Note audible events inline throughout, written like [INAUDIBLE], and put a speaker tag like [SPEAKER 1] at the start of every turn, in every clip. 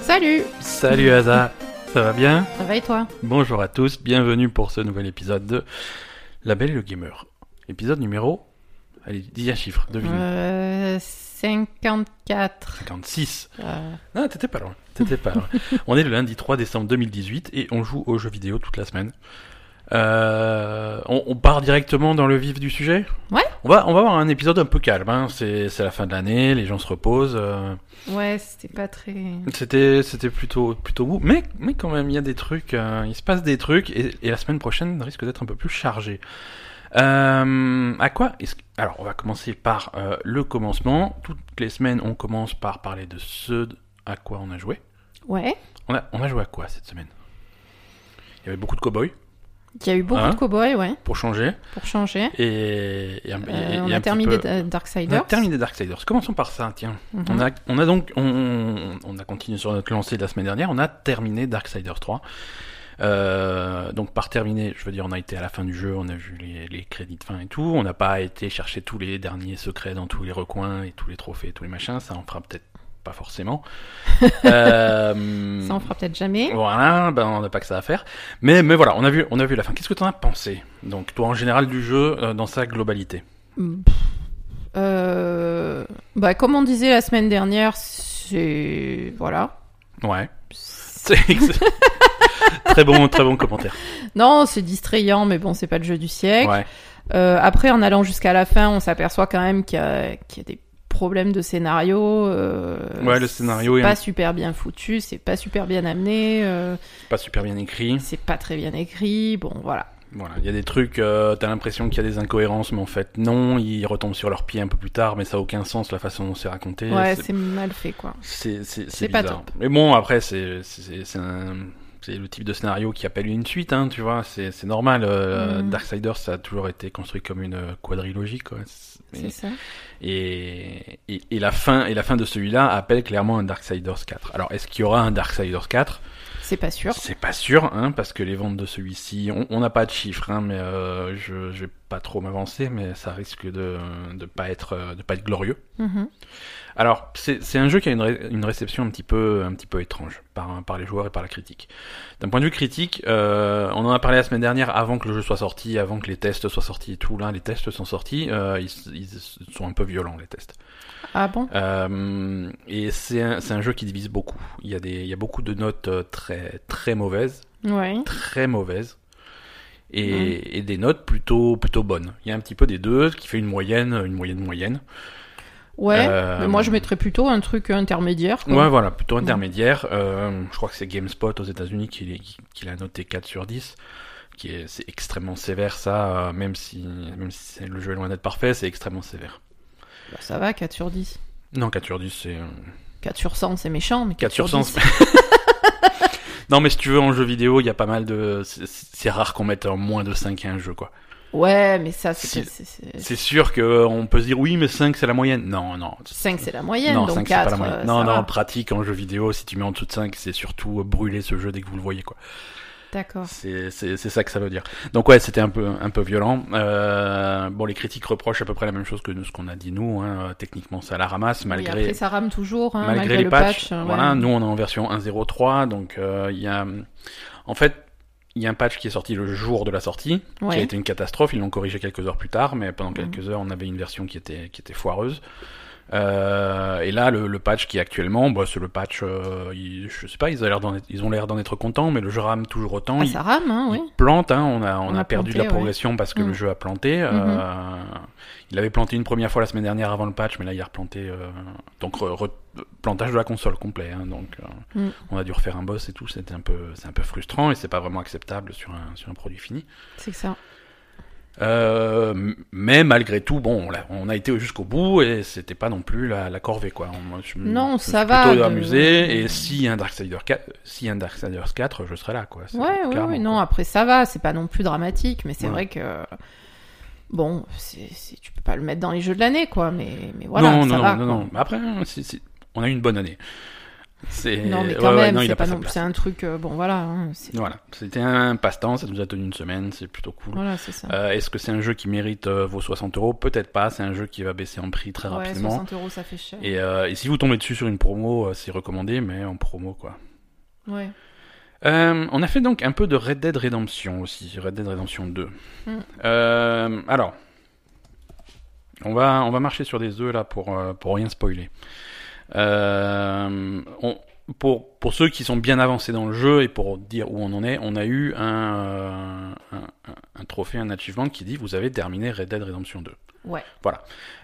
[SPEAKER 1] Salut
[SPEAKER 2] Salut Asa, ça va bien
[SPEAKER 1] Ça va et toi
[SPEAKER 2] Bonjour à tous, bienvenue pour ce nouvel épisode de La Belle et le Gamer. Épisode numéro... Allez, dis un chiffre, devine.
[SPEAKER 1] euh, 54.
[SPEAKER 2] 56.
[SPEAKER 1] Euh,
[SPEAKER 2] Ah, t'étais pas loin, t'étais pas loin. On est le lundi 3 décembre 2018 et on joue aux jeux vidéo toute la semaine. Euh, on, on part directement dans le vif du sujet
[SPEAKER 1] Ouais.
[SPEAKER 2] On va, on va avoir un épisode un peu calme, hein. c'est c'est la fin de l'année, les gens se reposent. euh,
[SPEAKER 1] ouais, c'était pas très...
[SPEAKER 2] C'était, c'était plutôt, plutôt mou. Mais, mais quand même, il y a des trucs, euh, il se passe des trucs, et, et la semaine prochaine risque d'être un peu plus chargée. Euh, à quoi est-ce que- Alors, on va commencer par euh, le commencement. Toutes les semaines, on commence par parler de ce à quoi on a joué.
[SPEAKER 1] Ouais,
[SPEAKER 2] On a, on a joué à quoi cette semaine Il y avait beaucoup de cow-boys,
[SPEAKER 1] il y a eu beaucoup
[SPEAKER 2] Hein
[SPEAKER 1] de cowboys, ouais,
[SPEAKER 2] pour changer,
[SPEAKER 1] pour changer.
[SPEAKER 2] et, et un- et-
[SPEAKER 1] Euh,
[SPEAKER 2] et
[SPEAKER 1] on,
[SPEAKER 2] un
[SPEAKER 1] a
[SPEAKER 2] petit
[SPEAKER 1] terminé
[SPEAKER 2] peu-
[SPEAKER 1] Da-
[SPEAKER 2] on a
[SPEAKER 1] Darksiders.
[SPEAKER 2] terminé Darksiders. Commençons par ça, tiens.
[SPEAKER 1] Mhm.
[SPEAKER 2] On a, on a donc, on, on a continué sur notre lancée de la semaine dernière, on a terminé Darksiders 3. Euh, donc par terminé, je veux dire, on a été à la fin du jeu, on a vu les, les crédits de fin et tout, on n'a pas été chercher tous les derniers secrets dans tous les recoins et tous les trophées et tous les machins, ça en fera peut-être
[SPEAKER 1] [LAUGHS]
[SPEAKER 2] pas forcément. euh,
[SPEAKER 1] Ça, on fera peut-être jamais.
[SPEAKER 2] voilà, ben on n'a pas que ça à faire. Mais, mais voilà, on a vu, on a vu la fin. Qu'est-ce que t'en as pensé Donc toi en général du jeu euh, dans sa globalité
[SPEAKER 1] Euh, bah, comme on disait la semaine dernière, c'est... Voilà.
[SPEAKER 2] Ouais. [LAUGHS] C'est
[SPEAKER 1] [LAUGHS]
[SPEAKER 2] ex- très bon, très bon commentaire.
[SPEAKER 1] Non, c'est distrayant, mais bon, c'est pas le jeu du siècle.
[SPEAKER 2] Ouais.
[SPEAKER 1] Euh, après, en allant jusqu'à la fin, on s'aperçoit quand même qu'il y, a- qu'il y a des problèmes de scénario. euh,
[SPEAKER 2] Ouais, le scénario
[SPEAKER 1] c'est
[SPEAKER 2] est
[SPEAKER 1] pas
[SPEAKER 2] un-
[SPEAKER 1] super bien foutu, c'est pas super bien amené, euh,
[SPEAKER 2] pas super bien écrit.
[SPEAKER 1] c'est pas très bien écrit. Bon, voilà.
[SPEAKER 2] Voilà, il y a des trucs, euh, t'as l'impression qu'il y a des incohérences, mais en fait non, ils retombent sur leurs pieds un peu plus tard, mais ça a aucun sens la façon dont c'est raconté.
[SPEAKER 1] ouais,
[SPEAKER 2] C'est-
[SPEAKER 1] c'est mal fait, quoi.
[SPEAKER 2] c'est c'est
[SPEAKER 1] c'est
[SPEAKER 2] c'est
[SPEAKER 1] pas
[SPEAKER 2] bizarre.
[SPEAKER 1] top.
[SPEAKER 2] Mais bon, après c'est c'est c'est un- c'est le type de scénario qui appelle une suite, hein, tu vois, c'est c'est normal. euh,
[SPEAKER 1] Mhm.
[SPEAKER 2] Darksiders, ça a toujours été construit comme une quadrilogie, quoi. C'est-
[SPEAKER 1] C'est ça.
[SPEAKER 2] Et, et, et la fin et la fin de celui-là appelle clairement un Darksiders 4. Alors, est-ce qu'il y aura un Darksiders 4
[SPEAKER 1] C'est pas sûr.
[SPEAKER 2] C'est pas sûr, hein, parce que les ventes de celui-ci, on on n'a pas de chiffres, hein, mais euh, je, je vais pas trop m'avancer, mais ça risque de, de pas être euh, de pas être glorieux.
[SPEAKER 1] Mhm.
[SPEAKER 2] Alors, c'est c'est un jeu qui a une, ré- une réception un petit peu un petit peu étrange par par les joueurs et par la critique. D'un point de vue critique, euh, on en a parlé la semaine dernière, avant que le jeu soit sorti, avant que les tests soient sortis et tout. Là, les tests sont sortis, euh, ils, ils sont un peu violents les tests.
[SPEAKER 1] Ah bon
[SPEAKER 2] Euh, et c'est un, c'est un jeu qui divise beaucoup. Il y a des il y a beaucoup de notes euh, très très mauvaises Euh,
[SPEAKER 1] Ouais.
[SPEAKER 2] très mauvaise et,
[SPEAKER 1] Ouais.
[SPEAKER 2] et des notes plutôt plutôt bonnes. Il y a un petit peu des deux, ce qui fait une moyenne, une moyenne moyenne.
[SPEAKER 1] Ouais.
[SPEAKER 2] Euh,
[SPEAKER 1] Mais moi, je mettrais plutôt un truc intermédiaire. quoi.
[SPEAKER 2] Ouais, voilà, plutôt
[SPEAKER 1] Ouais.
[SPEAKER 2] intermédiaire. Euh, je crois que c'est GameSpot aux États-Unis qui, l'est- qui- qui l'a noté 4 sur 10, qui est c'est extrêmement sévère ça, euh, même si même si c'est- le jeu est loin d'être parfait, c'est extrêmement sévère.
[SPEAKER 1] Bah, ça va, 4 sur 10.
[SPEAKER 2] Non, 4 sur 10, c'est euh,
[SPEAKER 1] 4 sur 100, c'est méchant, mais
[SPEAKER 2] 4 sur
[SPEAKER 1] 10.
[SPEAKER 2] 100. non, mais si tu veux en jeu vidéo, il y a pas mal de c'est- c'est rare qu'on mette un moins de 5 à un jeu quoi.
[SPEAKER 1] Ouais, mais ça, c'est.
[SPEAKER 2] Si-
[SPEAKER 1] c'est- c'est-
[SPEAKER 2] C'est sûr que euh, on peut se dire oui, mais 5 c'est la moyenne. Non, non.
[SPEAKER 1] 5, c'est la moyenne,
[SPEAKER 2] non,
[SPEAKER 1] donc euh,
[SPEAKER 2] cinq, c'est pas
[SPEAKER 1] 4.
[SPEAKER 2] la moyenne. Non, non, en pratique, en jeu vidéo, si tu mets en dessous de 5, c'est surtout euh, brûler ce jeu dès que vous le voyez, quoi.
[SPEAKER 1] D'accord.
[SPEAKER 2] C'est c'est- c'est ça que ça veut dire. Donc ouais, c'était un peu, un peu violent. Euh, bon, les critiques reprochent à peu près la même chose que nous, ce qu'on a dit nous. hein. Techniquement, ça la ramasse, malgré...
[SPEAKER 1] Oui, après, ça rame toujours, hein,
[SPEAKER 2] malgré, les
[SPEAKER 1] le
[SPEAKER 2] patchs.
[SPEAKER 1] patch. ouais.
[SPEAKER 2] Voilà, nous on est en version 1.0.3, donc euh, il y a, en fait, il y a un patch qui est sorti le jour de la sortie, qui
[SPEAKER 1] Ouais.
[SPEAKER 2] a été une catastrophe. Ils l'ont corrigé quelques heures plus tard, mais pendant
[SPEAKER 1] Mhm.
[SPEAKER 2] quelques heures, on avait une version qui était qui était foireuse. Euh, et là, le, le patch qui est actuellement, bah, c'est le patch. euh, il- je sais pas, ils ont l'air d'en être- ils ont l'air d'en être contents, mais le jeu rame toujours autant.
[SPEAKER 1] Ah,
[SPEAKER 2] Il-
[SPEAKER 1] ça rame, hein,
[SPEAKER 2] il
[SPEAKER 1] oui.
[SPEAKER 2] plante, hein, on a, on
[SPEAKER 1] On
[SPEAKER 2] a,
[SPEAKER 1] a
[SPEAKER 2] perdu
[SPEAKER 1] planté,
[SPEAKER 2] de la
[SPEAKER 1] ouais.
[SPEAKER 2] progression parce que
[SPEAKER 1] Mm. Mm-hmm.
[SPEAKER 2] le jeu a planté. euh, il avait planté une première fois la semaine dernière avant le patch, mais là il a replanté. euh, donc re- re- plantage de la console complet. hein, donc euh,
[SPEAKER 1] Mm.
[SPEAKER 2] on a dû refaire un boss et tout. C'était un peu, c'est un peu frustrant et c'est pas vraiment acceptable sur un, sur un produit fini.
[SPEAKER 1] C'est que ça.
[SPEAKER 2] Euh, m- mais malgré tout, bon, on l'a- on a été jusqu'au bout et c'était pas non plus la, la corvée quoi. On- moi, je me-
[SPEAKER 1] Non,
[SPEAKER 2] je me suis
[SPEAKER 1] ça va,
[SPEAKER 2] Plutôt
[SPEAKER 1] de-
[SPEAKER 2] amusé et si un Darksiders 4, si un Darksiders 4, je serais là quoi. C'est-
[SPEAKER 1] Ouais, ouais,
[SPEAKER 2] clairement,
[SPEAKER 1] ouais,
[SPEAKER 2] quoi.
[SPEAKER 1] non, après ça va, c'est pas non plus dramatique, mais c'est
[SPEAKER 2] Ouais.
[SPEAKER 1] vrai que. Bon, c'est c'est- tu peux pas le mettre dans les jeux de l'année, quoi, mais, mais voilà.
[SPEAKER 2] non,
[SPEAKER 1] ça
[SPEAKER 2] non,
[SPEAKER 1] va,
[SPEAKER 2] non,
[SPEAKER 1] quoi.
[SPEAKER 2] non, non. Après, hein, c'est- c'est- on a eu une bonne année. C'est-
[SPEAKER 1] Non, mais
[SPEAKER 2] ouais,
[SPEAKER 1] quand
[SPEAKER 2] ouais,
[SPEAKER 1] même,
[SPEAKER 2] non, il
[SPEAKER 1] c'est
[SPEAKER 2] a
[SPEAKER 1] pas
[SPEAKER 2] sa
[SPEAKER 1] non plus.
[SPEAKER 2] place.
[SPEAKER 1] C'est un truc, euh, bon, voilà. hein, c'est-
[SPEAKER 2] Voilà, c'était un passe-temps, ça nous a tenu une semaine, c'est plutôt cool.
[SPEAKER 1] Voilà, c'est ça.
[SPEAKER 2] Euh, Est-ce que c'est un jeu qui mérite euh, vos 60 euros Peut-être pas, c'est un jeu qui va baisser en prix très
[SPEAKER 1] ouais,
[SPEAKER 2] rapidement.
[SPEAKER 1] 60 euros, ça fait cher.
[SPEAKER 2] Et, euh, et si vous tombez dessus sur une promo, euh, c'est recommandé, mais en promo quoi.
[SPEAKER 1] Ouais.
[SPEAKER 2] Euh, on a fait donc un peu de Red Dead Redemption aussi, Red Dead Redemption 2.
[SPEAKER 1] Mm.
[SPEAKER 2] Euh, alors, on va, on va marcher sur des œufs là pour, euh, pour rien spoiler. Euh, on- pour, pour ceux qui sont bien avancés dans le jeu et pour dire où on en est, on a eu un, euh, un, un- un trophée, un achievement qui dit vous avez terminé Red Dead Redemption 2.
[SPEAKER 1] Ouais.
[SPEAKER 2] Voilà.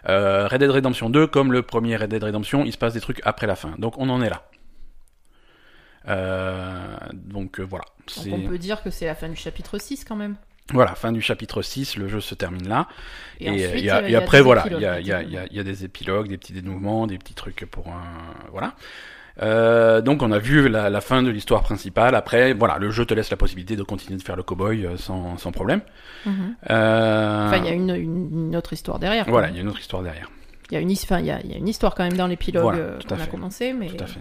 [SPEAKER 2] Euh, Red Dead Redemption 2, comme le premier Red Dead Redemption, il se passe des trucs après la fin. Donc on en est là. Euh, donc euh, voilà.
[SPEAKER 1] Donc
[SPEAKER 2] C'est-
[SPEAKER 1] on peut dire que c'est la fin du chapitre 6 quand même.
[SPEAKER 2] Voilà, fin du chapitre 6, le jeu se termine là. Et, euh,
[SPEAKER 1] ensuite,
[SPEAKER 2] il y a-
[SPEAKER 1] euh,
[SPEAKER 2] et
[SPEAKER 1] il y a
[SPEAKER 2] après,
[SPEAKER 1] des
[SPEAKER 2] voilà, il
[SPEAKER 1] épilogues,
[SPEAKER 2] y a, il y a- il y a- il y a des épilogues, des petits dénouements, des petits trucs pour un. Voilà. Euh, donc, on a vu la, la fin de l'histoire principale. Après, voilà, le jeu te laisse la possibilité de continuer de faire le cowboy euh, sans, sans problème.
[SPEAKER 1] Mhm.
[SPEAKER 2] Euh,
[SPEAKER 1] Enfin, il y a une, une- une autre histoire derrière.
[SPEAKER 2] Voilà, il y a une autre histoire derrière.
[SPEAKER 1] Il y a une, his- enfin, il y a, il y a une histoire quand même dans l'épilogue
[SPEAKER 2] Voilà,
[SPEAKER 1] euh,
[SPEAKER 2] tout à
[SPEAKER 1] qu'on a
[SPEAKER 2] fait.
[SPEAKER 1] commencé, mais
[SPEAKER 2] Tout à fait.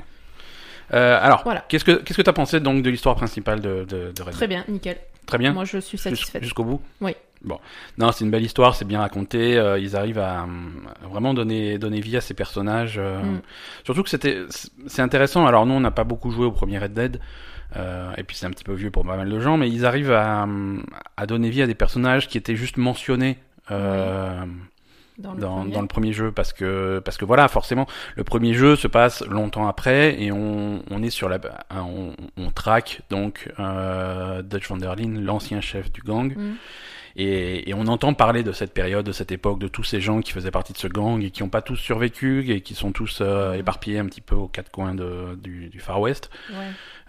[SPEAKER 2] Euh, alors,
[SPEAKER 1] Voilà.
[SPEAKER 2] qu'est-ce que qu'est-ce que t'as pensé donc de l'histoire principale de, de, de Red
[SPEAKER 1] très
[SPEAKER 2] Dead
[SPEAKER 1] bien, nickel.
[SPEAKER 2] Très bien.
[SPEAKER 1] Moi, je suis
[SPEAKER 2] Jus-
[SPEAKER 1] satisfaite.
[SPEAKER 2] Jusqu'au bout
[SPEAKER 1] Oui.
[SPEAKER 2] Bon. Non, c'est une belle histoire, c'est bien raconté. euh, ils arrivent à hum, vraiment donner, donner vie à ces personnages. euh,
[SPEAKER 1] Mm.
[SPEAKER 2] Surtout que c'était, c'est- c'est intéressant. Alors, nous, on n'a pas beaucoup joué au premier Red Dead. euh, et puis, c'est un petit peu vieux pour pas mal de gens. Mais ils arrivent à, hum, à donner vie à des personnages qui étaient juste mentionnés. euh,
[SPEAKER 1] Dans le
[SPEAKER 2] dans,
[SPEAKER 1] premier.
[SPEAKER 2] dans le premier jeu parce que parce que voilà forcément le premier jeu se passe longtemps après et on, on est sur la hein, on, on traque donc euh, Dutch van der Linde l'ancien chef du gang
[SPEAKER 1] Mhm.
[SPEAKER 2] et, et on entend parler de cette période de cette époque de tous ces gens qui faisaient partie de ce gang et qui n'ont pas tous survécu et qui sont tous
[SPEAKER 1] Mm.
[SPEAKER 2] euh, éparpillés un petit peu aux quatre coins de, du, du Far West
[SPEAKER 1] Ouais.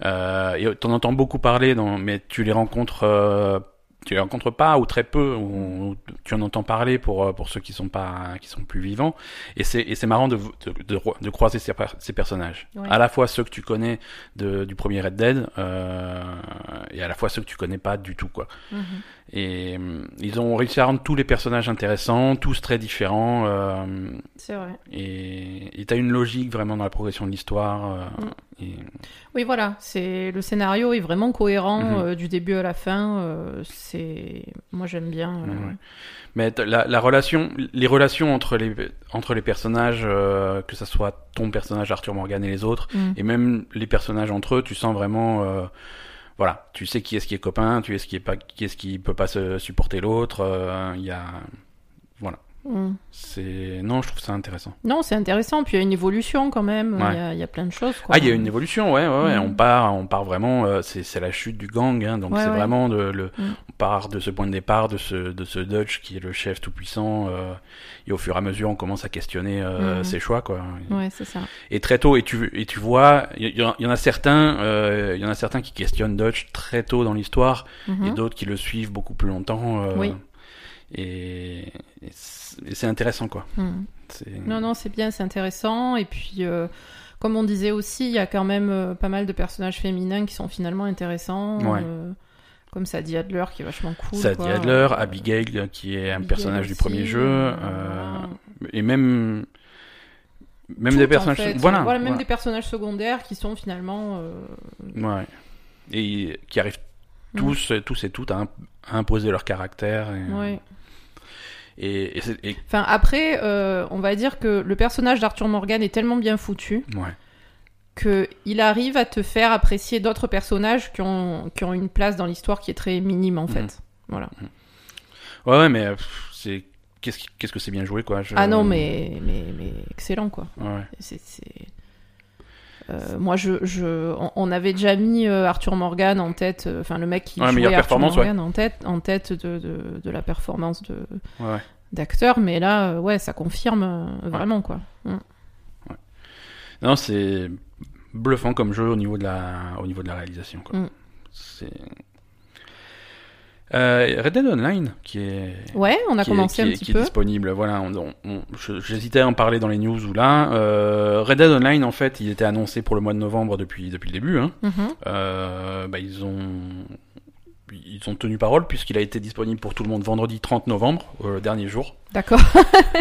[SPEAKER 2] euh, et t'en entends beaucoup parler, dans, mais tu les rencontres, euh, tu les rencontres pas ou très peu. Ou, ou tu en entends parler pour euh, pour ceux qui sont pas, qui sont plus vivants. Et c'est et c'est marrant de de, de, de croiser ces, per- ces personnages.
[SPEAKER 1] Ouais.
[SPEAKER 2] À la fois ceux que tu connais de, du premier Red Dead euh, et à la fois ceux que tu connais pas du tout quoi.
[SPEAKER 1] Mhm.
[SPEAKER 2] Et euh, ils ont réussi à rendre tous les personnages intéressants, tous très différents. euh,
[SPEAKER 1] C'est vrai.
[SPEAKER 2] et et t'as une logique vraiment dans la progression de l'histoire. euh, et-
[SPEAKER 1] Oui, voilà. C'est le scénario est vraiment cohérent
[SPEAKER 2] Mhm.
[SPEAKER 1] euh, du début à la fin. euh, c'est moi j'aime bien. euh,
[SPEAKER 2] Ouais. Mais t- la, la relation, les relations entre les, entre les personnages, euh, que ça soit ton personnage Arthur Morgan et les autres,
[SPEAKER 1] Mhm.
[SPEAKER 2] et même les personnages entre eux, tu sens vraiment, euh, voilà, tu sais qui est-ce qui est copain, tu sais qui est pas, qui est-ce qui peut pas se supporter l'autre. euh, Il y a,
[SPEAKER 1] Mhm.
[SPEAKER 2] c'est, non, je trouve ça intéressant.
[SPEAKER 1] Non, c'est intéressant. Puis il y a une évolution quand même. Il
[SPEAKER 2] Ouais.
[SPEAKER 1] y a- il y, a plein de choses. quoi.
[SPEAKER 2] Ah, il y a une évolution, ouais, ouais, ouais.
[SPEAKER 1] Mhm.
[SPEAKER 2] On part, on part vraiment. euh, c'est, c'est la chute du gang, hein, donc
[SPEAKER 1] Ouais,
[SPEAKER 2] c'est
[SPEAKER 1] ouais.
[SPEAKER 2] vraiment de, le.
[SPEAKER 1] Mhm.
[SPEAKER 2] On part de ce point de départ, de ce, de ce Dutch qui est le chef tout puissant, euh, et au fur et à mesure, on commence à questionner euh,
[SPEAKER 1] Mhm.
[SPEAKER 2] ses choix, quoi.
[SPEAKER 1] Ouais, c'est ça.
[SPEAKER 2] Et très tôt, et tu, et tu vois, il y, en- il y en a certains, euh, il y en a certains qui questionnent Dutch très tôt dans l'histoire,
[SPEAKER 1] Mhm.
[SPEAKER 2] et d'autres qui le suivent beaucoup plus longtemps. euh,
[SPEAKER 1] Oui.
[SPEAKER 2] Et, et c'est et c'est intéressant, quoi.
[SPEAKER 1] Mhm.
[SPEAKER 2] C'est-
[SPEAKER 1] Non, non, c'est bien, c'est intéressant. Et puis, euh, comme on disait aussi, il y a quand même euh, pas mal de personnages féminins qui sont finalement intéressants.
[SPEAKER 2] Ouais.
[SPEAKER 1] euh, comme Sadie Adler, qui est vachement cool.
[SPEAKER 2] Sadie
[SPEAKER 1] quoi.
[SPEAKER 2] Adler,
[SPEAKER 1] Euh,
[SPEAKER 2] Abigail, qui est un
[SPEAKER 1] Abigail
[SPEAKER 2] personnage du
[SPEAKER 1] aussi,
[SPEAKER 2] premier jeu,
[SPEAKER 1] euh,
[SPEAKER 2] euh,
[SPEAKER 1] voilà.
[SPEAKER 2] et même, même
[SPEAKER 1] Tout,
[SPEAKER 2] des
[SPEAKER 1] en
[SPEAKER 2] personnages.
[SPEAKER 1] fait.
[SPEAKER 2] Voilà,
[SPEAKER 1] même
[SPEAKER 2] voilà.
[SPEAKER 1] des personnages secondaires qui sont finalement. euh,
[SPEAKER 2] Ouais. Et qui arrivent
[SPEAKER 1] Mhm.
[SPEAKER 2] tous, euh, tous et toutes à, imp- à imposer leur caractère. Et, euh,
[SPEAKER 1] ouais.
[SPEAKER 2] et, et c'est- et-
[SPEAKER 1] Enfin, après, euh, on va dire que le personnage d'Arthur Morgan est tellement bien foutu
[SPEAKER 2] ouais.
[SPEAKER 1] qu'il arrive à te faire apprécier d'autres personnages qui ont, qui ont une place dans l'histoire qui est très minime
[SPEAKER 2] Mhm.
[SPEAKER 1] en fait. Voilà.
[SPEAKER 2] Ouais, ouais, mais euh, pff, c'est. Qu'est-ce qui- qu'est-ce que c'est bien joué, quoi. je-
[SPEAKER 1] Ah non, mais, mais, mais excellent quoi.
[SPEAKER 2] Ouais.
[SPEAKER 1] C'est. c'est- Euh, moi, je, je, on, on avait déjà mis euh, Arthur Morgan en tête, euh, enfin le mec qui
[SPEAKER 2] Ouais,
[SPEAKER 1] jouait
[SPEAKER 2] meilleure
[SPEAKER 1] Arthur
[SPEAKER 2] performance,
[SPEAKER 1] Morgan en tête, en tête de, de, de la performance de
[SPEAKER 2] ouais, ouais.
[SPEAKER 1] d'acteur, mais là, euh, ouais, ça confirme euh, vraiment quoi.
[SPEAKER 2] Non, c'est bluffant comme jeu au niveau de la, au niveau de la réalisation. Quoi.
[SPEAKER 1] Mm.
[SPEAKER 2] C'est... Euh, Red Dead Online, qui est,
[SPEAKER 1] Ouais, on a
[SPEAKER 2] qui est-
[SPEAKER 1] commencé
[SPEAKER 2] qui
[SPEAKER 1] un
[SPEAKER 2] est-
[SPEAKER 1] petit
[SPEAKER 2] qui est
[SPEAKER 1] peu.
[SPEAKER 2] disponible. Voilà, on- on- on- je- j'hésitais à en parler dans les news ou là. Euh, Red Dead Online, en fait, il était annoncé pour le mois de novembre depuis, depuis le début. Hein.
[SPEAKER 1] Mhm.
[SPEAKER 2] Euh, bah, ils ont ils ont tenu parole puisqu'il a été disponible pour tout le monde vendredi 30 novembre, euh, le dernier jour.
[SPEAKER 1] D'accord.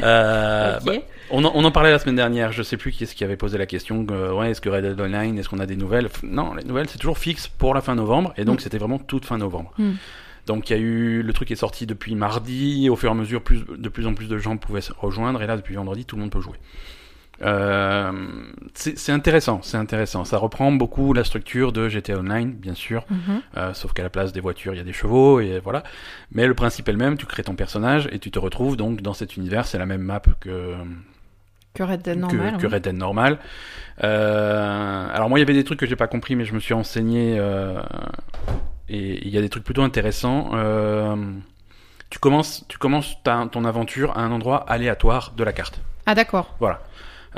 [SPEAKER 2] Euh,
[SPEAKER 1] ok.
[SPEAKER 2] bah, on, en, on en parlait la semaine dernière, je sais plus qui est-ce qui avait posé la question, euh, ouais, est-ce que Red Dead Online, est-ce qu'on a des nouvelles F- Non, les nouvelles c'est toujours fixe pour la fin novembre, et donc
[SPEAKER 1] Mm.
[SPEAKER 2] c'était vraiment toute fin novembre.
[SPEAKER 1] Mm.
[SPEAKER 2] Donc il y a eu, le truc est sorti depuis mardi, au fur et à mesure plus, de plus en plus de gens pouvaient se rejoindre, et là depuis vendredi tout le monde peut jouer. Euh, c'est c'est intéressant, c'est intéressant. Ça reprend beaucoup la structure de GTA Online, bien sûr.
[SPEAKER 1] Mhm.
[SPEAKER 2] Euh, sauf qu'à la place des voitures, il y a des chevaux et voilà. Mais le principe est le même. Tu crées ton personnage et tu te retrouves donc dans cet univers. C'est la même map que
[SPEAKER 1] Que Red Dead
[SPEAKER 2] que-
[SPEAKER 1] normal. hein.
[SPEAKER 2] que,
[SPEAKER 1] oui.
[SPEAKER 2] Red Dead normal. Euh, alors moi, il y avait des trucs que j'ai pas compris, mais je me suis renseigné euh, et il y a des trucs plutôt intéressants. Euh, tu commences, tu commences ta- ton aventure à un endroit aléatoire de la carte.
[SPEAKER 1] Ah d'accord.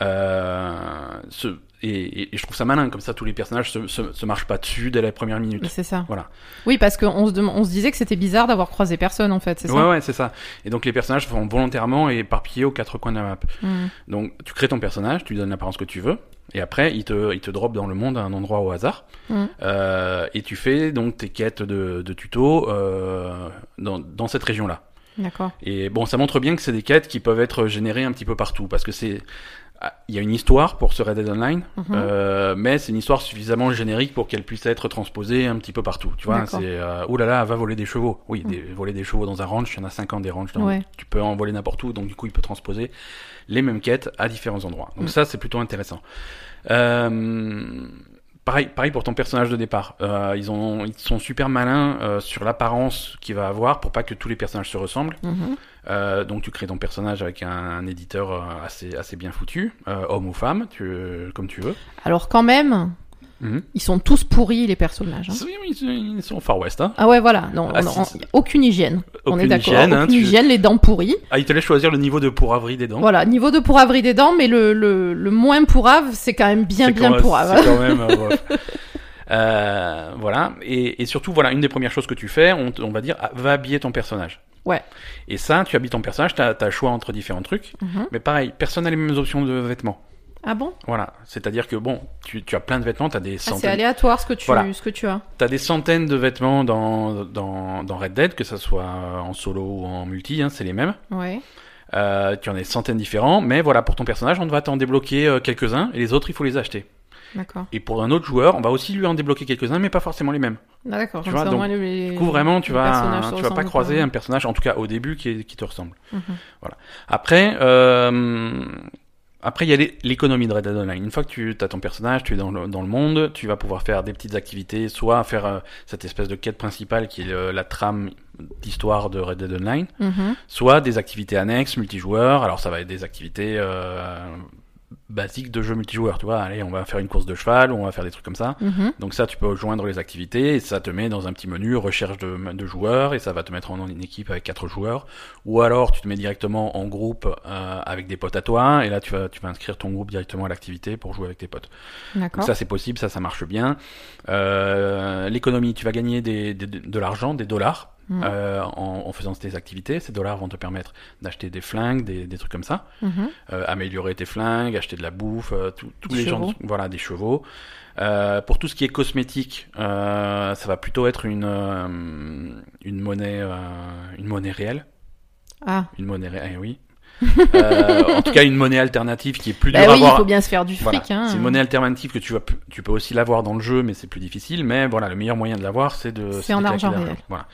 [SPEAKER 2] Euh, ce- et, et- et je trouve ça malin, comme ça tous les personnages se, se- se marchent pas dessus dès la première
[SPEAKER 1] Mais
[SPEAKER 2] minute.
[SPEAKER 1] c'est ça.
[SPEAKER 2] Voilà.
[SPEAKER 1] Oui, parce qu'on se, dem- on se disait que c'était bizarre d'avoir croisé personne en fait, c'est
[SPEAKER 2] Ouais,
[SPEAKER 1] ça
[SPEAKER 2] ouais, c'est ça. Et donc les personnages vont volontairement et éparpillés aux quatre coins de la map.
[SPEAKER 1] Mhm.
[SPEAKER 2] Donc tu crées ton personnage, tu lui donnes l'apparence que tu veux, et après il te, il te drop dans le monde à un endroit au hasard,
[SPEAKER 1] Mm.
[SPEAKER 2] Euh, et tu fais donc tes quêtes de, de tuto euh, dans, dans cette région-là.
[SPEAKER 1] D'accord.
[SPEAKER 2] Et bon, ça montre bien que c'est des quêtes qui peuvent être générées un petit peu partout, parce que c'est... ah, Il y a une histoire pour ce Red Dead Online,
[SPEAKER 1] Mhm.
[SPEAKER 2] euh, mais c'est une histoire suffisamment générique pour qu'elle puisse être transposée un petit peu partout. Tu vois,
[SPEAKER 1] D'accord. Mmh.
[SPEAKER 2] c'est euh, oh là là, va voler des chevaux. Oui, des- voler des chevaux dans un ranch, il y en a 50 des ranchs. dans-
[SPEAKER 1] Ouais.
[SPEAKER 2] Tu peux en voler n'importe où, donc du coup, il peut transposer les mêmes quêtes à différents endroits. Donc
[SPEAKER 1] Mm.
[SPEAKER 2] ça, c'est plutôt intéressant. Euh, Pareil, pareil pour ton personnage de départ. Euh, ils, ont, ils sont super malins euh, sur l'apparence qu'il va avoir pour pas que tous les personnages se ressemblent.
[SPEAKER 1] Mhm.
[SPEAKER 2] Euh, donc tu crées ton personnage avec un, un éditeur euh, assez, assez bien foutu, euh, homme ou femme, tu, comme tu veux.
[SPEAKER 1] Alors quand même,
[SPEAKER 2] Mhm.
[SPEAKER 1] ils sont tous pourris les personnages. hein.
[SPEAKER 2] Oui, oui, Ils sont Far West. Hein.
[SPEAKER 1] Ah ouais, voilà. Non,
[SPEAKER 2] Ah,
[SPEAKER 1] on-
[SPEAKER 2] si,
[SPEAKER 1] on-
[SPEAKER 2] si.
[SPEAKER 1] aucune hygiène. on est
[SPEAKER 2] Aucune
[SPEAKER 1] d'accord.
[SPEAKER 2] hygiène, hein,
[SPEAKER 1] aucune
[SPEAKER 2] tu-
[SPEAKER 1] hygiène, les dents pourries.
[SPEAKER 2] Ah, ils te laissent choisir le niveau de pourraverie des dents.
[SPEAKER 1] Voilà, niveau de pourraverie des dents, mais le, le, le moins pourrave, c'est quand même bien,
[SPEAKER 2] C'est
[SPEAKER 1] bien
[SPEAKER 2] quand-
[SPEAKER 1] pourrave.
[SPEAKER 2] C'est quand même. euh,
[SPEAKER 1] [LAUGHS]
[SPEAKER 2] ouais. Euh, voilà. Et, et surtout, voilà, une des premières choses que tu fais, on, te- on va dire, ah, va habiller ton personnage.
[SPEAKER 1] Ouais.
[SPEAKER 2] Et ça, tu habilles ton personnage, t'as as choix entre différents trucs.
[SPEAKER 1] Mhm.
[SPEAKER 2] Mais pareil, personne n'a les mêmes options de vêtements.
[SPEAKER 1] Ah bon
[SPEAKER 2] Voilà. C'est-à-dire que bon, tu, tu as plein de vêtements, t'as des
[SPEAKER 1] Ah, C'est
[SPEAKER 2] centaines.
[SPEAKER 1] aléatoire ce que tu,
[SPEAKER 2] Voilà.
[SPEAKER 1] ce que tu as.
[SPEAKER 2] T'as des centaines de vêtements dans, dans, dans Red Dead, que ça soit euh, en solo ou en multi, hein, c'est les mêmes.
[SPEAKER 1] Ouais.
[SPEAKER 2] Euh, tu en as des centaines différents, mais voilà, pour ton personnage, on va t'en débloquer euh, quelques-uns, et les autres, il faut les acheter.
[SPEAKER 1] D'accord.
[SPEAKER 2] Et pour un autre joueur, on va aussi lui en débloquer quelques-uns, mais pas forcément les mêmes.
[SPEAKER 1] Ah, d'accord.
[SPEAKER 2] Tu
[SPEAKER 1] comme
[SPEAKER 2] vois,
[SPEAKER 1] ça, au
[SPEAKER 2] donc,
[SPEAKER 1] moins, les-
[SPEAKER 2] Du coup, vraiment, tu
[SPEAKER 1] les
[SPEAKER 2] vas,
[SPEAKER 1] personnages se
[SPEAKER 2] tu vas pas
[SPEAKER 1] ressemblent
[SPEAKER 2] croiser hein.
[SPEAKER 1] pas.
[SPEAKER 2] un personnage, en tout cas au début, qui, est- qui te ressemble.
[SPEAKER 1] Mhm.
[SPEAKER 2] Voilà. Après, euh, après, il y a les- l'économie de Red Dead Online. Une fois que tu as ton personnage, tu es dans le, dans le monde, tu vas pouvoir faire des petites activités, soit faire euh, cette espèce de quête principale qui est euh, la trame d'histoire de Red Dead Online,
[SPEAKER 1] Mhm.
[SPEAKER 2] soit des activités annexes, multijoueurs. Alors ça va être des activités euh, basiques de jeu multijoueur, tu vois. Allez, on va faire une course de cheval, ou on va faire des trucs comme ça.
[SPEAKER 1] Mhm.
[SPEAKER 2] Donc ça, tu peux joindre les activités et ça te met dans un petit menu recherche de, de joueurs et ça va te mettre en une équipe avec quatre joueurs. Ou alors tu te mets directement en groupe euh, avec des potes à toi et là tu vas, tu vas inscrire ton groupe directement à l'activité pour jouer avec tes potes. Donc
[SPEAKER 1] D'accord.
[SPEAKER 2] ça c'est possible, ça ça marche bien. Euh, L'économie, tu vas gagner des, des- de l'argent, des dollars.
[SPEAKER 1] Mhm.
[SPEAKER 2] euh, en, en faisant tes activités, ces dollars vont te permettre d'acheter des flingues, des, des trucs comme ça,
[SPEAKER 1] Mhm.
[SPEAKER 2] Euh, améliorer tes flingues, acheter de la bouffe, euh, tout- tous
[SPEAKER 1] Des
[SPEAKER 2] les gens,
[SPEAKER 1] chevaux.
[SPEAKER 2] voilà, des chevaux. Euh, pour tout ce qui est cosmétique, euh, ça va plutôt être une euh, une monnaie euh, une monnaie réelle,
[SPEAKER 1] Ah.
[SPEAKER 2] une monnaie réelle,
[SPEAKER 1] [LAUGHS]
[SPEAKER 2] eh oui. Euh, en tout cas, une monnaie alternative qui est plus
[SPEAKER 1] Bah
[SPEAKER 2] dure
[SPEAKER 1] oui,
[SPEAKER 2] à
[SPEAKER 1] il faut
[SPEAKER 2] avoir.
[SPEAKER 1] bien se faire du
[SPEAKER 2] Voilà.
[SPEAKER 1] fric. Hein.
[SPEAKER 2] C'est une monnaie alternative que tu, vas, pu- tu peux aussi l'avoir dans le jeu, mais c'est plus difficile. Mais voilà, le meilleur moyen de l'avoir, c'est de.
[SPEAKER 1] C'est
[SPEAKER 2] de
[SPEAKER 1] en
[SPEAKER 2] claquer
[SPEAKER 1] argent
[SPEAKER 2] l'argent.
[SPEAKER 1] réel.
[SPEAKER 2] Voilà.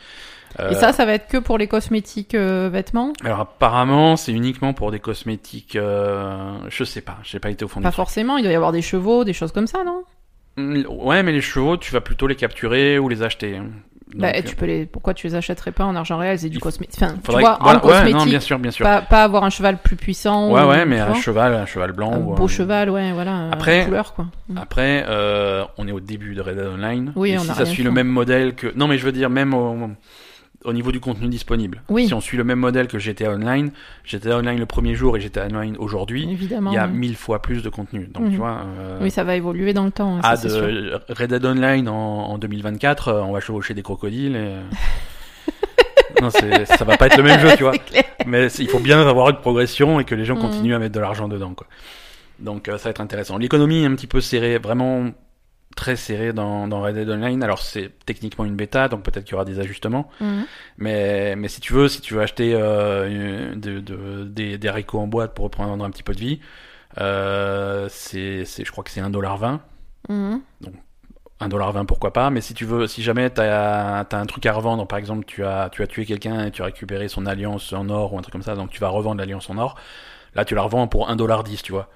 [SPEAKER 1] Et
[SPEAKER 2] Euh,
[SPEAKER 1] ça, ça va être que pour les cosmétiques euh, vêtements
[SPEAKER 2] Alors apparemment, c'est uniquement pour des cosmétiques. euh, je sais pas, j'ai pas été au fond
[SPEAKER 1] Pas
[SPEAKER 2] du truc.
[SPEAKER 1] forcément, il doit y avoir des chevaux, des choses comme ça, non
[SPEAKER 2] Mm, Ouais, mais les chevaux, tu vas plutôt les capturer ou les acheter. hein.
[SPEAKER 1] Bah,
[SPEAKER 2] Donc,
[SPEAKER 1] tu peux les... Pourquoi tu les achèterais pas en argent réel C'est du
[SPEAKER 2] Il
[SPEAKER 1] cosmétique. Enfin, tu
[SPEAKER 2] faudrait
[SPEAKER 1] vois,
[SPEAKER 2] que- voilà,
[SPEAKER 1] en
[SPEAKER 2] ouais,
[SPEAKER 1] cosmétique,
[SPEAKER 2] non, bien sûr, bien sûr.
[SPEAKER 1] Pas, pas avoir un cheval plus puissant.
[SPEAKER 2] ouais,
[SPEAKER 1] ou-
[SPEAKER 2] ouais, mais
[SPEAKER 1] tu
[SPEAKER 2] un
[SPEAKER 1] vois,
[SPEAKER 2] cheval, un cheval blanc.
[SPEAKER 1] un
[SPEAKER 2] ou
[SPEAKER 1] beau cheval, ouais, voilà.
[SPEAKER 2] Après-
[SPEAKER 1] Après... couleur, quoi. Mm.
[SPEAKER 2] Après, euh, on est au début de Red Dead Online.
[SPEAKER 1] Oui,
[SPEAKER 2] et
[SPEAKER 1] on
[SPEAKER 2] si
[SPEAKER 1] a
[SPEAKER 2] ça
[SPEAKER 1] rien
[SPEAKER 2] suit
[SPEAKER 1] fait.
[SPEAKER 2] le même modèle que, non, mais je veux dire même au, au niveau du contenu disponible.
[SPEAKER 1] Oui.
[SPEAKER 2] Si on suit le même modèle que GTA Online, GTA Online le premier jour et GTA Online aujourd'hui,
[SPEAKER 1] Évidemment.
[SPEAKER 2] il y a
[SPEAKER 1] ouais.
[SPEAKER 2] mille fois plus de contenu. Donc
[SPEAKER 1] Mhm.
[SPEAKER 2] tu vois. euh,
[SPEAKER 1] Oui, ça va évoluer dans le temps. hein,
[SPEAKER 2] Ah,
[SPEAKER 1] ça, c'est sûr.
[SPEAKER 2] de Red Dead Online en, en 2024, euh, on va chevaucher des crocodiles.
[SPEAKER 1] [LAUGHS]
[SPEAKER 2] Et... non, c'est- ça va pas être le même jeu, tu
[SPEAKER 1] [LAUGHS]
[SPEAKER 2] vois.
[SPEAKER 1] C'est clair.
[SPEAKER 2] Mais c'est- il faut bien avoir une progression et que les gens
[SPEAKER 1] Mhm.
[SPEAKER 2] continuent à mettre de l'argent dedans, quoi. Donc euh, ça va être intéressant. L'économie est un petit peu serrée, vraiment très serrée dans, dans Red Dead Online. Alors c'est techniquement une bêta, donc peut-être qu'il y aura des ajustements.
[SPEAKER 1] Mhm.
[SPEAKER 2] Mais, mais si tu veux, si tu veux acheter euh, une- de- de- des, des haricots en boîte pour reprendre un petit peu de vie, euh, c'est, c'est- je crois que c'est 1,20$.
[SPEAKER 1] Mhm.
[SPEAKER 2] 1,20$ pourquoi pas, mais si tu veux, si jamais t'as as un truc à revendre, par exemple tu as, tu as tué quelqu'un et tu as récupéré son alliance en or ou un truc comme ça, donc tu vas revendre l'alliance en or, là tu la revends pour 1,10$, tu vois.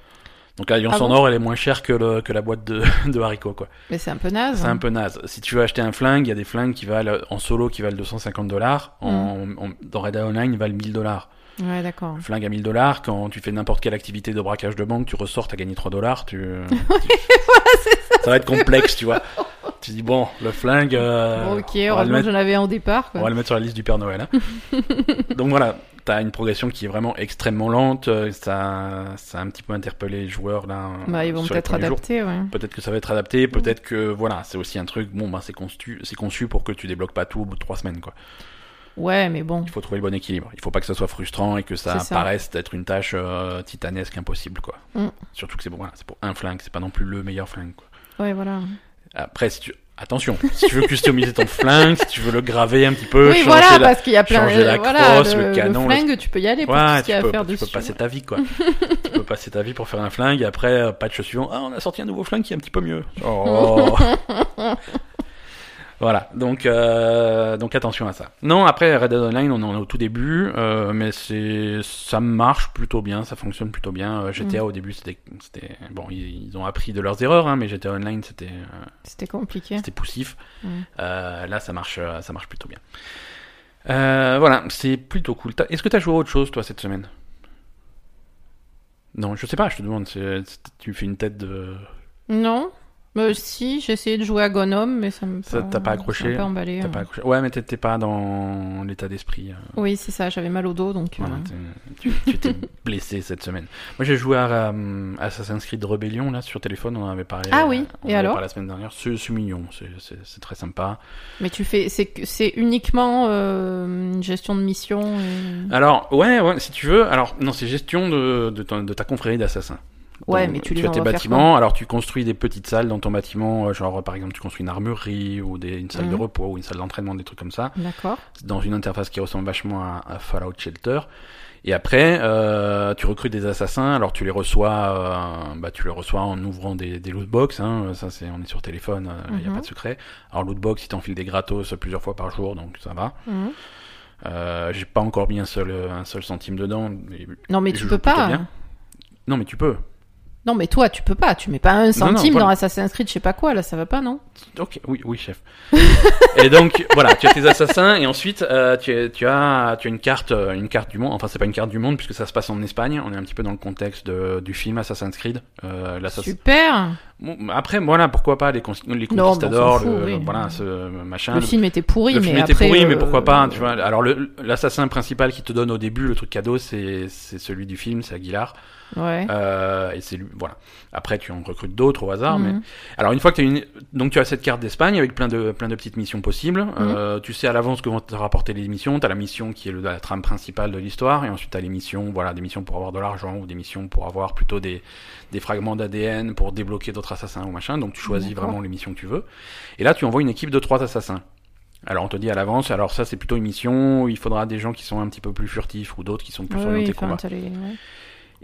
[SPEAKER 2] Donc la lionce
[SPEAKER 1] Ah
[SPEAKER 2] en
[SPEAKER 1] bon Ah
[SPEAKER 2] or, elle est moins chère que, le- que la boîte de, [LAUGHS] de haricots, quoi.
[SPEAKER 1] Mais c'est un peu naze.
[SPEAKER 2] C'est un
[SPEAKER 1] hein.
[SPEAKER 2] peu naze. Si tu veux acheter un flingue, il y a des flingues qui valent, en solo, qui valent 250 dollars. En,
[SPEAKER 1] Mm.
[SPEAKER 2] en- dans Red Dead Online, ils valent 1000 dollars.
[SPEAKER 1] hein. Ouais, d'accord.
[SPEAKER 2] Un flingue à 1000 dollars, quand tu fais n'importe quelle activité de braquage de banque, tu ressors, t'as gagné 3 dollars,
[SPEAKER 1] [LAUGHS]
[SPEAKER 2] tu... tu- ça va être complexe, tu vois. Tu dis, bon, le flingue, euh,
[SPEAKER 1] Bon, ok,
[SPEAKER 2] on, va le
[SPEAKER 1] heureusement que
[SPEAKER 2] mettre,
[SPEAKER 1] j'en avais un au départ.
[SPEAKER 2] on
[SPEAKER 1] Quoi.
[SPEAKER 2] va le mettre sur la liste du Père Noël.
[SPEAKER 1] [LAUGHS]
[SPEAKER 2] hein. Donc voilà, t'as une progression qui est vraiment extrêmement lente, euh, ça, ça a un petit peu interpellé les joueurs, là, euh,
[SPEAKER 1] Bah, ils vont
[SPEAKER 2] sur les
[SPEAKER 1] peut-être
[SPEAKER 2] premiers jours.
[SPEAKER 1] adapter, Mm. ouais.
[SPEAKER 2] Peut-être que ça va être adapté, peut-être que, voilà, c'est aussi un truc, bon, ben, c'est conçu, c'est conçu pour que tu débloques pas tout au bout de 3 semaines, quoi.
[SPEAKER 1] Ouais, mais bon.
[SPEAKER 2] Il faut trouver le bon équilibre. Il faut pas que ça soit frustrant et que ça,
[SPEAKER 1] C'est ça.
[SPEAKER 2] paraisse être une tâche euh, titanesque impossible, quoi.
[SPEAKER 1] Mm.
[SPEAKER 2] Surtout que c'est pour, voilà, c'est pour un flingue, c'est pas non plus le meilleur flingue, quoi.
[SPEAKER 1] Ouais, voilà.
[SPEAKER 2] Après, si tu... attention, si tu veux customiser ton [LAUGHS] flingue, si tu veux le graver un petit peu,
[SPEAKER 1] oui,
[SPEAKER 2] changer
[SPEAKER 1] voilà,
[SPEAKER 2] la...
[SPEAKER 1] parce qu'il y a plein
[SPEAKER 2] changer la
[SPEAKER 1] voilà,
[SPEAKER 2] crosse, le
[SPEAKER 1] le,
[SPEAKER 2] canon, le-
[SPEAKER 1] flingue, tu peux y aller pour tout
[SPEAKER 2] Ouais,
[SPEAKER 1] ce qu'il y a
[SPEAKER 2] tu,
[SPEAKER 1] à
[SPEAKER 2] peux,
[SPEAKER 1] faire
[SPEAKER 2] tu peux
[SPEAKER 1] dessus.
[SPEAKER 2] passer ta vie, quoi. tu peux passer ta vie pour faire un flingue, et après, euh, patch suivant, ah, on a sorti un nouveau flingue qui est un petit
[SPEAKER 1] [LAUGHS]
[SPEAKER 2] peu mieux. Oh. voilà, donc, euh, donc attention à ça. Non, après, Red Dead Online, on en est au tout début, euh, mais c'est, ça marche plutôt bien, ça fonctionne plutôt bien. Euh, GTA,
[SPEAKER 1] Mm.
[SPEAKER 2] au début, c'était, c'était, bon, ils, ils ont appris de leurs erreurs, hein, mais GTA Online, c'était, euh,
[SPEAKER 1] C'était compliqué.
[SPEAKER 2] c'était poussif.
[SPEAKER 1] Mm.
[SPEAKER 2] Euh, là, ça marche, euh, ça marche plutôt bien. Euh, voilà, c'est plutôt cool. T'as- Est-ce que t'as joué à autre chose, toi, cette semaine Non, je sais pas, je te demande. c'est- c'est- Tu fais une tête de.
[SPEAKER 1] Non Bah, Si, j'ai essayé de jouer à Gnome, mais ça me.
[SPEAKER 2] Ça, t'as pas accroché,
[SPEAKER 1] ça m'a pas emballé.
[SPEAKER 2] T'as
[SPEAKER 1] hein.
[SPEAKER 2] pas accroché. Ouais, mais t'étais pas dans l'état d'esprit. euh,
[SPEAKER 1] Oui, c'est ça, j'avais mal au dos, donc. euh,
[SPEAKER 2] voilà, t'es- tu tu
[SPEAKER 1] [LAUGHS]
[SPEAKER 2] t'es blessé cette semaine. Moi, j'ai joué à euh, Assassin's Creed Rebellion, là, sur téléphone, on en avait parlé. euh,
[SPEAKER 1] Ah oui,
[SPEAKER 2] on en
[SPEAKER 1] et
[SPEAKER 2] avait
[SPEAKER 1] alors
[SPEAKER 2] parlé la semaine dernière. C'est c'est mignon, c'est- c'est c'est très sympa.
[SPEAKER 1] Mais tu fais. C'est que- c'est uniquement euh, une gestion de mission. et-
[SPEAKER 2] Alors, ouais, ouais, si tu veux. Alors, non, c'est gestion de, de, ton- de ta confrérie d'assassins.
[SPEAKER 1] Ouais,
[SPEAKER 2] Donc,
[SPEAKER 1] mais tu les
[SPEAKER 2] as tes
[SPEAKER 1] envoies faire
[SPEAKER 2] bâtiments, alors tu construis des petites salles dans ton bâtiment, euh, genre par exemple tu construis une armurerie ou des, une salle de
[SPEAKER 1] Mhm.
[SPEAKER 2] repos ou une salle d'entraînement, des trucs comme ça,
[SPEAKER 1] quoi D'accord.
[SPEAKER 2] dans une interface qui ressemble vachement à, à Fallout Shelter. Et après, euh, tu recrutes des assassins, alors tu les reçois, euh, bah, tu les reçois en ouvrant des, des loot box, hein, ça c'est, on est sur téléphone, euh, il n'y a
[SPEAKER 1] Mhm.
[SPEAKER 2] pas de secret. Alors loot box, ils t'enfilent des gratos plusieurs fois par jour, donc ça va.
[SPEAKER 1] Mhm.
[SPEAKER 2] Euh, j'ai pas encore mis un seul, un seul centime dedans. mais-
[SPEAKER 1] Non, mais
[SPEAKER 2] Je
[SPEAKER 1] tu
[SPEAKER 2] joue
[SPEAKER 1] peux
[SPEAKER 2] plutôt
[SPEAKER 1] pas. hein.
[SPEAKER 2] bien. Non mais tu peux.
[SPEAKER 1] Non, mais toi, tu peux pas. Tu mets pas un centime
[SPEAKER 2] voilà.
[SPEAKER 1] dans Assassin's Creed, je sais pas quoi, là, ça va pas, non
[SPEAKER 2] Ok, oui, oui, chef. [LAUGHS] et donc, voilà, tu as tes assassins, et ensuite, euh, tu, as- tu as, tu as une carte, euh, une carte du monde. Enfin, c'est pas une carte du monde, puisque ça se passe en Espagne. On est un petit peu dans le contexte de- du film Assassin's Creed. Euh, l'assassin-
[SPEAKER 1] Super
[SPEAKER 2] Bon, après, voilà, pourquoi pas les, cons- les
[SPEAKER 1] mais on s'en
[SPEAKER 2] conquistadors,
[SPEAKER 1] fout,
[SPEAKER 2] le-
[SPEAKER 1] oui.
[SPEAKER 2] voilà, ce machin.
[SPEAKER 1] Le film était pourri,
[SPEAKER 2] le
[SPEAKER 1] mais
[SPEAKER 2] film
[SPEAKER 1] après...
[SPEAKER 2] était pourri, mais
[SPEAKER 1] euh,
[SPEAKER 2] pourquoi pas, hein, tu vois. Alors, le- l'assassin principal qui te donne au début le truc cadeau, c'est c'est celui du film, c'est Aguilar.
[SPEAKER 1] Ouais.
[SPEAKER 2] Euh, et c'est lui, voilà. Après, tu en recrutes d'autres au hasard, mais
[SPEAKER 1] Mhm.
[SPEAKER 2] alors une fois que tu une... donc tu as cette carte d'Espagne avec plein de plein de petites missions possibles.
[SPEAKER 1] Mhm.
[SPEAKER 2] Euh, tu sais à l'avance que vont te rapporter les missions. T'as la mission qui est le, la trame principale de l'histoire et ensuite t'as les missions, voilà, des missions pour avoir de l'argent ou des missions pour avoir plutôt des des fragments d'ADN pour débloquer d'autres assassins ou machin. Donc tu choisis
[SPEAKER 1] D'accord.
[SPEAKER 2] vraiment les missions que tu veux. Et là tu envoies une équipe de trois assassins. Alors on te dit à l'avance, alors ça c'est plutôt une mission où il faudra des gens qui sont un petit peu plus furtifs ou d'autres qui sont plus
[SPEAKER 1] Oui,
[SPEAKER 2] orientés
[SPEAKER 1] oui,
[SPEAKER 2] combat.
[SPEAKER 1] enfin, t'as les- ouais.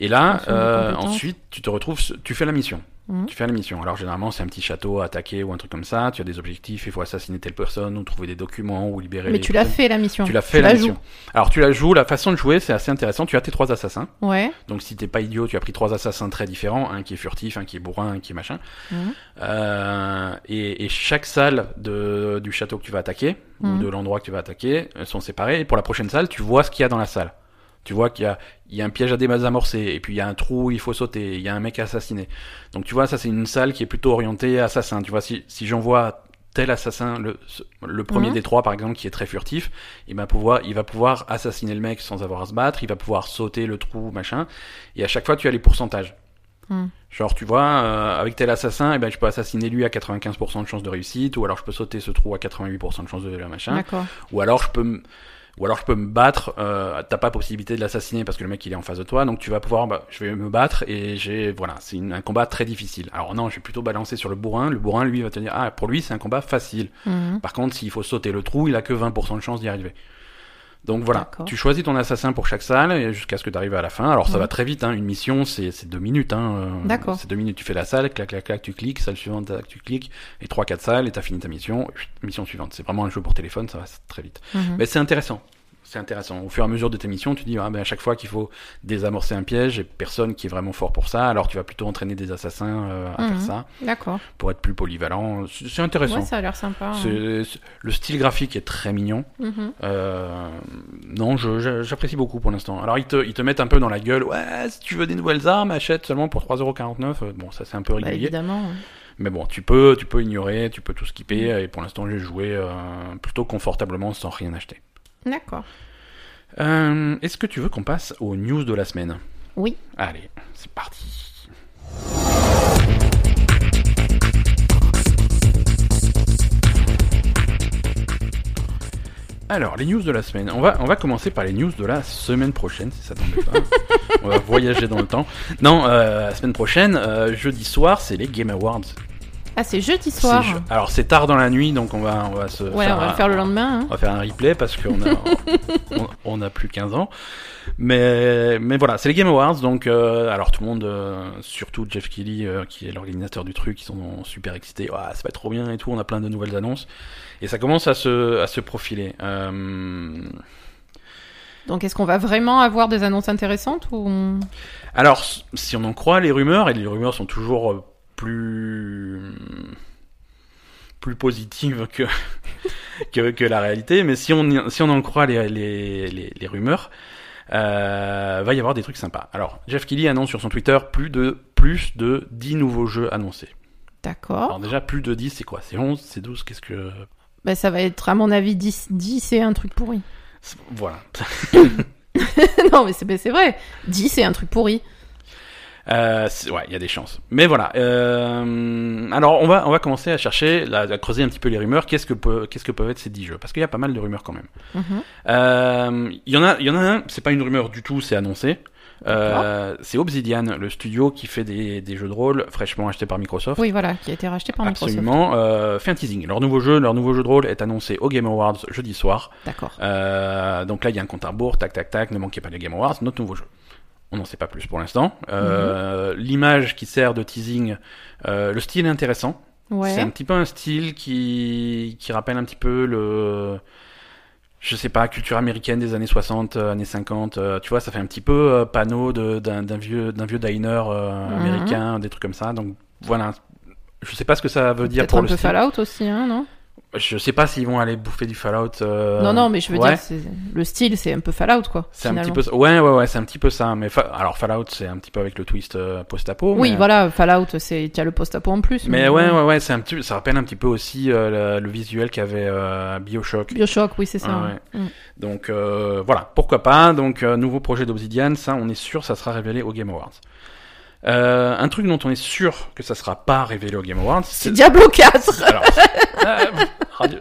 [SPEAKER 2] Et là,
[SPEAKER 1] En fonction des
[SPEAKER 2] euh,
[SPEAKER 1] compétences.
[SPEAKER 2] ensuite, tu te retrouves, tu fais la mission.
[SPEAKER 1] Mhm.
[SPEAKER 2] Tu fais la mission. Alors généralement, c'est un petit château à attaquer ou un truc comme ça. Tu as des objectifs, il faut assassiner telle personne ou trouver des documents ou libérer.
[SPEAKER 1] Mais
[SPEAKER 2] les
[SPEAKER 1] tu l'as
[SPEAKER 2] personnes.
[SPEAKER 1] fait, la mission.
[SPEAKER 2] Tu l'as fait la mission.
[SPEAKER 1] joues.
[SPEAKER 2] Alors tu la joues. La façon de jouer, c'est assez intéressant. Tu as tes trois assassins.
[SPEAKER 1] Ouais.
[SPEAKER 2] Donc si t'es pas idiot, tu as pris trois assassins très différents, un qui est furtif, un qui est bourrin, un qui est machin.
[SPEAKER 1] Mhm.
[SPEAKER 2] Euh, et, et chaque salle de, du château que tu vas attaquer,
[SPEAKER 1] Mhm.
[SPEAKER 2] ou de l'endroit que tu vas attaquer, elles sont séparées. Et pour la prochaine salle, tu vois ce qu'il y a dans la salle. Tu vois qu'il y a, il y a un piège à désamorcer, et puis il y a un trou où il faut sauter, il y a un mec à assassiner. Donc tu vois, ça c'est une salle qui est plutôt orientée assassin. Tu vois, si, si j'envoie tel assassin, le, ce- le premier
[SPEAKER 1] Mhm.
[SPEAKER 2] des trois par exemple, qui est très furtif, il va, pouvoir, il va pouvoir assassiner le mec sans avoir à se battre, il va pouvoir sauter le trou, machin. Et à chaque fois, tu as les pourcentages.
[SPEAKER 1] Hmm.
[SPEAKER 2] Genre, tu vois, euh, avec tel assassin, eh ben, je peux assassiner lui à 95% de chance de réussite, ou alors je peux sauter ce trou à 88% de chance de la machin,
[SPEAKER 1] D'accord.
[SPEAKER 2] ou alors je peux me, ou alors je peux me battre, euh, t'as pas possibilité de l'assassiner parce que le mec il est en face de toi, donc tu vas pouvoir, bah, je vais me battre et j'ai, voilà, c'est une- un combat très difficile. Alors non, je vais plutôt balancer sur le bourrin, le bourrin lui va te dire, ah, pour lui c'est un combat facile.
[SPEAKER 1] Mhm.
[SPEAKER 2] Par contre, s'il faut sauter le trou, il a que 20% de chance d'y arriver. Donc voilà,
[SPEAKER 1] D'accord.
[SPEAKER 2] tu choisis ton assassin pour chaque salle et jusqu'à ce que tu arrives à la fin. Alors ça
[SPEAKER 1] Mhm.
[SPEAKER 2] va très vite, hein. une mission c'est c'est deux minutes. Hein. euh,
[SPEAKER 1] D'accord.
[SPEAKER 2] C'est deux minutes, tu fais la salle, clac, clac, clac, tu cliques, salle suivante, tac, tu cliques, et trois, quatre salles et t'as fini ta mission, chut, mission suivante. C'est vraiment un jeu pour téléphone, ça va très vite.
[SPEAKER 1] Mhm.
[SPEAKER 2] Mais c'est intéressant. c'est intéressant. Au fur et à mesure de tes missions, tu dis ah, ben, à chaque fois qu'il faut désamorcer un piège, et personne qui est vraiment fort pour ça, alors tu vas plutôt entraîner des assassins euh, à
[SPEAKER 1] Mhm.
[SPEAKER 2] faire ça
[SPEAKER 1] D'accord.
[SPEAKER 2] pour être plus polyvalent. C'est c'est intéressant.
[SPEAKER 1] Ouais, ça a l'air sympa. hein.
[SPEAKER 2] C'est- c'est- le style graphique est très mignon.
[SPEAKER 1] Mhm.
[SPEAKER 2] Euh, non, je- je- j'apprécie beaucoup pour l'instant. Alors ils te, ils te mettent un peu dans la gueule. Ouais, si tu veux des nouvelles armes, achète seulement pour 3,49€. Euh, Bon, ça c'est un peu
[SPEAKER 1] Bah,
[SPEAKER 2] régulier.
[SPEAKER 1] évidemment. ouais.
[SPEAKER 2] Mais bon, tu peux, tu peux ignorer, tu peux tout skipper. Et pour l'instant, j'ai joué euh, plutôt confortablement sans rien acheter.
[SPEAKER 1] D'accord.
[SPEAKER 2] Euh, Est-ce que tu veux qu'on passe aux news de la semaine
[SPEAKER 1] Oui.
[SPEAKER 2] Allez, c'est parti. Alors, les news de la semaine. On va, on va commencer par les news de la semaine prochaine, si ça t'embête
[SPEAKER 1] [LAUGHS]
[SPEAKER 2] pas. on va voyager dans le temps. Non, euh, la semaine prochaine, euh, jeudi soir, c'est les Game Awards.
[SPEAKER 1] Ah, c'est jeudi
[SPEAKER 2] C'est
[SPEAKER 1] soir.
[SPEAKER 2] je- Alors, c'est tard dans la nuit, donc on va, on va se
[SPEAKER 1] Ouais, on va
[SPEAKER 2] un-
[SPEAKER 1] le faire le lendemain. hein.
[SPEAKER 2] on va faire un replay parce qu'on a, on, on a plus 15 ans. Mais, mais voilà, c'est les Game Awards. Donc, euh, alors tout le monde, euh, surtout Jeff Keighley, euh, qui est l'organisateur du truc, ils sont super excités. Ouah, ça va être trop bien et tout. On a plein de nouvelles annonces. Et ça commence à se, à se profiler. Euh,
[SPEAKER 1] Donc, est-ce qu'on va vraiment avoir des annonces intéressantes ou
[SPEAKER 2] alors, s- si on en croit les rumeurs, et les rumeurs sont toujours euh, plus plus positives que, [LAUGHS] que, que la réalité, mais si on, y- si on en croit les, les, les, les rumeurs, euh, va y avoir des trucs sympas. Alors, Jeff Keighley annonce sur son Twitter plus de, plus de 10 nouveaux jeux annoncés.
[SPEAKER 1] D'accord.
[SPEAKER 2] Alors déjà, plus de 10, c'est quoi C'est 11 C'est 12 Qu'est-ce que...
[SPEAKER 1] Bah, ça va être, à mon avis, 10, 10 et un truc pourri. [LAUGHS]
[SPEAKER 2] c'est- Voilà.
[SPEAKER 1] non, mais c'est mais c'est vrai. 10 et un truc pourri.
[SPEAKER 2] Euh, c'est- ouais, il y a des chances. Mais voilà. euh, alors, on va, on va commencer à chercher, là, à creuser un petit peu les rumeurs. Qu'est-ce que, peut- qu'est-ce que peuvent être ces 10 jeux Parce qu'il y a pas mal de rumeurs quand même.
[SPEAKER 1] Mhm.
[SPEAKER 2] Euh, Il y en a, il y en a un. C'est pas une rumeur du tout, c'est annoncé. Euh, c'est Obsidian, le studio qui fait des, des jeux de rôle fraîchement acheté par Microsoft.
[SPEAKER 1] Oui, voilà, qui a été racheté par Microsoft.
[SPEAKER 2] Absolument. Euh, fait un teasing. Leur nouveau jeu, leur nouveau jeu de rôle est annoncé au Game Awards jeudi soir.
[SPEAKER 1] D'accord.
[SPEAKER 2] Euh, donc là, il y a un compte à rebours, tac, tac, tac, ne manquez pas les Game Awards, notre nouveau jeu. On n'en sait pas plus pour l'instant. Euh,
[SPEAKER 1] Mhm.
[SPEAKER 2] L'image qui sert de teasing, euh, le style est intéressant. C'est un
[SPEAKER 1] Ouais.
[SPEAKER 2] petit peu un style qui, qui rappelle un petit peu le... Je sais pas, culture américaine des années 60, euh, années 50, euh, tu vois, ça fait un petit peu euh, panneau de- d'un d'un vieux, d'un vieux diner euh,
[SPEAKER 1] Mhm.
[SPEAKER 2] américain, des trucs comme ça. Donc voilà, je sais pas ce que ça veut dire
[SPEAKER 1] Peut-être
[SPEAKER 2] pour
[SPEAKER 1] un
[SPEAKER 2] le
[SPEAKER 1] peu
[SPEAKER 2] style.
[SPEAKER 1] Fallout aussi, hein, non
[SPEAKER 2] Je sais pas s'ils vont aller bouffer du Fallout. euh,
[SPEAKER 1] Non, non, mais je veux
[SPEAKER 2] ouais.
[SPEAKER 1] dire, c'est- le style, c'est un peu Fallout, quoi.
[SPEAKER 2] C'est un petit
[SPEAKER 1] finalement.
[SPEAKER 2] peu ça. Ouais, ouais, ouais, c'est un petit peu ça. Mais fa- alors Fallout, c'est un petit peu avec le twist euh, post-apo.
[SPEAKER 1] Oui,
[SPEAKER 2] mais...
[SPEAKER 1] voilà, Fallout, c'est tu as le post-apo en plus.
[SPEAKER 2] Mais ouais, ouais, ouais, c'est un petit. Ça rappelle un petit peu aussi euh, le, le visuel qu'avait euh, Bioshock.
[SPEAKER 1] Bioshock, oui, c'est ça.
[SPEAKER 2] Ah ouais.
[SPEAKER 1] Mm.
[SPEAKER 2] Donc euh, voilà, pourquoi pas. Donc euh, nouveau projet d'Obsidian, ça, on est sûr, ça sera révélé au Game Awards. Euh, un truc dont on est sûr que ça sera pas révélé au Game Awards.
[SPEAKER 1] C'est Diablo 4
[SPEAKER 2] Alors, euh, radio-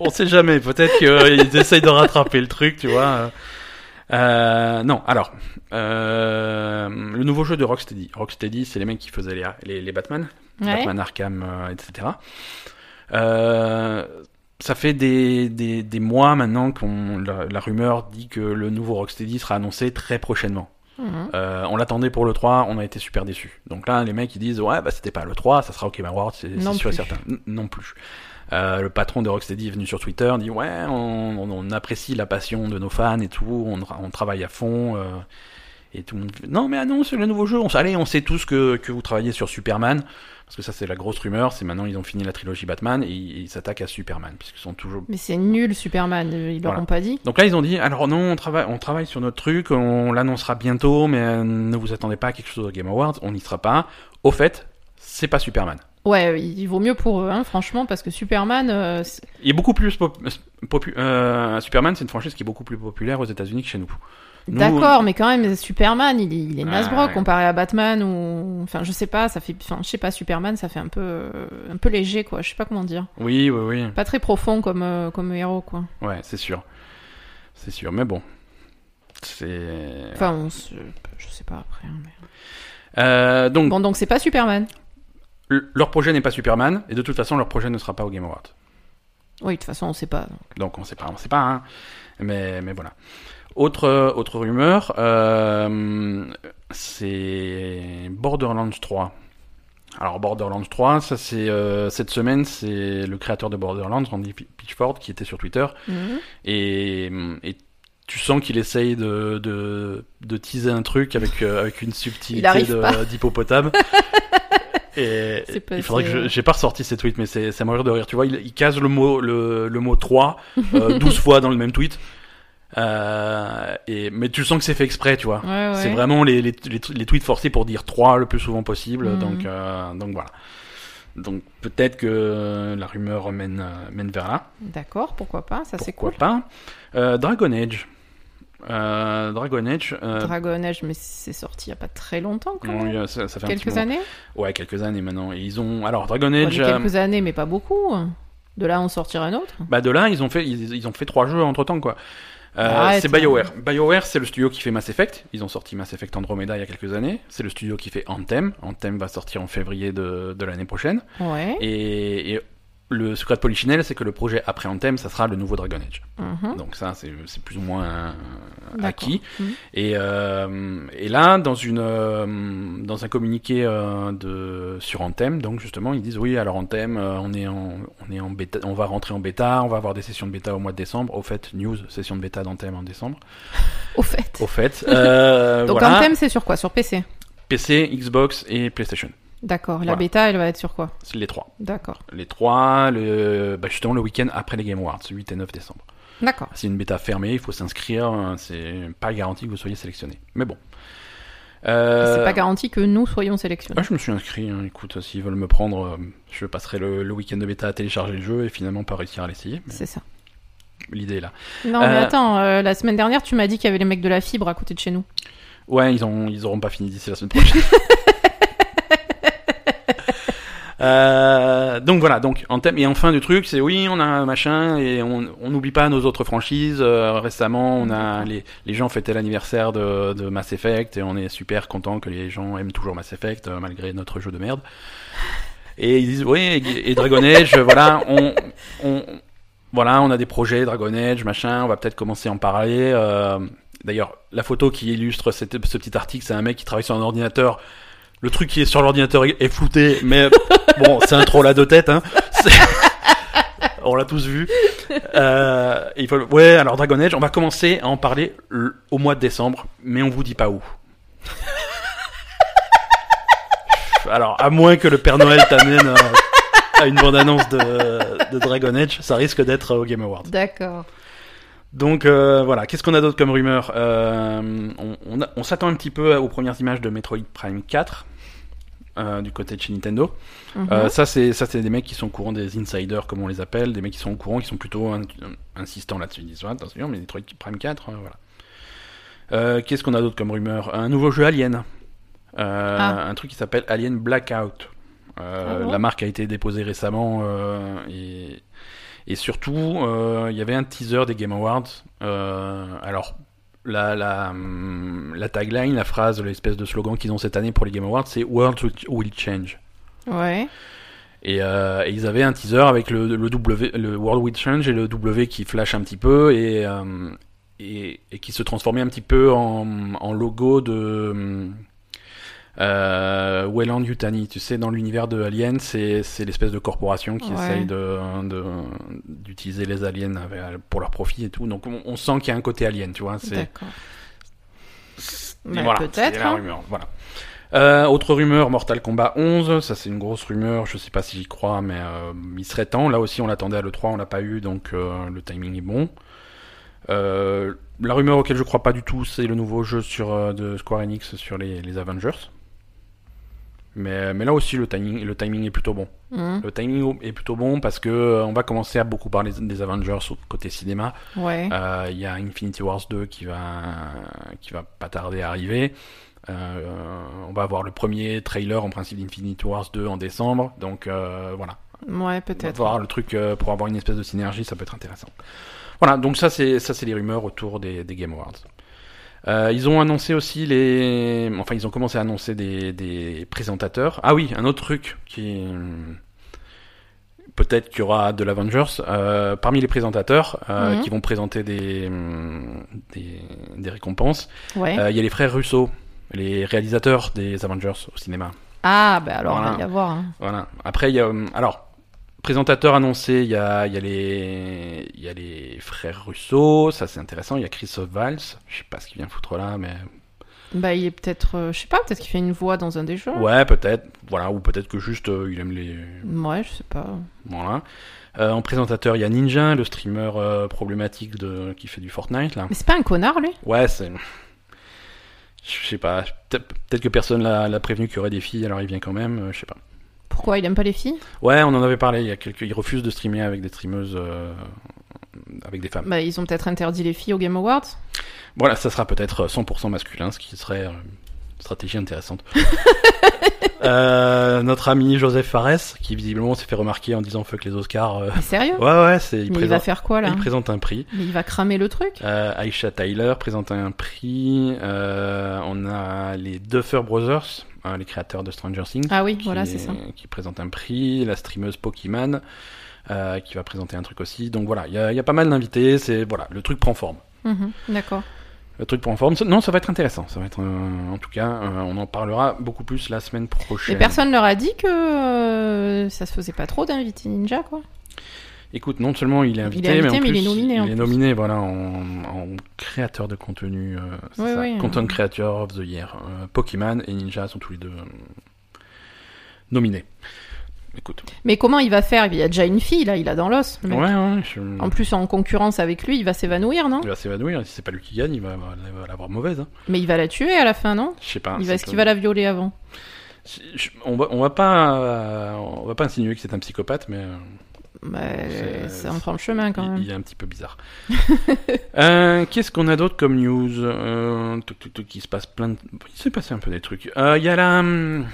[SPEAKER 2] on sait jamais. Peut-être qu'ils essayent de rattraper le truc, tu vois. Euh, non, alors, euh, le nouveau jeu de Rocksteady. Rocksteady, c'est les mecs qui faisaient les, les, les Batman,
[SPEAKER 1] Ouais.
[SPEAKER 2] Batman Arkham, euh, etc. Euh, ça fait des, des, des mois maintenant qu'on la, la rumeur dit que le nouveau Rocksteady sera annoncé très prochainement.
[SPEAKER 1] Mhm.
[SPEAKER 2] Euh, on l'attendait pour le 3, on a été super déçus. Donc là, les mecs ils disent ouais bah c'était pas le 3, ça sera OK Awards, c'est c'est
[SPEAKER 1] Non
[SPEAKER 2] sûr et
[SPEAKER 1] plus.
[SPEAKER 2] certain. N- non plus. Euh, le patron de Rocksteady est venu sur Twitter, dit ouais on, on- on apprécie la passion de nos fans et tout, on, tra- on travaille à fond. euh, et tout le monde fait, non mais annonce le nouveau jeu, on, s- allez on sait tous que, que vous travaillez sur Superman. Parce que ça c'est la grosse rumeur, c'est maintenant ils ont fini la trilogie Batman et ils ils s'attaquent à Superman, puisqu'ils sont toujours
[SPEAKER 1] Mais c'est nul, Superman, euh, ils leur
[SPEAKER 2] Voilà.
[SPEAKER 1] ont pas dit.
[SPEAKER 2] donc là, ils ont dit alors non, on travaille, on travaille sur notre truc, on l'annoncera bientôt, mais euh, ne vous attendez pas à quelque chose au Game Awards, on n'y sera pas. Au fait, c'est pas Superman.
[SPEAKER 1] Ouais, il il vaut mieux pour eux, hein, franchement, parce que Superman, euh, c'est-
[SPEAKER 2] Il est beaucoup plus pop- popu- euh, Superman, c'est une franchise qui est beaucoup plus populaire aux États-Unis que chez nous. Nous,
[SPEAKER 1] D'accord, mais quand même, Superman, il est, il est
[SPEAKER 2] Ouais.
[SPEAKER 1] Nasbrock comparé à Batman ou, enfin, je sais pas, ça fait, enfin, je sais pas, Superman, ça fait un peu, euh, un peu léger, quoi. Je sais pas comment dire.
[SPEAKER 2] Oui, oui,
[SPEAKER 1] Pas très profond comme, euh, comme héros, quoi.
[SPEAKER 2] oui. Ouais, c'est sûr, c'est sûr. Mais bon, c'est.
[SPEAKER 1] Enfin, on se, je sais pas après. hein, mais-
[SPEAKER 2] Euh, donc,
[SPEAKER 1] Bon, donc c'est pas Superman.
[SPEAKER 2] le- leur projet n'est pas Superman, et de toute façon, leur projet ne sera pas au Game Awards.
[SPEAKER 1] Oui, de toute façon, on sait pas.
[SPEAKER 2] Donc on sait pas, on sait pas. hein. Mais, mais voilà. Autre, euh, autre rumeur, euh, c'est Borderlands 3. Alors Borderlands 3, ça c'est euh, cette semaine, Mm. c'est le créateur de Borderlands, Randy Pitchford, qui était sur Twitter
[SPEAKER 1] Mhm.
[SPEAKER 2] et, et tu sens qu'il essaye de, de, de teaser un truc avec, euh, avec une subtilité
[SPEAKER 1] arrive
[SPEAKER 2] de-
[SPEAKER 1] pas. [LAUGHS]
[SPEAKER 2] d'hippopotame. Et
[SPEAKER 1] C'est pas- hein.
[SPEAKER 2] il faudrait que
[SPEAKER 1] c'est-
[SPEAKER 2] je- j'ai pas ressorti ces tweets, mais c'est c'est à mourir de rire. Tu vois, il, il case le mot le, le mot 3
[SPEAKER 1] [LAUGHS]
[SPEAKER 2] euh, 12 fois dans le même tweet. Euh, et mais tu sens que c'est fait exprès, tu vois.
[SPEAKER 1] Ouais,
[SPEAKER 2] C'est
[SPEAKER 1] ouais.
[SPEAKER 2] vraiment les, les, les, les tweets forcés pour dire 3 le plus souvent possible.
[SPEAKER 1] Mhm.
[SPEAKER 2] Donc, euh, donc voilà. Donc peut-être que la rumeur mène, euh, mène vers là.
[SPEAKER 1] D'accord, pourquoi pas, ça c'est
[SPEAKER 2] Pourquoi
[SPEAKER 1] cool.
[SPEAKER 2] pas Euh, Dragon Age. Euh, Dragon Age. euh,
[SPEAKER 1] Dragon Age, mais c'est sorti il n'y a pas très longtemps quand
[SPEAKER 2] oui,
[SPEAKER 1] même.
[SPEAKER 2] euh, ça, ça fait un petit
[SPEAKER 1] Quelques
[SPEAKER 2] moment.
[SPEAKER 1] années
[SPEAKER 2] Ouais, quelques années maintenant. Et ils ont. Alors Dragon
[SPEAKER 1] Ouais, mais
[SPEAKER 2] Age. euh,
[SPEAKER 1] Quelques années, mais pas beaucoup. hein. De là, on sortira un autre.
[SPEAKER 2] Bah de là, ils ont fait, ils, ils ont fait trois jeux entre temps quoi. Euh,
[SPEAKER 1] Arrête.
[SPEAKER 2] c'est BioWare. BioWare, c'est le studio qui fait Mass Effect. Ils ont sorti Mass Effect Andromeda il y a quelques années. C'est le studio qui fait Anthem. Anthem va sortir en février de, de l'année prochaine.
[SPEAKER 1] Ouais.
[SPEAKER 2] Et, et le secret de Polichinelle, c'est que le projet après Anthem, ça sera le nouveau Dragon Age.
[SPEAKER 1] Mhm.
[SPEAKER 2] Donc ça, c'est c'est plus ou moins un- un
[SPEAKER 1] D'accord.
[SPEAKER 2] acquis.
[SPEAKER 1] Mhm.
[SPEAKER 2] Et, euh, et là, dans, une, euh, dans un communiqué euh, de, sur Anthem, donc justement, ils disent oui, alors Anthem, euh, on, est en, on, est en bêta, on va rentrer en bêta, on va avoir des sessions de bêta au mois de décembre. Au fait, news, session de bêta d'Anthem en décembre.
[SPEAKER 1] Au fait.
[SPEAKER 2] Au fait, euh,
[SPEAKER 1] [LAUGHS] Donc
[SPEAKER 2] voilà,
[SPEAKER 1] Anthem, c'est sur quoi Sur PC
[SPEAKER 2] PC, Xbox et PlayStation.
[SPEAKER 1] D'accord. La
[SPEAKER 2] Voilà.
[SPEAKER 1] bêta, elle va être sur quoi
[SPEAKER 2] C'est les trois.
[SPEAKER 1] D'accord.
[SPEAKER 2] Les trois, le, bah, justement, le week-end après les Game Awards, 8 et 9 décembre. Ah,
[SPEAKER 1] D'accord.
[SPEAKER 2] C'est une bêta fermée, il faut s'inscrire, hein, c'est pas garanti que vous soyez sélectionné. Mais bon. Euh,
[SPEAKER 1] C'est pas garanti que nous soyons sélectionnés.
[SPEAKER 2] ah, je me suis inscrit, hein, écoute, s'ils veulent me prendre, euh, je passerai le, le week-end de bêta à télécharger le jeu et finalement pas réussir à l'essayer. mais
[SPEAKER 1] C'est ça.
[SPEAKER 2] L'idée est là.
[SPEAKER 1] Non, mais
[SPEAKER 2] Euh,
[SPEAKER 1] attends, euh, la semaine dernière, tu m'as dit qu'il y avait les mecs de la fibre à côté de chez nous.
[SPEAKER 2] Ouais, ils, ont, ils auront pas fini d'ici la semaine prochaine. Euh, donc voilà, donc en thème et en fin du truc, c'est oui, on a un machin et on on n'oublie pas nos autres franchises. Euh, récemment, on a les, les gens fêtaient l'anniversaire de, de Mass Effect et on est super content que les gens aiment toujours Mass Effect euh, malgré notre jeu de merde. Et ils disent oui et, et Dragon Age, [LAUGHS] voilà, on, on voilà, on a des projets Dragon Age, machin, on va peut-être commencer à en parler. euh, D'ailleurs, la photo qui illustre cette- ce petit article, c'est un mec qui travaille sur un ordinateur. Le truc qui est sur l'ordinateur est est flouté, mais bon, c'est un troll à deux têtes. Hein. C'est- on l'a tous vu. Euh, il faut... Ouais, alors Dragon Age, on va commencer à en parler l- au mois de décembre, mais on vous dit pas où. alors, à moins que le Père Noël t'amène euh, à- à une bande-annonce de, de Dragon Age, ça risque d'être au Game Awards.
[SPEAKER 1] D'accord.
[SPEAKER 2] Donc euh, voilà, qu'est-ce qu'on a d'autre comme rumeur Euh, On, on a- on s'attend un petit peu aux premières images de Metroid Prime 4 euh, du côté de chez Nintendo.
[SPEAKER 1] Mhm.
[SPEAKER 2] Euh, ça c'est ça c'est des mecs qui sont au courant des insiders comme on les appelle, des mecs qui sont au courant, qui sont plutôt in- insistants là-dessus. Ils disent ouais, attention, mais Metroid Prime 4, euh, voilà. Euh, qu'est-ce qu'on a d'autre comme rumeur Un nouveau jeu Alien, Euh,
[SPEAKER 1] Ah.
[SPEAKER 2] un truc qui s'appelle Alien Blackout. Euh,
[SPEAKER 1] Ah bon
[SPEAKER 2] la marque a été déposée récemment euh, et et surtout, euh, il y avait un teaser des Game Awards. Euh, alors, la, la, hum, la tagline, la phrase, l'espèce de slogan qu'ils ont cette année pour les Game Awards, c'est World will change.
[SPEAKER 1] Ouais.
[SPEAKER 2] Et, euh, et ils avaient un teaser avec le, le W, le World will change et le W qui flash un petit peu et, euh, et, et qui se transformait un petit peu en, en logo de. hum, Euh, Weyland Yutani, tu sais, dans l'univers de Alien, c'est c'est l'espèce de corporation qui
[SPEAKER 1] Ouais.
[SPEAKER 2] essaye de- de- d'utiliser les aliens avec- pour leur profit et tout. Donc on, on sent qu'il y a un côté alien, tu vois. c'est
[SPEAKER 1] D'accord.
[SPEAKER 2] c'est-
[SPEAKER 1] Bah,
[SPEAKER 2] voilà,
[SPEAKER 1] peut-être,
[SPEAKER 2] c'est la
[SPEAKER 1] hein.
[SPEAKER 2] rumeur. Voilà. Euh, autre rumeur, Mortal Kombat 11, ça c'est une grosse rumeur, je sais pas si j'y crois, mais euh, il serait temps. Là aussi on l'attendait à l'E3, on l'a pas eu, donc euh, le timing est bon. Euh, la rumeur auquel je crois pas du tout, c'est le nouveau jeu sur, euh, de Square Enix sur les, les Avengers. Mais, mais là aussi le timing, le timing est plutôt bon.
[SPEAKER 1] Mhm.
[SPEAKER 2] Le timing est plutôt bon parce que euh, on va commencer à beaucoup parler des Avengers au côté cinéma.
[SPEAKER 1] Ouais.
[SPEAKER 2] Euh, Il y a Infinity Wars 2 qui va, qui va pas tarder à arriver. Euh, on va avoir le premier trailer en principe d'Infinity Wars 2 en décembre. Donc euh, voilà,
[SPEAKER 1] Ouais,
[SPEAKER 2] on va
[SPEAKER 1] peut-être.
[SPEAKER 2] voir le truc euh, pour avoir une espèce de synergie, ça peut être intéressant. Voilà, donc ça c'est ça c'est les rumeurs autour des, des Game Awards. Euh, ils ont annoncé aussi les, enfin ils ont commencé à annoncer des, des présentateurs. Ah oui, un autre truc qui euh, peut-être qu'il y aura de l'Avengers euh, parmi les présentateurs euh,
[SPEAKER 1] Mhm.
[SPEAKER 2] qui vont présenter des hum, des, des récompenses.
[SPEAKER 1] Ouais.
[SPEAKER 2] euh, Il y a les frères Russo, les réalisateurs des Avengers au cinéma.
[SPEAKER 1] Ah, bah alors, on
[SPEAKER 2] voilà.
[SPEAKER 1] va y avoir. hein.
[SPEAKER 2] Voilà. Après, il y a. euh, Alors, Présentateur annoncé, il y a, il y, a les- il y a les frères Russo, ça c'est intéressant. Il y a Christophe Valls, je sais pas ce qu'il vient foutre là, mais
[SPEAKER 1] Bah, il est peut-être, euh, je sais pas, peut-être qu'il fait une voix dans un des jeux.
[SPEAKER 2] ouais, peut-être. Voilà, ou peut-être que juste euh, il aime les.
[SPEAKER 1] Ouais, je sais pas.
[SPEAKER 2] Voilà. Euh, en présentateur, il y a Ninja, le streamer euh, problématique de... qui fait du Fortnite là.
[SPEAKER 1] Mais c'est pas un connard, lui
[SPEAKER 2] Ouais, c'est. Je sais pas. Peut- Peut-être que personne l'a l'a prévenu qu'il y aurait des filles, alors il vient quand même, euh, je sais pas.
[SPEAKER 1] Pourquoi il aime pas les filles
[SPEAKER 2] Ouais, on en avait parlé, il y a quelques... il refuse de streamer avec des streameuses, euh, avec des femmes.
[SPEAKER 1] Bah, ils ont peut-être interdit les filles aux Game Awards.
[SPEAKER 2] Voilà, ça sera peut-être euh, 100% masculin, ce qui serait euh, une
[SPEAKER 1] [LAUGHS]
[SPEAKER 2] stratégie intéressante. Euh, notre ami Joseph Fares, qui visiblement s'est fait remarquer en disant fuck les Oscars. euh, [LAUGHS]
[SPEAKER 1] Mais sérieux
[SPEAKER 2] Ouais, ouais, c'est, il,
[SPEAKER 1] Mais il va
[SPEAKER 2] présente...
[SPEAKER 1] faire quoi, là hein.
[SPEAKER 2] il présente un prix.
[SPEAKER 1] Mais il va cramer le truc
[SPEAKER 2] Euh, Aisha Tyler présente un prix. Euh, on a les Duffer Brothers, hein, les créateurs de Stranger Things,
[SPEAKER 1] Ah oui,
[SPEAKER 2] qui,
[SPEAKER 1] voilà, c'est ça.
[SPEAKER 2] qui présentent un prix. La streameuse Pokémon, euh, qui va présenter un truc aussi. Donc voilà, il y a, il y a pas mal d'invités. C'est voilà, le truc prend forme.
[SPEAKER 1] Mhm, D'accord.
[SPEAKER 2] Le truc prend forme. Ça- Non, ça va être intéressant. Ça va être, euh, en tout cas, euh, on en parlera beaucoup plus la semaine prochaine.
[SPEAKER 1] Mais personne leur a dit que euh, ça se faisait pas trop d'inviter Ninja, quoi.
[SPEAKER 2] Écoute, non seulement il est invité,
[SPEAKER 1] invité,
[SPEAKER 2] mais, en
[SPEAKER 1] mais il
[SPEAKER 2] plus,
[SPEAKER 1] est nominé, en
[SPEAKER 2] Il est
[SPEAKER 1] plus.
[SPEAKER 2] nominé, voilà, en, en créateur de contenu. euh, c'est
[SPEAKER 1] Oui,
[SPEAKER 2] ça,
[SPEAKER 1] oui,
[SPEAKER 2] Content Creator of the Year. Euh, Pokémon et Ninja sont tous les deux euh, nominés. Écoute.
[SPEAKER 1] Mais comment il va faire Il y a déjà une fille, là, il a dans l'os. le
[SPEAKER 2] Ouais,
[SPEAKER 1] mec.
[SPEAKER 2] ouais. je-
[SPEAKER 1] En plus, hein. en concurrence avec lui, il va s'évanouir, non
[SPEAKER 2] Il va s'évanouir. Si c'est pas lui qui gagne, il va, il va l'avoir mauvaise. hein.
[SPEAKER 1] Mais il va la tuer à la fin, non
[SPEAKER 2] Je sais pas.
[SPEAKER 1] il
[SPEAKER 2] Ah, c'est
[SPEAKER 1] va, Est-ce
[SPEAKER 2] que-
[SPEAKER 1] qu'il va la violer avant
[SPEAKER 2] Je- je- on, va, on va pas, euh, on va pas insinuer que c'est un psychopathe, mais. euh,
[SPEAKER 1] bah,
[SPEAKER 2] C'est-
[SPEAKER 1] Ça en prend le chemin, quand
[SPEAKER 2] Il-
[SPEAKER 1] même.
[SPEAKER 2] Il est un petit peu bizarre. [LAUGHS] Euh, Qu'est-ce qu'on a d'autre comme news euh, tuc, tuc, tuc, Il se passe plein de... Il s'est passé un peu des trucs. Euh, Il y a la... hum,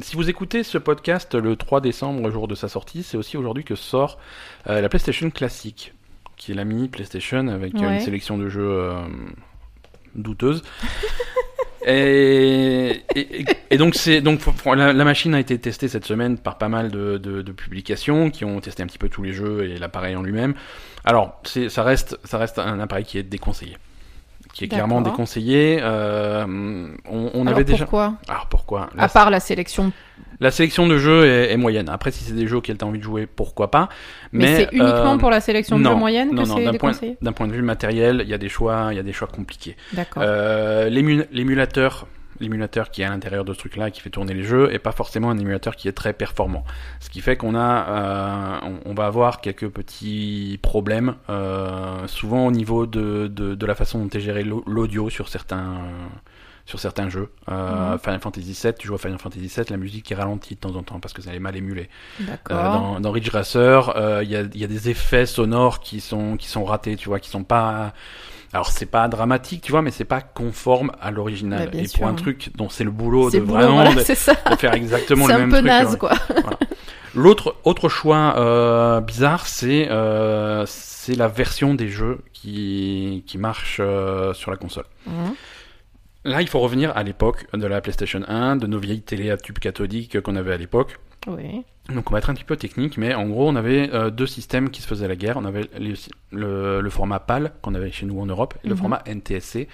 [SPEAKER 2] Si vous écoutez ce podcast le 3 décembre, jour de sa sortie, c'est aussi aujourd'hui que sort euh, la PlayStation classique, qui est la mini PlayStation avec euh,
[SPEAKER 1] Ouais.
[SPEAKER 2] une sélection de jeux euh, douteuse. Et, et- et- et donc c'est donc faut- faut- la, la machine a été testée cette semaine par pas mal de, de- de publications qui ont testé un petit peu tous les jeux et l'appareil en lui-même. Alors c'est- ça reste ça reste un appareil qui est déconseillé, qui est clairement
[SPEAKER 1] D'accord.
[SPEAKER 2] déconseillé. Euh, on on
[SPEAKER 1] Alors
[SPEAKER 2] avait déjà.
[SPEAKER 1] pourquoi
[SPEAKER 2] Alors pourquoi La
[SPEAKER 1] À part la sélection.
[SPEAKER 2] la sélection de jeux est, est moyenne. Après, si c'est des jeux auxquels tu as envie de jouer, pourquoi pas.
[SPEAKER 1] Mais, c'est uniquement
[SPEAKER 2] euh,
[SPEAKER 1] pour la sélection de
[SPEAKER 2] non,
[SPEAKER 1] jeux moyenne que
[SPEAKER 2] non, non,
[SPEAKER 1] c'est
[SPEAKER 2] d'un point,
[SPEAKER 1] déconseillé
[SPEAKER 2] d'un point de vue matériel, il y a des choix, il y a des choix compliqués.
[SPEAKER 1] D'accord.
[SPEAKER 2] Euh, l'ému- l'émulateur, l'émulateur qui est à l'intérieur de ce truc-là, qui fait tourner les jeux, est pas forcément un émulateur qui est très performant. Ce qui fait qu'on a, euh, on, on va avoir quelques petits problèmes, euh, souvent au niveau de, de, de la façon dont est géré l'au- l'audio sur certains. Sur certains jeux, Euh,
[SPEAKER 1] Mhm.
[SPEAKER 2] Final Fantasy VII, tu joues à Final Fantasy VII, la musique est ralentie de temps en temps parce que ça est mal émulée. Euh,
[SPEAKER 1] D'accord.
[SPEAKER 2] dans, dans Ridge Racer, euh, il y, a, il y a des effets sonores qui sont qui sont ratés, tu vois, qui sont pas. Alors c'est pas dramatique, tu vois, mais c'est pas conforme à l'original.
[SPEAKER 1] Bah, bien
[SPEAKER 2] Et
[SPEAKER 1] sûr,
[SPEAKER 2] pour
[SPEAKER 1] hein.
[SPEAKER 2] un truc dont c'est le boulot de
[SPEAKER 1] c'est boulot,
[SPEAKER 2] vraiment
[SPEAKER 1] voilà,
[SPEAKER 2] de-
[SPEAKER 1] c'est ça.
[SPEAKER 2] de faire exactement
[SPEAKER 1] C'est
[SPEAKER 2] le
[SPEAKER 1] un
[SPEAKER 2] même
[SPEAKER 1] peu
[SPEAKER 2] truc.
[SPEAKER 1] naze,
[SPEAKER 2] euh,
[SPEAKER 1] quoi.
[SPEAKER 2] L'autre autre choix euh, bizarre, c'est euh, c'est la version des jeux qui qui marche euh, sur la console.
[SPEAKER 1] Mhm.
[SPEAKER 2] Là, il faut revenir à l'époque de la PlayStation 1, de nos vieilles télé à tube cathodique qu'on avait à l'époque.
[SPEAKER 1] Oui.
[SPEAKER 2] Donc on va être un petit peu technique, mais en gros on avait euh, deux systèmes qui se faisaient la guerre. On avait les- le, le format PAL qu'on avait chez nous en Europe et le
[SPEAKER 1] Mhm.
[SPEAKER 2] format NTSC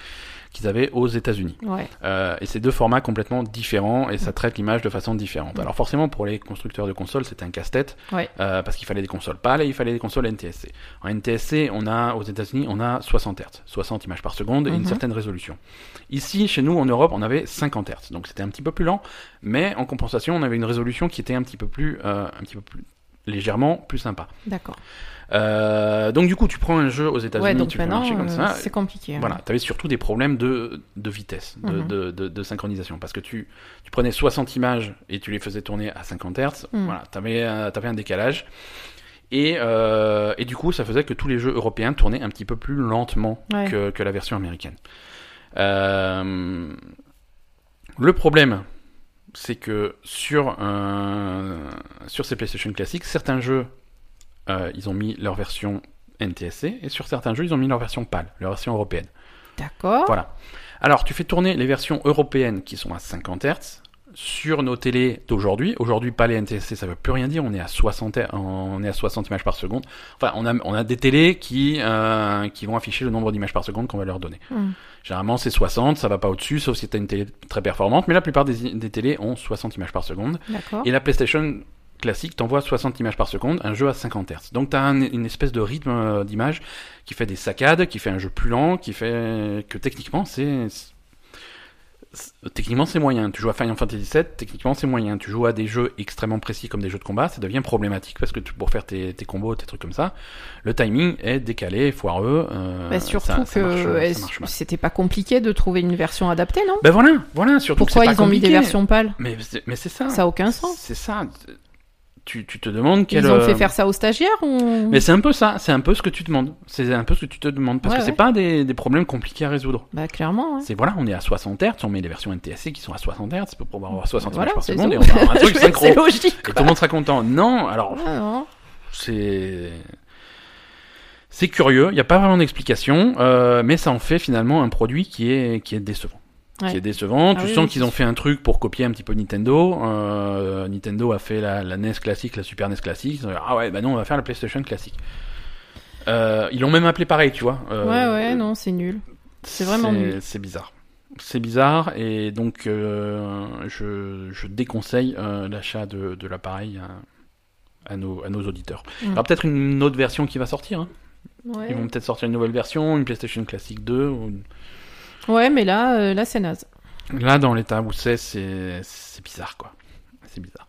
[SPEAKER 2] qu'ils avaient aux États-Unis.
[SPEAKER 1] Ouais.
[SPEAKER 2] Euh, et ces deux formats complètement différents et ça traite l'image de façon différente. Alors forcément pour les constructeurs de consoles c'était un casse-tête
[SPEAKER 1] Ouais.
[SPEAKER 2] euh, parce qu'il fallait des consoles PAL et il fallait des consoles NTSC. En NTSC on a aux États-Unis on a 60 Hz, 60 images par seconde et une
[SPEAKER 1] Mhm.
[SPEAKER 2] certaine résolution. Ici chez nous en Europe on avait 50 Hz donc c'était un petit peu plus lent mais en compensation on avait une résolution qui était un petit peu plus euh, un petit peu plus légèrement plus sympa.
[SPEAKER 1] D'accord.
[SPEAKER 2] Euh, donc du coup tu prends un jeu aux États-Unis
[SPEAKER 1] Ouais, donc
[SPEAKER 2] tu fais marcher
[SPEAKER 1] maintenant,
[SPEAKER 2] comme
[SPEAKER 1] euh,
[SPEAKER 2] ça
[SPEAKER 1] c'est compliqué. hein.
[SPEAKER 2] voilà, tu avais surtout des problèmes de, de vitesse, de,
[SPEAKER 1] Mhm.
[SPEAKER 2] de, de, de synchronisation. Parce que tu, tu prenais 60 images et tu les faisais tourner à 50 Hz.
[SPEAKER 1] Mhm.
[SPEAKER 2] Voilà, tu avais, un décalage. Et, euh, et du coup, ça faisait que tous les jeux européens tournaient un petit peu plus lentement
[SPEAKER 1] Ouais.
[SPEAKER 2] que, que la version américaine. Euh, le problème, c'est que sur, un- sur ces PlayStation classiques, certains jeux, euh, ils ont mis leur version NTSC, et sur certains jeux, ils ont mis leur version PAL, leur version européenne.
[SPEAKER 1] D'accord.
[SPEAKER 2] Voilà. Alors, tu fais tourner les versions européennes qui sont à 50 Hz sur nos télés d'aujourd'hui. Aujourd'hui, pas les NTSC, ça veut plus rien dire. On est à 60, Hz, on est à 60 images par seconde. Enfin, on a, on a des télés qui, euh, qui vont afficher le nombre d'images par seconde qu'on va leur donner.
[SPEAKER 1] Mhm.
[SPEAKER 2] Généralement, c'est 60, ça va pas au-dessus, sauf si t'as une télé très performante. Mais la plupart des, des télés ont 60 images par seconde.
[SPEAKER 1] D'accord.
[SPEAKER 2] Et la PlayStation classique t'envoie 60 images par seconde, un jeu à 50 Hz. Donc t'as un, une espèce de rythme euh, d'image qui fait des saccades, qui fait un jeu plus lent, qui fait que techniquement c'est c'est- techniquement c'est moyen. Tu joues à Final Fantasy VII, techniquement c'est moyen. Tu joues à des jeux extrêmement précis comme des jeux de combat, ça devient problématique parce que tu- pour faire tes, tes combos, tes trucs comme ça, le timing est décalé, foireux. euh,
[SPEAKER 1] Bah, surtout
[SPEAKER 2] ça-
[SPEAKER 1] que
[SPEAKER 2] ça marche- ça
[SPEAKER 1] euh,
[SPEAKER 2] marche mal.
[SPEAKER 1] c'était pas compliqué de trouver une version adaptée, non
[SPEAKER 2] Ben voilà, voilà. Surtout que
[SPEAKER 1] Pourquoi
[SPEAKER 2] c'est pas
[SPEAKER 1] ils ont mis des
[SPEAKER 2] compliqué.
[SPEAKER 1] versions pâles
[SPEAKER 2] Mais c'est- mais c'est ça.
[SPEAKER 1] Ça a aucun sens.
[SPEAKER 2] C'est ça. Tu, tu te demandes quel.
[SPEAKER 1] Ils ont fait
[SPEAKER 2] euh,
[SPEAKER 1] faire ça aux stagiaires ou...
[SPEAKER 2] Mais c'est un peu ça, c'est un peu ce que tu demandes. C'est un peu ce que tu te demandes parce
[SPEAKER 1] Ouais,
[SPEAKER 2] que c'est
[SPEAKER 1] ouais.
[SPEAKER 2] pas des, des problèmes compliqués à résoudre.
[SPEAKER 1] Bah clairement. hein.
[SPEAKER 2] C'est voilà, on est à 60 Hz, on met les versions NTSC qui sont à 60 Hz pour pouvoir avoir 60
[SPEAKER 1] Voilà,
[SPEAKER 2] images par
[SPEAKER 1] c'est
[SPEAKER 2] seconde
[SPEAKER 1] tout.
[SPEAKER 2] et on va
[SPEAKER 1] [LAUGHS]
[SPEAKER 2] avoir un truc
[SPEAKER 1] Je-
[SPEAKER 2] synchro.
[SPEAKER 1] C'est
[SPEAKER 2] Et
[SPEAKER 1] logique.
[SPEAKER 2] tout le monde sera content. Non, alors
[SPEAKER 1] Ah, non.
[SPEAKER 2] c'est c'est curieux, il n'y a pas vraiment d'explication, euh, mais ça en fait finalement un produit qui est qui est décevant.
[SPEAKER 1] Ouais.
[SPEAKER 2] Qui est décevant.
[SPEAKER 1] Ah
[SPEAKER 2] tu
[SPEAKER 1] oui,
[SPEAKER 2] sens
[SPEAKER 1] oui,
[SPEAKER 2] qu'ils
[SPEAKER 1] c'est
[SPEAKER 2] ont fait un truc pour copier un petit peu Nintendo. Euh, Nintendo a fait la, la NES classique, la Super NES classique. Ils ont dit, Ah ouais, bah non, on va faire la PlayStation classique. Euh, ils l'ont même appelé pareil, tu vois. Euh,
[SPEAKER 1] Ouais, ouais, non, c'est nul. C'est vraiment nul.
[SPEAKER 2] C'est bizarre. C'est bizarre et donc euh, je, je déconseille euh, l'achat de, de l'appareil à, à nos, à nos auditeurs. Il y aura
[SPEAKER 1] Mm.
[SPEAKER 2] peut-être une autre version qui va sortir. hein.
[SPEAKER 1] Ouais,
[SPEAKER 2] Ils vont peut-être sortir une nouvelle version, une PlayStation Classic 2. ou une-
[SPEAKER 1] Ouais, mais là, euh, là c'est naze.
[SPEAKER 2] Là, dans l'état où c'est, c'est c'est bizarre quoi. C'est bizarre.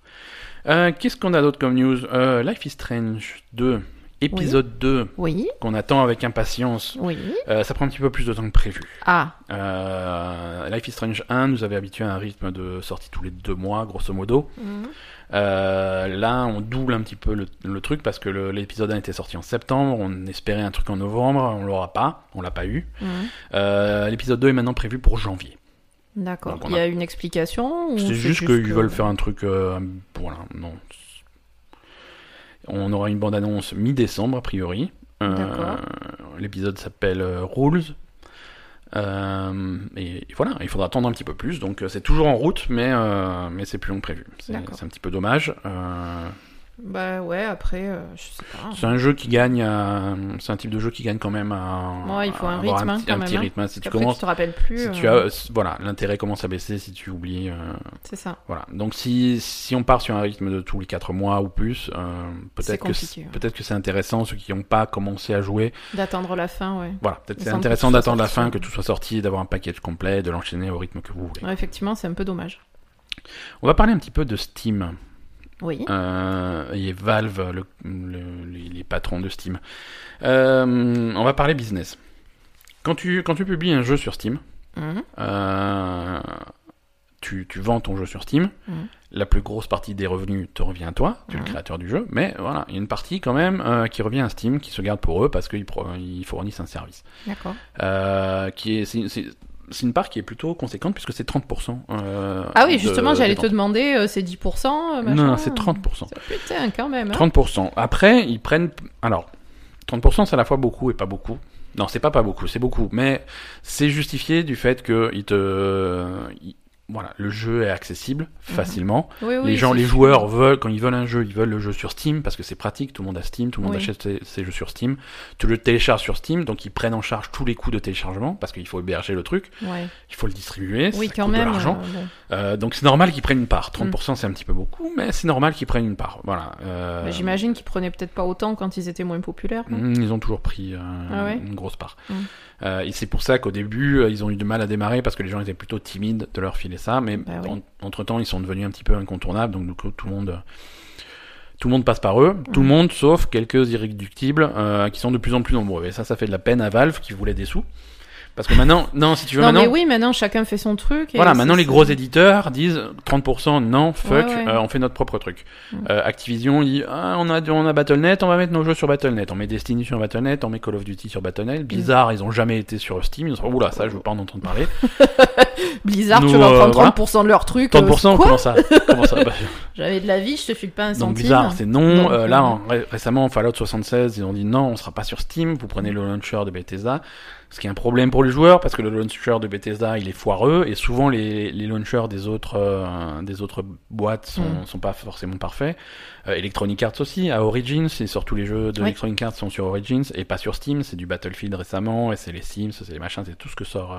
[SPEAKER 2] Euh, Qu'est-ce qu'on a d'autre comme news Euh, Life is Strange 2, épisode 2,
[SPEAKER 1] Oui,
[SPEAKER 2] qu'on attend avec impatience.
[SPEAKER 1] oui.
[SPEAKER 2] Euh, ça prend un petit peu plus de temps que prévu.
[SPEAKER 1] Ah,
[SPEAKER 2] Euh, Life is Strange 1 nous avait habitué à un rythme de sortie tous les deux mois, grosso modo.
[SPEAKER 1] Mm.
[SPEAKER 2] Euh, là, on double un petit peu le, le truc parce que le- l'épisode 1 était sorti en septembre, on espérait un truc en novembre, on l'aura pas, on l'a pas eu.
[SPEAKER 1] Mm.
[SPEAKER 2] Euh, l'épisode 2 est maintenant prévu pour janvier.
[SPEAKER 1] d'accord.
[SPEAKER 2] Donc, on
[SPEAKER 1] Il y a une explication ou
[SPEAKER 2] C'est juste qu'ils veulent faire un truc. euh, voilà, non. On aura une bande-annonce mi-décembre, a priori. Euh,
[SPEAKER 1] D'accord.
[SPEAKER 2] L'épisode s'appelle euh, Rules. Euh, et, et voilà, il faudra attendre un petit peu plus. Donc euh, c'est toujours en route, mais, euh, mais c'est plus long que prévu. C'est
[SPEAKER 1] D'accord.
[SPEAKER 2] c'est un petit peu dommage. Euh,
[SPEAKER 1] Bah ouais, après, euh, je sais pas.
[SPEAKER 2] c'est un jeu qui gagne. à- c'est un type de jeu qui gagne quand même à,
[SPEAKER 1] Ouais, il faut un
[SPEAKER 2] à avoir
[SPEAKER 1] rythme, hein,
[SPEAKER 2] petit-
[SPEAKER 1] quand
[SPEAKER 2] un petit
[SPEAKER 1] même, hein.
[SPEAKER 2] rythme. hein. Si tu
[SPEAKER 1] Après,
[SPEAKER 2] commences,
[SPEAKER 1] tu te rappelles plus.
[SPEAKER 2] si
[SPEAKER 1] euh,
[SPEAKER 2] tu as, voilà, l'intérêt commence à baisser si tu oublies. euh,
[SPEAKER 1] C'est ça.
[SPEAKER 2] Voilà. Donc si, si on part sur un rythme de tous les 4 mois ou plus, euh,
[SPEAKER 1] C'est
[SPEAKER 2] peut-être que
[SPEAKER 1] compliqué,
[SPEAKER 2] c'est-
[SPEAKER 1] ouais.
[SPEAKER 2] peut-être que c'est intéressant ceux qui n'ont pas commencé à jouer.
[SPEAKER 1] D'attendre la fin, ouais.
[SPEAKER 2] Voilà, peut-être
[SPEAKER 1] Il
[SPEAKER 2] c'est
[SPEAKER 1] semble que
[SPEAKER 2] intéressant
[SPEAKER 1] tout soit
[SPEAKER 2] d'attendre la
[SPEAKER 1] sorti.
[SPEAKER 2] fin, que tout soit sorti, d'avoir un package complet, de l'enchaîner au rythme que vous voulez.
[SPEAKER 1] Ouais, effectivement, c'est un peu dommage.
[SPEAKER 2] On va parler un petit peu de Steam
[SPEAKER 1] Oui.
[SPEAKER 2] euh, et Valve, le- le- les, les patrons de Steam. Euh, on va parler business. Quand tu quand tu publies un jeu sur Steam,
[SPEAKER 1] Mm.
[SPEAKER 2] Euh, tu, tu vends ton jeu sur Steam,
[SPEAKER 1] Mhm.
[SPEAKER 2] la plus grosse partie des revenus te revient à toi, tu es
[SPEAKER 1] Mhm.
[SPEAKER 2] le créateur du jeu, mais voilà, il y a une partie quand même euh, qui revient à Steam, qui se garde pour eux parce qu'ils pro- ils fournissent un service.
[SPEAKER 1] D'accord.
[SPEAKER 2] Euh, qui est, c'est, c'est- c'est une part qui est plutôt conséquente puisque c'est 30%. euh,
[SPEAKER 1] Ah oui,
[SPEAKER 2] de-
[SPEAKER 1] justement,
[SPEAKER 2] des
[SPEAKER 1] j'allais te
[SPEAKER 2] ventes.
[SPEAKER 1] demander, euh, c'est 10%, euh, machin.
[SPEAKER 2] Non, non, c'est 30%.
[SPEAKER 1] C'est- Putain, quand même. hein.
[SPEAKER 2] 30%. Après, ils prennent. Alors, 30% c'est à la fois beaucoup et pas beaucoup. Non, c'est pas pas beaucoup, c'est beaucoup. Mais c'est justifié du fait que ils te. ils- Voilà, le jeu est accessible facilement.
[SPEAKER 1] Oui, Mhm. oui,
[SPEAKER 2] les gens,
[SPEAKER 1] c'est-
[SPEAKER 2] les joueurs veulent, quand ils veulent un jeu, ils veulent le jeu sur Steam parce que c'est pratique. Tout le monde a Steam, tout le monde
[SPEAKER 1] Oui.
[SPEAKER 2] achète ses, ses jeux sur Steam. Tu le télécharges sur Steam, donc ils prennent en charge tous les coûts de téléchargement parce qu'il faut héberger le truc, [LAUGHS]
[SPEAKER 1] Ouais.
[SPEAKER 2] il faut le distribuer,
[SPEAKER 1] Oui,
[SPEAKER 2] ça
[SPEAKER 1] quand
[SPEAKER 2] coûte de
[SPEAKER 1] même.
[SPEAKER 2] l'argent.
[SPEAKER 1] euh, bon.
[SPEAKER 2] Euh, donc c'est normal qu'ils prennent une part. 30% c'est un petit peu beaucoup, mais c'est normal qu'ils prennent une part. Voilà. Euh,
[SPEAKER 1] Bah, J'imagine qu'ils prenaient peut-être pas autant quand ils étaient moins populaires. non
[SPEAKER 2] Mm, Ils ont toujours pris euh,
[SPEAKER 1] Ah ouais
[SPEAKER 2] une grosse part.
[SPEAKER 1] Mm.
[SPEAKER 2] Euh, et c'est pour ça qu'au début, euh, ils ont eu du mal à démarrer parce que les gens étaient plutôt timides de leur filer ça. Mais
[SPEAKER 1] Bah oui.
[SPEAKER 2] entre temps, ils sont devenus un petit peu incontournables. Donc du coup, tout le monde, tout le monde passe par eux.
[SPEAKER 1] Mm.
[SPEAKER 2] Tout le monde, sauf quelques irréductibles euh, qui sont de plus en plus nombreux. Et ça, ça fait de la peine à Valve qui voulait des sous. Parce que maintenant, non, si tu veux,
[SPEAKER 1] Non, mais
[SPEAKER 2] maintenant,
[SPEAKER 1] oui, maintenant, chacun fait son truc. et
[SPEAKER 2] voilà,
[SPEAKER 1] c'est-
[SPEAKER 2] maintenant les
[SPEAKER 1] c'est-
[SPEAKER 2] gros éditeurs disent 30% non,
[SPEAKER 1] Ouais,
[SPEAKER 2] fuck,
[SPEAKER 1] ouais.
[SPEAKER 2] euh, on fait notre propre truc.
[SPEAKER 1] Mm.
[SPEAKER 2] Euh, Activision il dit ah, on a on a Battle.net, on va mettre nos jeux sur Battle.net, on met Destiny sur Battle.net, on met Call of Duty sur
[SPEAKER 1] Mm.
[SPEAKER 2] Battle.net. Bizarre, ils ont jamais été sur Steam, ils ont dit, oula ça je veux pas en entendre parler.
[SPEAKER 1] Blizzard,
[SPEAKER 2] Nous,
[SPEAKER 1] tu leur
[SPEAKER 2] euh,
[SPEAKER 1] prends
[SPEAKER 2] voilà.
[SPEAKER 1] 30% de leur truc. euh,
[SPEAKER 2] 30%
[SPEAKER 1] quoi
[SPEAKER 2] comment ça Comment ça Bah,
[SPEAKER 1] J'avais de la vie, je te file pas un
[SPEAKER 2] Donc
[SPEAKER 1] centime.
[SPEAKER 2] bizarre, c'est non.
[SPEAKER 1] Non,
[SPEAKER 2] Euh,
[SPEAKER 1] non.
[SPEAKER 2] là en- ré- récemment Fallout 76, ils ont dit non, on sera pas sur Steam, vous prenez le launcher de Bethesda, ce qui est un problème pour les joueurs parce que le launcher de Bethesda, il est foireux et souvent les, les launchers des autres euh, des autres boîtes sont,
[SPEAKER 1] Mm.
[SPEAKER 2] sont pas forcément parfaits. Euh, Electronic Arts aussi à Origins, c'est sur tous les jeux de
[SPEAKER 1] Oui.
[SPEAKER 2] Electronic Arts sont sur Origins et pas sur Steam, c'est du Battlefield récemment et c'est les Sims, c'est les machins, c'est tout ce que sort euh,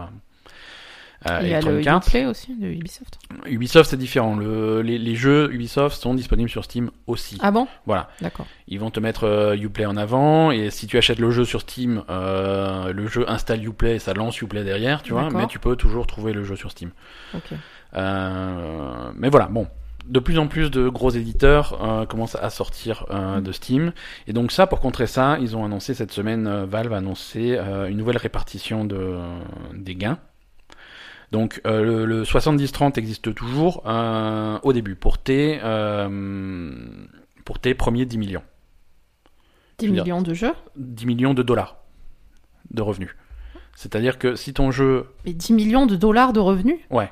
[SPEAKER 2] euh,
[SPEAKER 1] Il y a le
[SPEAKER 2] Electronic Arts.
[SPEAKER 1] Uplay aussi de Ubisoft.
[SPEAKER 2] Ubisoft, c'est différent. Le, les, les jeux Ubisoft sont disponibles sur Steam aussi.
[SPEAKER 1] Ah bon
[SPEAKER 2] Voilà.
[SPEAKER 1] D'accord.
[SPEAKER 2] Ils vont te mettre euh, Uplay en avant, et si tu achètes le jeu sur Steam, euh, le jeu installe Uplay et ça lance Uplay derrière, tu vois,
[SPEAKER 1] D'accord.
[SPEAKER 2] mais tu peux toujours trouver le jeu sur Steam.
[SPEAKER 1] Ok.
[SPEAKER 2] Euh, mais voilà, bon. De plus en plus de gros éditeurs euh, commencent à sortir euh, de Steam. Et donc ça, pour contrer ça, ils ont annoncé cette semaine, euh, Valve a annoncé euh, une nouvelle répartition de, euh, des gains. Donc euh, le, le 70-30 existe toujours euh, au début, pour tes, euh, pour tes premiers 10 millions.
[SPEAKER 1] 10
[SPEAKER 2] Je veux dire-
[SPEAKER 1] millions de jeux
[SPEAKER 2] 10 millions de dollars de revenus. C'est-à-dire que si ton jeu...
[SPEAKER 1] Mais 10 millions de dollars de revenus
[SPEAKER 2] Ouais.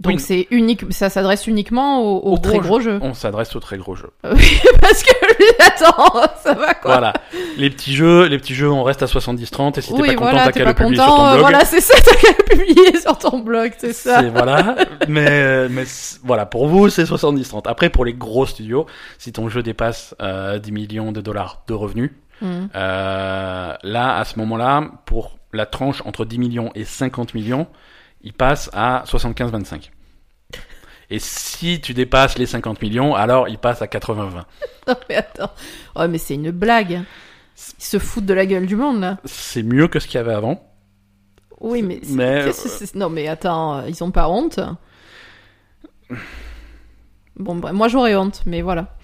[SPEAKER 1] Donc
[SPEAKER 2] Oui.
[SPEAKER 1] c'est unique, ça s'adresse uniquement aux, aux
[SPEAKER 2] Aux
[SPEAKER 1] très
[SPEAKER 2] gros
[SPEAKER 1] gros jeux.
[SPEAKER 2] On s'adresse au très gros jeu.
[SPEAKER 1] [LAUGHS] Parce que lui, attends, ça va quoi
[SPEAKER 2] Voilà. Les petits jeux, les pettés jeux, on reste à 70-30 et si t'es
[SPEAKER 1] Oui,
[SPEAKER 2] pas content,
[SPEAKER 1] voilà,
[SPEAKER 2] t'as
[SPEAKER 1] t'es
[SPEAKER 2] qu'à
[SPEAKER 1] pas content,
[SPEAKER 2] le publier sur ton
[SPEAKER 1] euh,
[SPEAKER 2] blog.
[SPEAKER 1] voilà, c'est ça, [LAUGHS] t'as qu'à le publier sur ton blog, c'est ça.
[SPEAKER 2] C'est-
[SPEAKER 1] [LAUGHS]
[SPEAKER 2] voilà. mais mais c'est- voilà, pour vous, c'est 70-30. Après, pour les gros studios, si ton jeu dépasse euh, 10 millions de dollars de revenus,
[SPEAKER 1] Hmm.
[SPEAKER 2] euh, là, à ce moment-là, pour la tranche entre 10 millions et 50 millions, il passe à 75-25. Et si tu dépasses les 50 millions, alors il passe à 80-20.
[SPEAKER 1] Non mais attends, oh mais c'est une blague. Ils se foutent de la gueule du monde là.
[SPEAKER 2] C'est mieux que ce qu'il y avait avant.
[SPEAKER 1] Oui mais, c'est-
[SPEAKER 2] Mais, euh,
[SPEAKER 1] qu'est-ce que c'est- non mais attends, euh, ils ont pas honte. Bon, bah, moi j'aurais honte, mais voilà.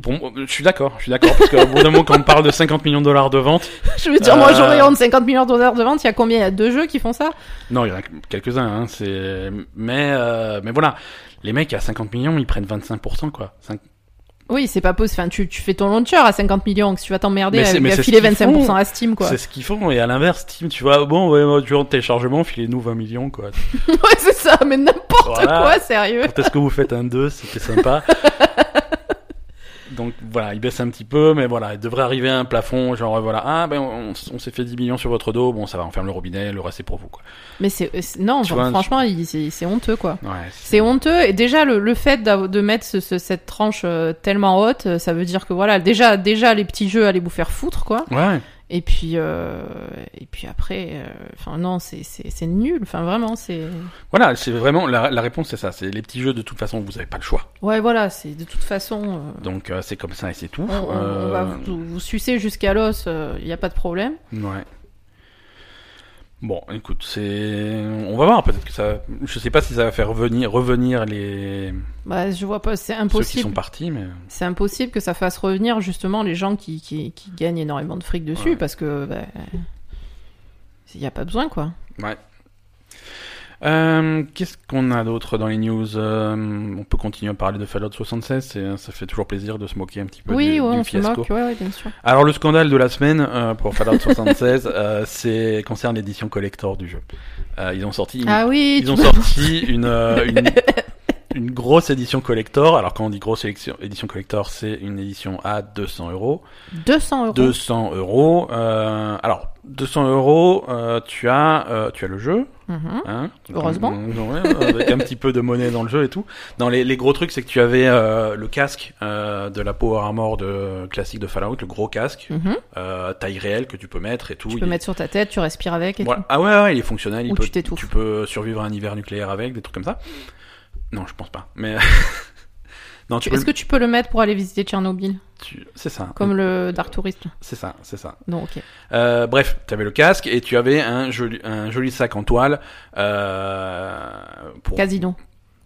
[SPEAKER 2] Bon, je suis d'accord, je suis d'accord, parce qu'au bout d'un moment, quand on parle de 50 millions de dollars de vente,
[SPEAKER 1] [LAUGHS] Je veux dire, moi
[SPEAKER 2] Euh.
[SPEAKER 1] j'aurais honte. 50 millions de dollars de vente, il y a combien Il y a deux jeux qui font ça
[SPEAKER 2] non, il y en a quelques-uns, hein, c'est, mais, euh, mais voilà, les mecs à 50 millions, ils prennent 25%, quoi. Cinq-
[SPEAKER 1] Oui, c'est pas possible. Enfin, tu, tu fais ton launcher à 50 millions, que tu vas t'emmerder
[SPEAKER 2] Mais c'est-
[SPEAKER 1] avec
[SPEAKER 2] mais
[SPEAKER 1] à
[SPEAKER 2] c'est ce
[SPEAKER 1] filer
[SPEAKER 2] qu'ils
[SPEAKER 1] 25%
[SPEAKER 2] font.
[SPEAKER 1] à Steam, quoi.
[SPEAKER 2] C'est ce qu'ils font, et à l'inverse, Steam, tu vois, bon, ouais, moi, durant le téléchargement, filez-nous 20 millions, quoi.
[SPEAKER 1] [LAUGHS] Ouais, c'est ça, mais n'importe
[SPEAKER 2] Voilà.
[SPEAKER 1] quoi, sérieux.
[SPEAKER 2] Quand est-ce que vous faites un 2, c'était sympa. Donc voilà, ils baissent un petit peu, mais voilà, il devrait arriver à un plafond, genre voilà, ah ben on, on s'est fait 10 millions sur votre dos, bon ça va, on ferme le robinet, le reste c'est pour vous quoi.
[SPEAKER 1] Mais c'est, euh, c'est- non,
[SPEAKER 2] Tu
[SPEAKER 1] genre,
[SPEAKER 2] vois, un-
[SPEAKER 1] franchement, il- c'est c'est honteux, quoi.
[SPEAKER 2] Ouais,
[SPEAKER 1] C'est honteux et déjà le, le fait d'av- de mettre ce- ce- cette tranche euh, tellement haute, euh, ça veut dire que voilà déjà déjà les petits jeux allaient vous faire foutre quoi.
[SPEAKER 2] Ouais.
[SPEAKER 1] Et puis euh, et puis après, euh, enfin non c'est c'est c'est nul, enfin vraiment c'est
[SPEAKER 2] Voilà, c'est vraiment la, la réponse, c'est ça. C'est les petits jeux. De toute façon, vous avez pas le choix.
[SPEAKER 1] ouais voilà c'est de toute façon euh,
[SPEAKER 2] Donc euh, c'est comme ça et c'est tout.
[SPEAKER 1] on, on- on
[SPEAKER 2] Euh,
[SPEAKER 1] va vous, vous sucer jusqu'à l'os, il y a pas de problème.
[SPEAKER 2] Ouais. Bon, écoute, c'est. On va voir. Peut-être que ça. Je sais pas si ça va faire venir, revenir les
[SPEAKER 1] Bah je vois pas, c'est
[SPEAKER 2] ceux qui sont
[SPEAKER 1] impossible.
[SPEAKER 2] partis, mais.
[SPEAKER 1] C'est impossible que ça fasse revenir justement les gens qui qui, qui gagnent énormément de fric dessus
[SPEAKER 2] Ouais.
[SPEAKER 1] parce que bah, il y a pas besoin quoi.
[SPEAKER 2] Euh, Qu'est-ce qu'on a d'autre dans les news Euh, On peut continuer à parler de Fallout 76. c'est- euh, Ça fait toujours plaisir de se moquer un petit peu
[SPEAKER 1] Oui,
[SPEAKER 2] du,
[SPEAKER 1] ouais,
[SPEAKER 2] du
[SPEAKER 1] on se
[SPEAKER 2] fiasco.
[SPEAKER 1] moque, ouais, ouais, bien sûr.
[SPEAKER 2] Alors le scandale de la semaine euh, pour Fallout [LAUGHS] 76, euh, c'est concerne l'édition collector du jeu. Euh, ils ont sorti. une-
[SPEAKER 1] Ah oui,
[SPEAKER 2] Ils
[SPEAKER 1] tu
[SPEAKER 2] ont
[SPEAKER 1] peux-
[SPEAKER 2] sorti une, euh,
[SPEAKER 1] [LAUGHS]
[SPEAKER 2] une, une grosse édition collector. Alors quand on dit grosse élection- édition collector, c'est une édition à 200 euros.
[SPEAKER 1] 200 euros.
[SPEAKER 2] 200 euros. euh, alors 200 euros, euh, tu as, euh, tu as le jeu,
[SPEAKER 1] Mhm.
[SPEAKER 2] hein euh,
[SPEAKER 1] Heureusement.
[SPEAKER 2] Ouais, avec un petit peu de monnaie dans le jeu et tout. Dans les, les gros trucs, c'est que tu avais euh, le casque euh, de la Power Armor de classique de Fallout, le gros casque
[SPEAKER 1] Mhm.
[SPEAKER 2] euh, taille réelle que tu peux mettre et tout.
[SPEAKER 1] Tu
[SPEAKER 2] Il
[SPEAKER 1] peux
[SPEAKER 2] est-
[SPEAKER 1] mettre sur ta tête, tu respires avec et
[SPEAKER 2] voilà. Ah ouais, ouais, il est fonctionnel. Il
[SPEAKER 1] Ou
[SPEAKER 2] peut,
[SPEAKER 1] tu t'étouffes.
[SPEAKER 2] peux survivre à un hiver nucléaire avec, des trucs comme ça. Non, je pense pas. Mais [LAUGHS] non,
[SPEAKER 1] tout.
[SPEAKER 2] tu
[SPEAKER 1] Tu-
[SPEAKER 2] peux.
[SPEAKER 1] Est-ce que tu peux le mettre pour aller visiter Tchernobyl
[SPEAKER 2] tu- C'est ça.
[SPEAKER 1] Comme le Dark Tourist
[SPEAKER 2] C'est ça, c'est ça.
[SPEAKER 1] Non, ok.
[SPEAKER 2] Euh, bref, tu avais le casque et tu avais un joli, un joli sac en toile. Euh, pour...
[SPEAKER 1] Casino.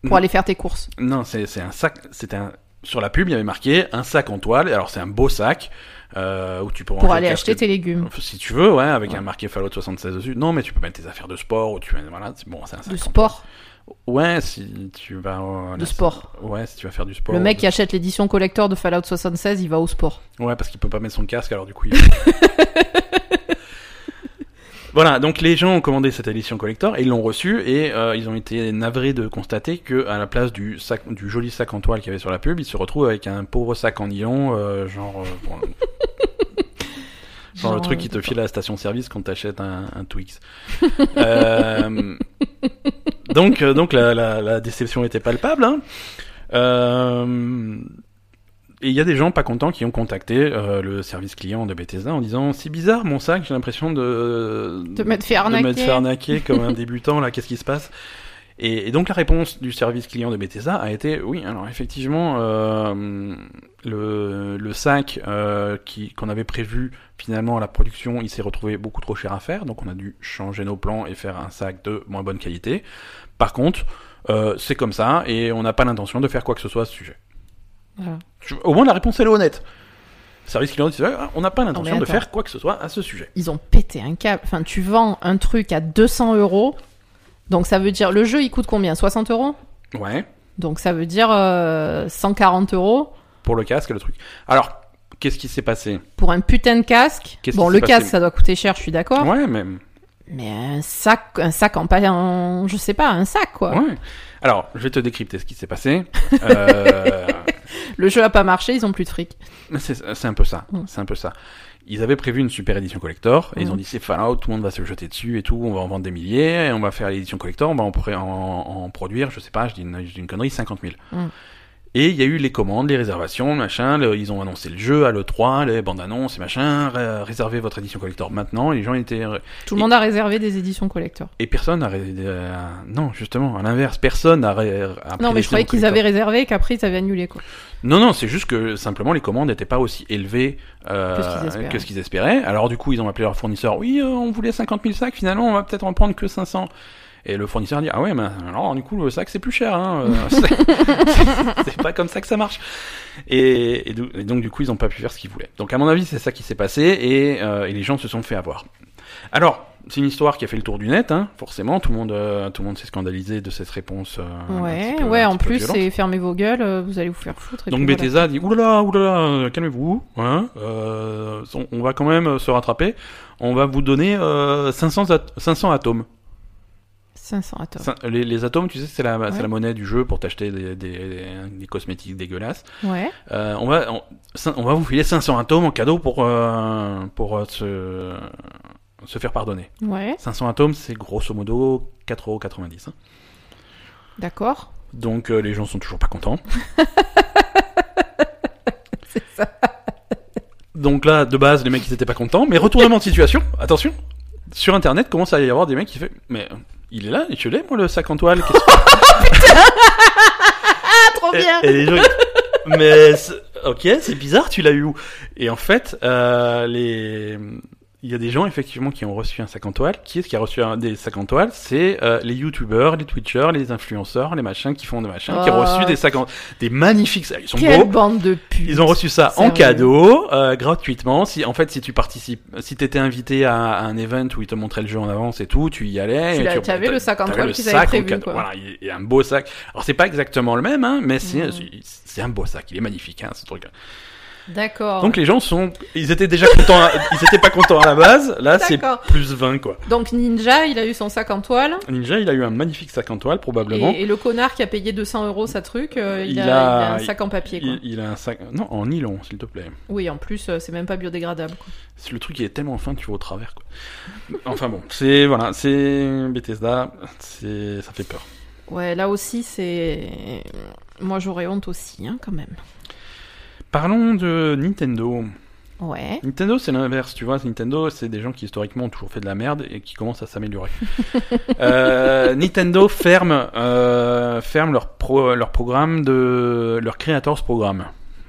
[SPEAKER 2] Mm.
[SPEAKER 1] Pour aller faire tes courses.
[SPEAKER 2] Non, c'est c'est un sac. C'était un. Sur la pub, il y avait marqué un sac en toile. Alors c'est un beau sac euh, où tu peux
[SPEAKER 1] Pour
[SPEAKER 2] ranger
[SPEAKER 1] aller
[SPEAKER 2] le casque
[SPEAKER 1] acheter tes légumes.
[SPEAKER 2] Si tu veux, ouais, avec
[SPEAKER 1] Ouais.
[SPEAKER 2] un marqué Fallout 76 dessus. Non, mais tu peux mettre tes affaires de sport ou tu mets- voilà, c'est bon, c'est un sac
[SPEAKER 1] De
[SPEAKER 2] en toile.
[SPEAKER 1] sport.
[SPEAKER 2] Ouais, si tu vas. euh,
[SPEAKER 1] De
[SPEAKER 2] là,
[SPEAKER 1] sport.
[SPEAKER 2] c'est- Ouais, si tu vas faire du sport.
[SPEAKER 1] Le mec
[SPEAKER 2] de-
[SPEAKER 1] qui achète l'édition collector de Fallout 76, il va au sport.
[SPEAKER 2] Ouais, parce qu'il peut pas mettre son casque, alors du [LAUGHS] coup. Il... [LAUGHS] voilà, donc les gens ont commandé cette édition collector et ils l'ont reçue et euh, ils ont été navrés de constater que à la place du sac, du joli sac en toile qu'il y avait sur la pub, ils se retrouvent avec un pauvre sac en nylon, euh, genre. euh, bon, genre euh, le truc
[SPEAKER 1] euh,
[SPEAKER 2] qui te file à la station-service quand t'achètes un, un Twix. Euh, donc, euh, donc la, la- la déception était palpable. hein. Euh, Et il y a des gens pas contents qui ont contacté euh, le service client de Bethesda en disant c'est bizarre mon sac, j'ai l'impression de
[SPEAKER 1] De m'être fait
[SPEAKER 2] de m'être
[SPEAKER 1] arnaquer.
[SPEAKER 2] fait arnaquer comme
[SPEAKER 1] [LAUGHS]
[SPEAKER 2] un débutant là, qu'est-ce qui se passe et, et donc la réponse du service client de Bethesda a été oui, alors effectivement euh, le, le sac euh, qui qu'on avait prévu finalement à la production, il s'est retrouvé beaucoup trop cher à faire, donc on a dû changer nos plans et faire un sac de moins bonne qualité. Par contre, euh, c'est comme ça et on n'a pas l'intention de faire quoi que ce soit à ce sujet.
[SPEAKER 1] Voilà.
[SPEAKER 2] Je- Au moins, la réponse, elle est honnête. Service client dit, Ah, on n'a pas l'intention
[SPEAKER 1] mais
[SPEAKER 2] de
[SPEAKER 1] attends.
[SPEAKER 2] faire quoi que ce soit à ce sujet.
[SPEAKER 1] Ils ont pété un câble. Enfin, tu vends un truc à 200 euros. Donc ça veut dire le jeu il coûte combien 60 euros.
[SPEAKER 2] Ouais,
[SPEAKER 1] Donc ça veut dire euh, 140 euros
[SPEAKER 2] pour le casque, le truc. Alors, qu'est-ce qui s'est passé
[SPEAKER 1] pour un putain de casque.
[SPEAKER 2] Qu'est-ce
[SPEAKER 1] Bon,
[SPEAKER 2] qui
[SPEAKER 1] le
[SPEAKER 2] s'est
[SPEAKER 1] casque
[SPEAKER 2] passé
[SPEAKER 1] ça doit coûter cher, je suis d'accord.
[SPEAKER 2] Ouais, même.
[SPEAKER 1] Mais un sac, un sac en, pa- en je sais pas, un sac quoi.
[SPEAKER 2] Ouais. Alors, je vais te décrypter ce qui
[SPEAKER 1] [LAUGHS]
[SPEAKER 2] s'est passé. Euh,
[SPEAKER 1] Le jeu a pas marché, ils ont plus de fric.
[SPEAKER 2] c'est c'est un peu ça.
[SPEAKER 1] Mm.
[SPEAKER 2] C'est un peu ça. Ils avaient prévu une super édition collector. Et ils
[SPEAKER 1] Mm.
[SPEAKER 2] ont dit, c'est Fallout, tout le monde va se jeter dessus et tout. On va en vendre des milliers. Et on va faire l'édition collector. On va en, pré- en- en produire, je sais pas, je dis une, je dis une connerie, 50 000.
[SPEAKER 1] Mm.
[SPEAKER 2] Et il y a eu les commandes, les réservations, machin. le- ils ont annoncé le jeu à l'E3, les bandes annonces et machin. ré- réservez votre édition collector maintenant. Et les gens étaient.
[SPEAKER 1] Tout le monde a réservé des éditions collector.
[SPEAKER 2] Et personne n'a. ré- euh, non, justement, à l'inverse, personne n'a. ré- a pris
[SPEAKER 1] Non, mais je
[SPEAKER 2] l'édition
[SPEAKER 1] croyais qu'ils
[SPEAKER 2] collector.
[SPEAKER 1] avaient réservé et qu'après ils avaient annulé quoi.
[SPEAKER 2] Non, non, c'est juste que simplement les commandes n'étaient pas aussi élevées euh,
[SPEAKER 1] Que ce qu'ils espéraient.
[SPEAKER 2] que ce qu'ils espéraient. Alors du coup, ils ont appelé leur fournisseur. Oui, euh, on voulait 50 000 sacs. Finalement, on va peut-être en prendre que 500. Et le fournisseur dit ah ouais, mais alors du coup le sac c'est plus cher. Hein. euh, [LAUGHS] c'est- c'est pas comme ça que ça marche. Et, et do- et donc du coup, ils n'ont pas pu faire ce qu'ils voulaient. Donc à mon avis, c'est ça qui s'est passé et, euh, et les gens se sont fait avoir. Alors. C'est une histoire qui a fait le tour du net, hein, forcément. Tout le monde, euh, tout le monde s'est scandalisé de cette réponse. euh, un
[SPEAKER 1] ouais,
[SPEAKER 2] petit peu-
[SPEAKER 1] ouais.
[SPEAKER 2] un
[SPEAKER 1] En
[SPEAKER 2] petit peu
[SPEAKER 1] plus,
[SPEAKER 2] violente.
[SPEAKER 1] c'est fermez vos gueules, euh, vous allez vous faire foutre. et
[SPEAKER 2] Donc
[SPEAKER 1] puis voilà.
[SPEAKER 2] Bethesda dit oulala, oulala, euh, calmez-vous, hein, euh, on, on va quand même euh, se rattraper, on va vous donner euh, 500, at- 500 atomes.
[SPEAKER 1] 500 atomes.
[SPEAKER 2] Cin- les, les atomes, tu sais, c'est la, c'est
[SPEAKER 1] Ouais.
[SPEAKER 2] la monnaie du jeu pour t'acheter des, des- des cosmétiques dégueulasses.
[SPEAKER 1] Ouais.
[SPEAKER 2] Euh, on, va, on, cin- on va vous filer 500 atomes en cadeau pour, euh, pour euh, se, se faire pardonner.
[SPEAKER 1] Ouais.
[SPEAKER 2] 500 atomes, c'est grosso modo 4,90€. hein.
[SPEAKER 1] D'accord.
[SPEAKER 2] Donc euh, les gens sont toujours pas contents.
[SPEAKER 1] [LAUGHS] C'est ça.
[SPEAKER 2] Donc là, de base, les mecs, ils étaient pas contents. Mais retournement de situation, attention. Sur Internet, commence à y avoir des mecs qui font Mais euh, il est là, je l'ai, moi, le sac en toile. qu'est-ce que-
[SPEAKER 1] Ah, trop bien.
[SPEAKER 2] et, et les gens, ils-
[SPEAKER 1] [LAUGHS]
[SPEAKER 2] Mais c'est- ok, c'est bizarre, tu l'as eu où Et en fait, euh, les... il y a des gens, effectivement, qui ont reçu un sac en toile. Qui est-ce qui a reçu un des sacs en toile C'est euh, les youtubeurs, les twitchers, les influenceurs, les machins qui font des machins, qui ont reçu
[SPEAKER 1] Oh.
[SPEAKER 2] des sacs en... Des magnifiques sacs. Ils sont
[SPEAKER 1] Quelle
[SPEAKER 2] beaux.
[SPEAKER 1] bande de putes.
[SPEAKER 2] Ils ont reçu ça en
[SPEAKER 1] Sérieux.
[SPEAKER 2] cadeau, euh, gratuitement. Si, en fait, si tu participes, si t'étais invité à, à un event où ils te montraient le jeu en avance et tout, tu y allais.
[SPEAKER 1] Tu
[SPEAKER 2] et
[SPEAKER 1] l'as- tu avais le sac en
[SPEAKER 2] t'avais
[SPEAKER 1] toile
[SPEAKER 2] le
[SPEAKER 1] qu'ils avaient
[SPEAKER 2] sac en
[SPEAKER 1] prévu,
[SPEAKER 2] cadeau.
[SPEAKER 1] quoi.
[SPEAKER 2] Voilà, il- il y a un beau sac. Alors c'est pas exactement le même, hein, mais c'est
[SPEAKER 1] Mhm.
[SPEAKER 2] c'est- c'est un beau sac. Il est magnifique, hein, ce truc.
[SPEAKER 1] D'accord.
[SPEAKER 2] Donc les gens sont, ils étaient déjà contents, à- ils étaient pas contents à la base. Là, c'est
[SPEAKER 1] D'accord.
[SPEAKER 2] plus 20 quoi.
[SPEAKER 1] Donc Ninja, il a eu son sac en toile.
[SPEAKER 2] Ninja, il a eu un magnifique sac en toile probablement.
[SPEAKER 1] Et, et le connard qui a payé 200 euros sa truc, euh, il,
[SPEAKER 2] Il
[SPEAKER 1] a,
[SPEAKER 2] a-
[SPEAKER 1] il a un sac en papier. Quoi.
[SPEAKER 2] Il, il a un sac, non, en nylon, s'il te plaît.
[SPEAKER 1] Oui, en plus, euh, c'est même pas biodégradable. quoi.
[SPEAKER 2] C'est le truc qui est tellement fin, tu vois au travers. Quoi. Enfin bon, c'est voilà, c'est Bethesda, c'est ça fait peur.
[SPEAKER 1] Ouais, là aussi, c'est. Moi, j'aurais honte aussi, hein, quand même.
[SPEAKER 2] Parlons de Nintendo.
[SPEAKER 1] Ouais.
[SPEAKER 2] Nintendo, c'est l'inverse, tu vois. Nintendo, c'est des gens qui historiquement ont toujours fait de la merde et qui commencent
[SPEAKER 1] [LAUGHS]
[SPEAKER 2] à s'améliorer. Euh, Nintendo ferme, euh, ferme leur, pro- leur programme de leur Creators Programme.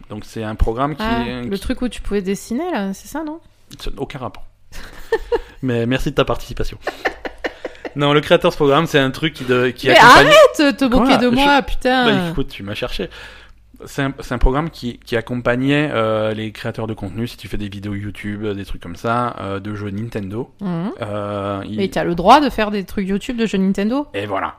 [SPEAKER 2] Donc c'est un programme qui,
[SPEAKER 1] Ah,
[SPEAKER 2] est-
[SPEAKER 1] le truc où tu pouvais dessiner, là, c'est ça, non
[SPEAKER 2] Ça n'a Aucun rapport. [LAUGHS] Mais merci de ta participation. Non, le Creators Programme, c'est un truc qui, de, qui
[SPEAKER 1] Mais
[SPEAKER 2] accompagne.
[SPEAKER 1] Arrête de te moquer
[SPEAKER 2] Quoi
[SPEAKER 1] de
[SPEAKER 2] Je-
[SPEAKER 1] moi,
[SPEAKER 2] Bah,
[SPEAKER 1] putain
[SPEAKER 2] écoute, tu m'as cherché. C'est un, c'est un programme qui, qui accompagnait euh, les créateurs de contenu, si tu fais des vidéos YouTube, euh, des trucs comme ça, euh, de jeux Nintendo.
[SPEAKER 1] Mhm.
[SPEAKER 2] Euh, il-
[SPEAKER 1] Mais t'as le droit de faire des trucs YouTube de jeux Nintendo [LAUGHS]
[SPEAKER 2] Et voilà.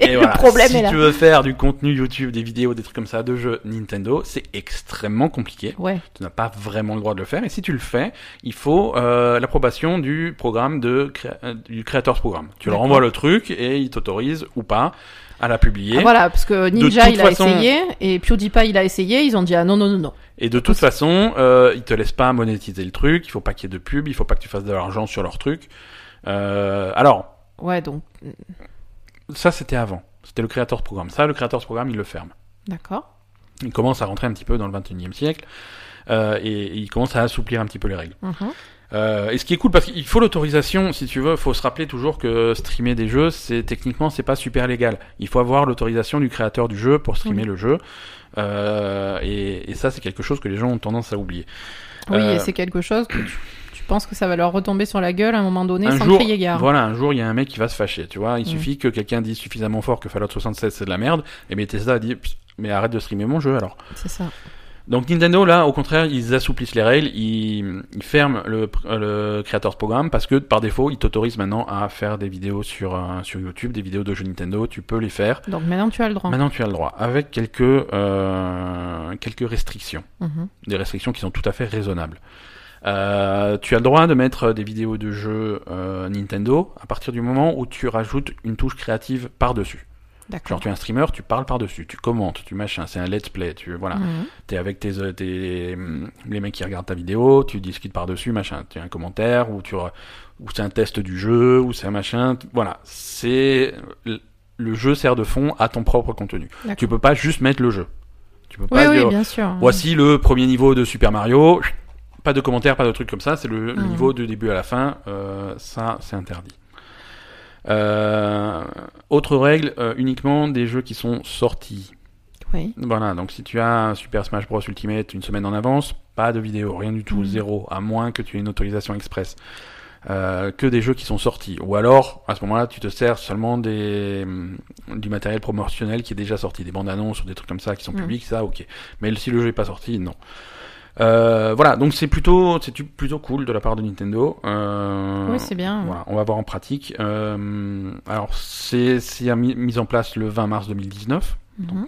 [SPEAKER 2] Et voilà.
[SPEAKER 1] problème
[SPEAKER 2] si
[SPEAKER 1] est là.
[SPEAKER 2] tu veux faire du contenu YouTube, des vidéos, des trucs comme ça de jeux Nintendo, c'est extrêmement compliqué.
[SPEAKER 1] Ouais.
[SPEAKER 2] Tu n'as pas vraiment le droit de le faire. Et si tu le fais, il faut euh, l'approbation du programme de créa- euh, du Creators Programme. Tu leur
[SPEAKER 1] D'accord.
[SPEAKER 2] envoies le truc et ils t'autorisent ou pas à la publier.
[SPEAKER 1] Ah, voilà, parce que Ninja,
[SPEAKER 2] toute
[SPEAKER 1] il a
[SPEAKER 2] façon-
[SPEAKER 1] essayé, et PewDiePie, il a essayé, ils ont dit ah non, non, non, non.
[SPEAKER 2] Et de toute façon, euh, ils te laissent pas monétiser le truc. Il faut pas qu'il y ait de pub. Il faut pas que tu fasses de l'argent sur leur truc. Euh, alors,
[SPEAKER 1] Ouais, donc,
[SPEAKER 2] ça c'était avant. C'était le créateur de programme. Ça, le créateur de programme, il le ferme.
[SPEAKER 1] d'accord.
[SPEAKER 2] il commence à rentrer un petit peu dans le 21e siècle euh, et, et il commence à assouplir un petit peu les règles.
[SPEAKER 1] Mhm.
[SPEAKER 2] Euh, et ce qui est cool, parce qu'il faut l'autorisation, si tu veux, faut se rappeler toujours que streamer des jeux, c'est techniquement, c'est pas super légal. Il faut avoir l'autorisation du créateur du jeu pour streamer
[SPEAKER 1] Oui.
[SPEAKER 2] le jeu. Euh, et, et ça, c'est quelque chose que les gens ont tendance à oublier.
[SPEAKER 1] Oui,
[SPEAKER 2] Euh,
[SPEAKER 1] et c'est quelque chose que tu, tu penses que ça va leur retomber sur la gueule à un moment donné
[SPEAKER 2] un
[SPEAKER 1] sans
[SPEAKER 2] jour,
[SPEAKER 1] crier gare.
[SPEAKER 2] voilà, un jour, il y a un mec qui va se fâcher, tu vois. Il
[SPEAKER 1] Mm.
[SPEAKER 2] suffit que quelqu'un dise suffisamment fort que Fallout 76 c'est de la merde, et Bethesda dit, Psst, mais arrête de streamer mon jeu alors.
[SPEAKER 1] C'est ça.
[SPEAKER 2] Donc Nintendo, là, au contraire, ils assouplissent les règles, ils, ils ferment le, euh, le créateur de programme parce que par défaut, ils t'autorisent maintenant à faire des vidéos sur, euh, sur YouTube, des vidéos de jeux Nintendo, tu peux les faire.
[SPEAKER 1] Donc maintenant tu as le droit.
[SPEAKER 2] Maintenant, tu as le droit, avec quelques, euh, quelques restrictions,
[SPEAKER 1] Mhm.
[SPEAKER 2] des restrictions qui sont tout à fait raisonnables. Euh, tu as le droit de mettre des vidéos de jeux euh, Nintendo à partir du moment où tu rajoutes une touche créative par-dessus. Genre,
[SPEAKER 1] D'accord.
[SPEAKER 2] tu es un streamer, tu parles par-dessus, tu commentes, tu machin, c'est un let's play, tu voilà.
[SPEAKER 1] Mhm.
[SPEAKER 2] T'es avec tes, euh, tes, hum, les mecs qui regardent ta vidéo, tu discutes par-dessus, machin. Tu as un commentaire, ou, tu, re- ou c'est un test du jeu, ou c'est un machin. t- Voilà. C'est. l- Le jeu sert de fond à ton propre contenu.
[SPEAKER 1] D'accord.
[SPEAKER 2] Tu peux pas juste mettre le jeu. Tu peux
[SPEAKER 1] Oui,
[SPEAKER 2] pas
[SPEAKER 1] oui,
[SPEAKER 2] dire.
[SPEAKER 1] bien sûr.
[SPEAKER 2] Voici le premier niveau de Super Mario. Pas de commentaires, pas de trucs comme ça. C'est le, le
[SPEAKER 1] Mhm.
[SPEAKER 2] niveau du début à la fin. Euh, ça, c'est interdit. Euh, autre règle, euh, uniquement des jeux qui sont sortis.
[SPEAKER 1] Oui.
[SPEAKER 2] Voilà, donc si tu as un Super Smash Bros Ultimate une semaine en avance, pas de vidéo, rien du tout,
[SPEAKER 1] Mhm.
[SPEAKER 2] zéro, à moins que tu aies une autorisation express. Euh, que des jeux qui sont sortis. Ou alors, à ce moment-là, tu te sers seulement des, hum, du matériel promotionnel qui est déjà sorti, des bandes annonces ou des trucs comme ça qui sont
[SPEAKER 1] Mhm.
[SPEAKER 2] publics, ça, ok. Mais si le jeu est pas sorti, non. Euh, voilà, donc c'est plutôt, c'est tu- plutôt cool de la part de Nintendo. Euh,
[SPEAKER 1] Oui, c'est bien.
[SPEAKER 2] voilà, on va voir en pratique. Euh, alors, c'est c'est mis mise en place le 20 mars 2019.
[SPEAKER 1] Mhm.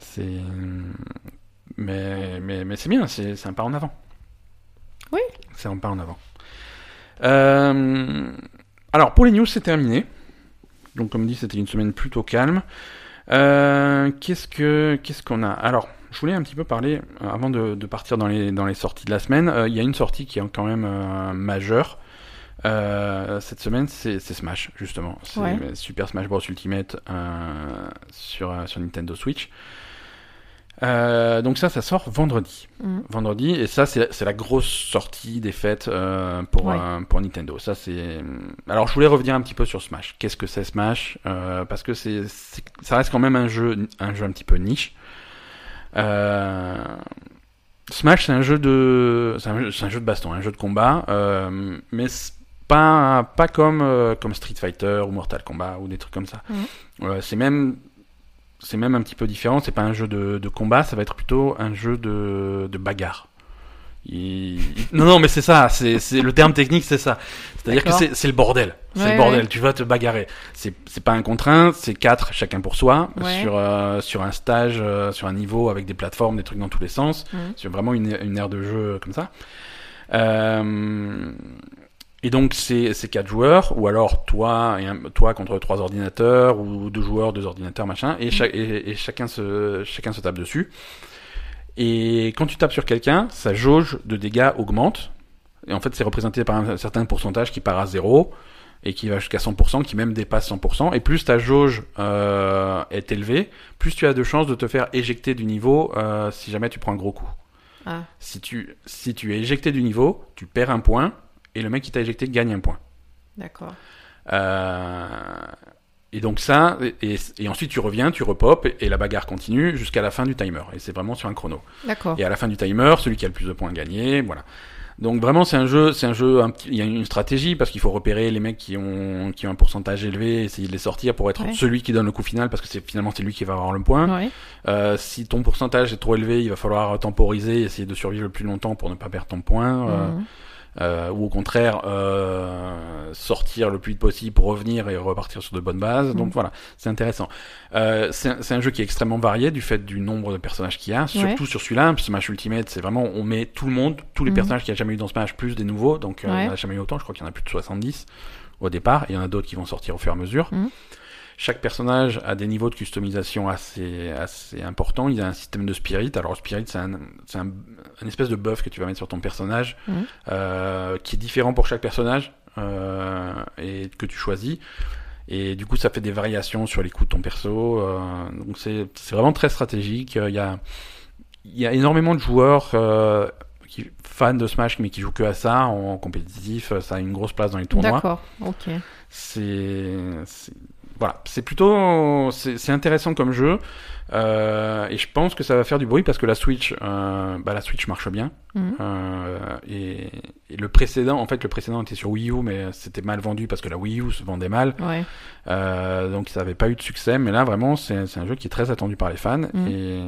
[SPEAKER 2] C'est. euh, Mais, mais, mais c'est bien, c'est c'est un pas en avant.
[SPEAKER 1] Oui.
[SPEAKER 2] C'est un pas en avant. Euh, Alors, pour les news, c'est terminé. Donc, comme dit, c'était une semaine plutôt calme. Euh, Qu'est-ce que qu'est-ce qu'on a Alors, je voulais un petit peu parler, euh, avant de, de partir dans les, dans les sorties de la semaine, euh, il y a une sortie qui est quand même euh, majeure. Euh, cette semaine, c'est c'est Smash, justement. C'est
[SPEAKER 1] Ouais.
[SPEAKER 2] euh, Super Smash Bros. Ultimate euh, sur, euh, sur Nintendo Switch. Euh, donc ça, ça sort vendredi.
[SPEAKER 1] Mhm.
[SPEAKER 2] Vendredi, et ça, c'est c'est la grosse sortie des fêtes euh, pour,
[SPEAKER 1] Ouais.
[SPEAKER 2] euh, pour Nintendo. Ça, c'est. euh, Alors, je voulais revenir un petit peu sur Smash. Qu'est-ce que c'est Smash Euh, Parce que c'est, c'est- ça reste quand même un jeu, un jeu un petit peu niche. Euh, Smash, c'est un jeu de, c'est un, jeu- c'est un jeu de baston, un jeu de combat, euh, mais c'est pas pas comme euh, comme Street Fighter ou Mortal Kombat ou des trucs comme ça.
[SPEAKER 1] Mhm.
[SPEAKER 2] Euh, c'est même c'est même un petit peu différent. C'est pas un jeu de, de combat, ça va être plutôt un jeu de, de bagarre. Il- il- Non, non, mais c'est ça. C'est, c'est le terme technique, c'est ça. C'est-à-dire que
[SPEAKER 1] D'accord.
[SPEAKER 2] c'est, c'est le bordel. C'est
[SPEAKER 1] Ouais,
[SPEAKER 2] le bordel.
[SPEAKER 1] ouais.
[SPEAKER 2] Tu vas te bagarrer. C'est, c'est pas un contre un, c'est quatre, chacun pour soi,
[SPEAKER 1] Ouais.
[SPEAKER 2] sur euh, sur un stage, euh, sur un niveau avec des plateformes, des trucs dans tous les sens.
[SPEAKER 1] Mhm.
[SPEAKER 2] C'est vraiment une, une ère de jeu comme ça. Euh, et donc c'est c'est quatre joueurs, ou alors toi et un- toi contre trois ordinateurs, ou deux joueurs, deux ordinateurs, machin,
[SPEAKER 1] Mhm.
[SPEAKER 2] et, cha- et, et chacun se chacun se tape dessus. Et quand tu tapes sur quelqu'un, sa jauge de dégâts augmente. Et en fait, c'est représenté par un certain pourcentage qui part à zéro et qui va jusqu'à 100%, qui même dépasse 100%. Et plus ta jauge euh, est élevée, plus tu as de chances de te faire éjecter du niveau euh, si jamais tu prends un gros coup.
[SPEAKER 1] Ah.
[SPEAKER 2] Si tu, si tu es éjecté du niveau, tu perds un point, et le mec qui t'a éjecté gagne un point.
[SPEAKER 1] D'accord.
[SPEAKER 2] Euh, et donc ça, et, et ensuite tu reviens, tu repopes, et la bagarre continue jusqu'à la fin du timer. Et c'est vraiment sur un chrono.
[SPEAKER 1] D'accord.
[SPEAKER 2] Et à la fin du timer, celui qui a le plus de points gagné, voilà. Donc vraiment c'est un jeu, c'est un jeu, un petit- il y a une stratégie parce qu'il faut repérer les mecs qui ont qui ont un pourcentage élevé, essayer de les sortir pour être
[SPEAKER 1] Ouais.
[SPEAKER 2] celui qui donne le coup final parce que c'est finalement c'est lui qui va avoir le point.
[SPEAKER 1] Oui.
[SPEAKER 2] Euh, si ton pourcentage est trop élevé, il va falloir temporiser, essayer de survivre le plus longtemps pour ne pas perdre ton point, euh,
[SPEAKER 1] Mhm.
[SPEAKER 2] euh, ou au contraire euh, sortir le plus vite possible pour revenir et repartir sur de bonnes bases. Donc
[SPEAKER 1] Mhm.
[SPEAKER 2] voilà, c'est intéressant. Euh, c'est un- c'est un jeu qui est extrêmement varié du fait du nombre de personnages qu'il y a, surtout sur celui-là. hein, Smash Ultimate, c'est vraiment on met tout le monde, tous les
[SPEAKER 1] Mhm.
[SPEAKER 2] personnages qu'il n'y a jamais eu dans Smash, plus des nouveaux. Donc euh,
[SPEAKER 1] Ouais.
[SPEAKER 2] on n'a jamais eu autant. Je crois qu'il y en a plus de 70 au départ, et il y en a d'autres qui vont sortir au fur et à mesure.
[SPEAKER 1] Mhm.
[SPEAKER 2] Chaque personnage a des niveaux de customisation assez, assez importants. Il y a un système de spirit. Alors, le spirit, c'est un, c'est un, un espèce de buff que tu vas mettre sur ton personnage,
[SPEAKER 1] Mhm.
[SPEAKER 2] euh, qui est différent pour chaque personnage euh, et que tu choisis. Et du coup, ça fait des variations sur les coups de ton perso. euh, donc c'est c'est vraiment très stratégique. Euh, Il y a, il y a énormément de joueurs euh, qui, fans de Smash, mais qui jouent que à ça en compétitif. Ça a une grosse place dans les tournois.
[SPEAKER 1] D'accord, ok.
[SPEAKER 2] C'est c'est- voilà, c'est plutôt c'est c'est intéressant comme jeu euh, et je pense que ça va faire du bruit parce que la Switch, euh, bah la Switch marche bien
[SPEAKER 1] Mhm.
[SPEAKER 2] Euh, et, et le précédent, en fait le précédent était sur Wii U mais c'était mal vendu parce que la Wii U se vendait mal
[SPEAKER 1] Ouais.
[SPEAKER 2] euh, donc ça n'avait pas eu de succès mais là vraiment c'est c'est un jeu qui est très attendu par les fans
[SPEAKER 1] Mhm.
[SPEAKER 2] et,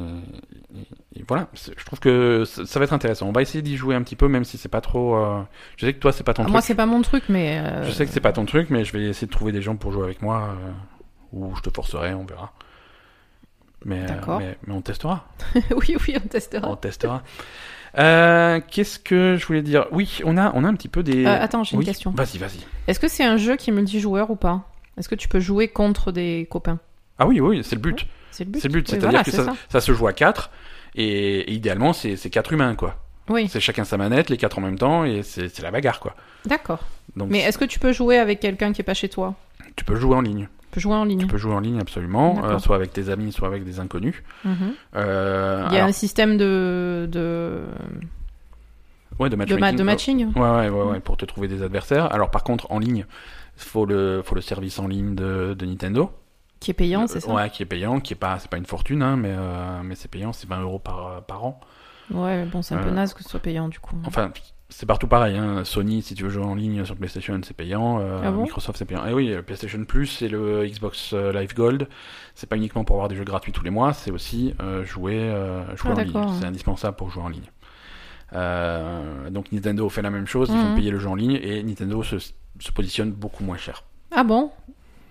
[SPEAKER 2] et- et voilà C'est- je trouve que ça, ça va être intéressant. On va essayer d'y jouer un petit peu même si c'est pas trop. euh, Je sais que toi c'est pas ton
[SPEAKER 1] Ah,
[SPEAKER 2] truc.
[SPEAKER 1] moi, c'est pas mon truc, mais. euh,
[SPEAKER 2] Je sais que c'est pas ton truc, mais je vais essayer de trouver des gens pour jouer avec moi. euh, ou je te forcerai, on verra. Mais, euh,
[SPEAKER 1] D'accord.
[SPEAKER 2] mais, mais on testera.
[SPEAKER 1] [LAUGHS] oui, oui, on testera.
[SPEAKER 2] On testera. Euh, Qu'est-ce que je voulais dire Oui, on a, on a un petit peu des.
[SPEAKER 1] Euh, attends, j'ai une
[SPEAKER 2] Oui,
[SPEAKER 1] question.
[SPEAKER 2] Vas-y, vas-y.
[SPEAKER 1] Est-ce que c'est un jeu qui est multijoueur ou pas Est-ce que tu peux jouer contre des copains
[SPEAKER 2] Ah oui, oui, c'est le but.
[SPEAKER 1] C'est le but.
[SPEAKER 2] C'est le but.
[SPEAKER 1] Oui,
[SPEAKER 2] C'est-à-dire
[SPEAKER 1] voilà,
[SPEAKER 2] que
[SPEAKER 1] c'est
[SPEAKER 2] ça,
[SPEAKER 1] ça.
[SPEAKER 2] ça se joue à 4. Et, et idéalement, c'est c'est quatre humains, quoi.
[SPEAKER 1] Oui,
[SPEAKER 2] C'est chacun sa manette, les quatre en même temps, et c'est c'est la bagarre, quoi.
[SPEAKER 1] d'accord.
[SPEAKER 2] Donc,
[SPEAKER 1] Mais euh, est-ce que tu peux jouer avec quelqu'un qui est pas chez toi
[SPEAKER 2] tu peux jouer en ligne.
[SPEAKER 1] Tu peux jouer en ligne.
[SPEAKER 2] Tu peux jouer en ligne, absolument.
[SPEAKER 1] Mm. D'accord.
[SPEAKER 2] euh, soit avec tes amis, soit avec des inconnus.
[SPEAKER 1] Mhm.
[SPEAKER 2] Euh,
[SPEAKER 1] Il y a
[SPEAKER 2] alors-
[SPEAKER 1] un système de de,
[SPEAKER 2] ouais, de
[SPEAKER 1] de, ma-
[SPEAKER 2] matchmaking. euh,
[SPEAKER 1] de matching.
[SPEAKER 2] Ouais, ouais, ouais,
[SPEAKER 1] Mm.
[SPEAKER 2] ouais, pour te trouver des adversaires. Alors par contre, en ligne, faut le, faut le service en ligne de, de Nintendo.
[SPEAKER 1] Qui est payant, c'est ça
[SPEAKER 2] euh, Ouais, qui est payant, qui est pas, c'est pas une fortune, hein, mais, euh, mais c'est payant, c'est 20 euros par, euh, par an.
[SPEAKER 1] Ah. Ouais, mais bon, c'est un peu
[SPEAKER 2] Euh,
[SPEAKER 1] naze que ce soit payant du coup.
[SPEAKER 2] Enfin, c'est partout pareil. Hein. Sony, si tu veux jouer en ligne sur PlayStation, c'est payant. euh,
[SPEAKER 1] Ah bon
[SPEAKER 2] Microsoft, c'est payant. Et oui, le PlayStation Plus et le Xbox euh, Live Gold, c'est pas uniquement pour avoir des jeux gratuits tous les mois, c'est aussi euh, jouer, euh, jouer
[SPEAKER 1] Ah,
[SPEAKER 2] en ligne.
[SPEAKER 1] d'accord.
[SPEAKER 2] C'est indispensable pour jouer en ligne. Euh, donc Nintendo fait la même chose, ils
[SPEAKER 1] Mhm.
[SPEAKER 2] font payer le jeu en ligne et Nintendo se, se positionne beaucoup moins cher.
[SPEAKER 1] Ah bon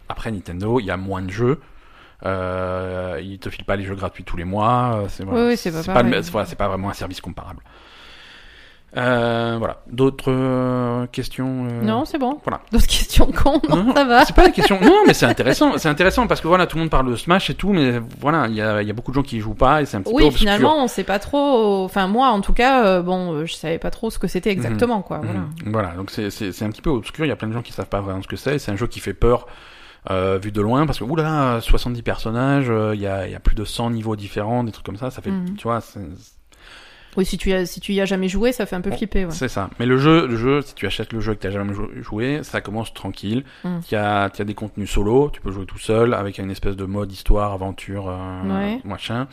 [SPEAKER 2] Après Nintendo, il y a moins de jeux. Euh, ils te filent pas les jeux gratuits tous les mois. euh, C'est voilà,
[SPEAKER 1] Oui, oui, c'est pas
[SPEAKER 2] le-
[SPEAKER 1] pareil.
[SPEAKER 2] voilà, c'est pas vraiment un service comparable. Euh, voilà. D'autres euh, questions euh,
[SPEAKER 1] Non, c'est bon.
[SPEAKER 2] voilà.
[SPEAKER 1] D'autres [LAUGHS] questions con, non,
[SPEAKER 2] Non,
[SPEAKER 1] ça va.
[SPEAKER 2] C'est pas des questions. Non, mais c'est intéressant. C'est intéressant parce que voilà, tout le monde parle de Smash et tout, mais voilà, il y a, il y a beaucoup de gens qui y jouent pas et c'est un petit peu
[SPEAKER 1] Oui,
[SPEAKER 2] obscur.
[SPEAKER 1] finalement, on sait pas trop. Enfin, moi, en tout cas, euh, bon, euh, je savais pas trop ce que c'était exactement, quoi.
[SPEAKER 2] Mhm.
[SPEAKER 1] Voilà.
[SPEAKER 2] Voilà, donc c'est- c'est c'est un petit peu obscur, il y a plein de gens qui savent pas vraiment ce que c'est, c'est un jeu qui fait peur euh, vu de loin, parce que oula, 70 personnages, euh, il y, a, il y a plus de 100 niveaux différents, des trucs comme ça, ça fait,
[SPEAKER 1] Mhm.
[SPEAKER 2] tu vois, c'est
[SPEAKER 1] Oui, si tu, y as, si tu y as jamais joué, ça fait un peu
[SPEAKER 2] Bon,
[SPEAKER 1] flipper. Ouais.
[SPEAKER 2] c'est ça. Mais le jeu, le jeu, si tu achètes le jeu et que t'as jamais jou- joué, ça commence tranquille,
[SPEAKER 1] Mhm.
[SPEAKER 2] il y, a, il y a des contenus solo, tu peux jouer tout seul, avec une espèce de mode histoire, aventure, euh,
[SPEAKER 1] Ouais.
[SPEAKER 2] machin.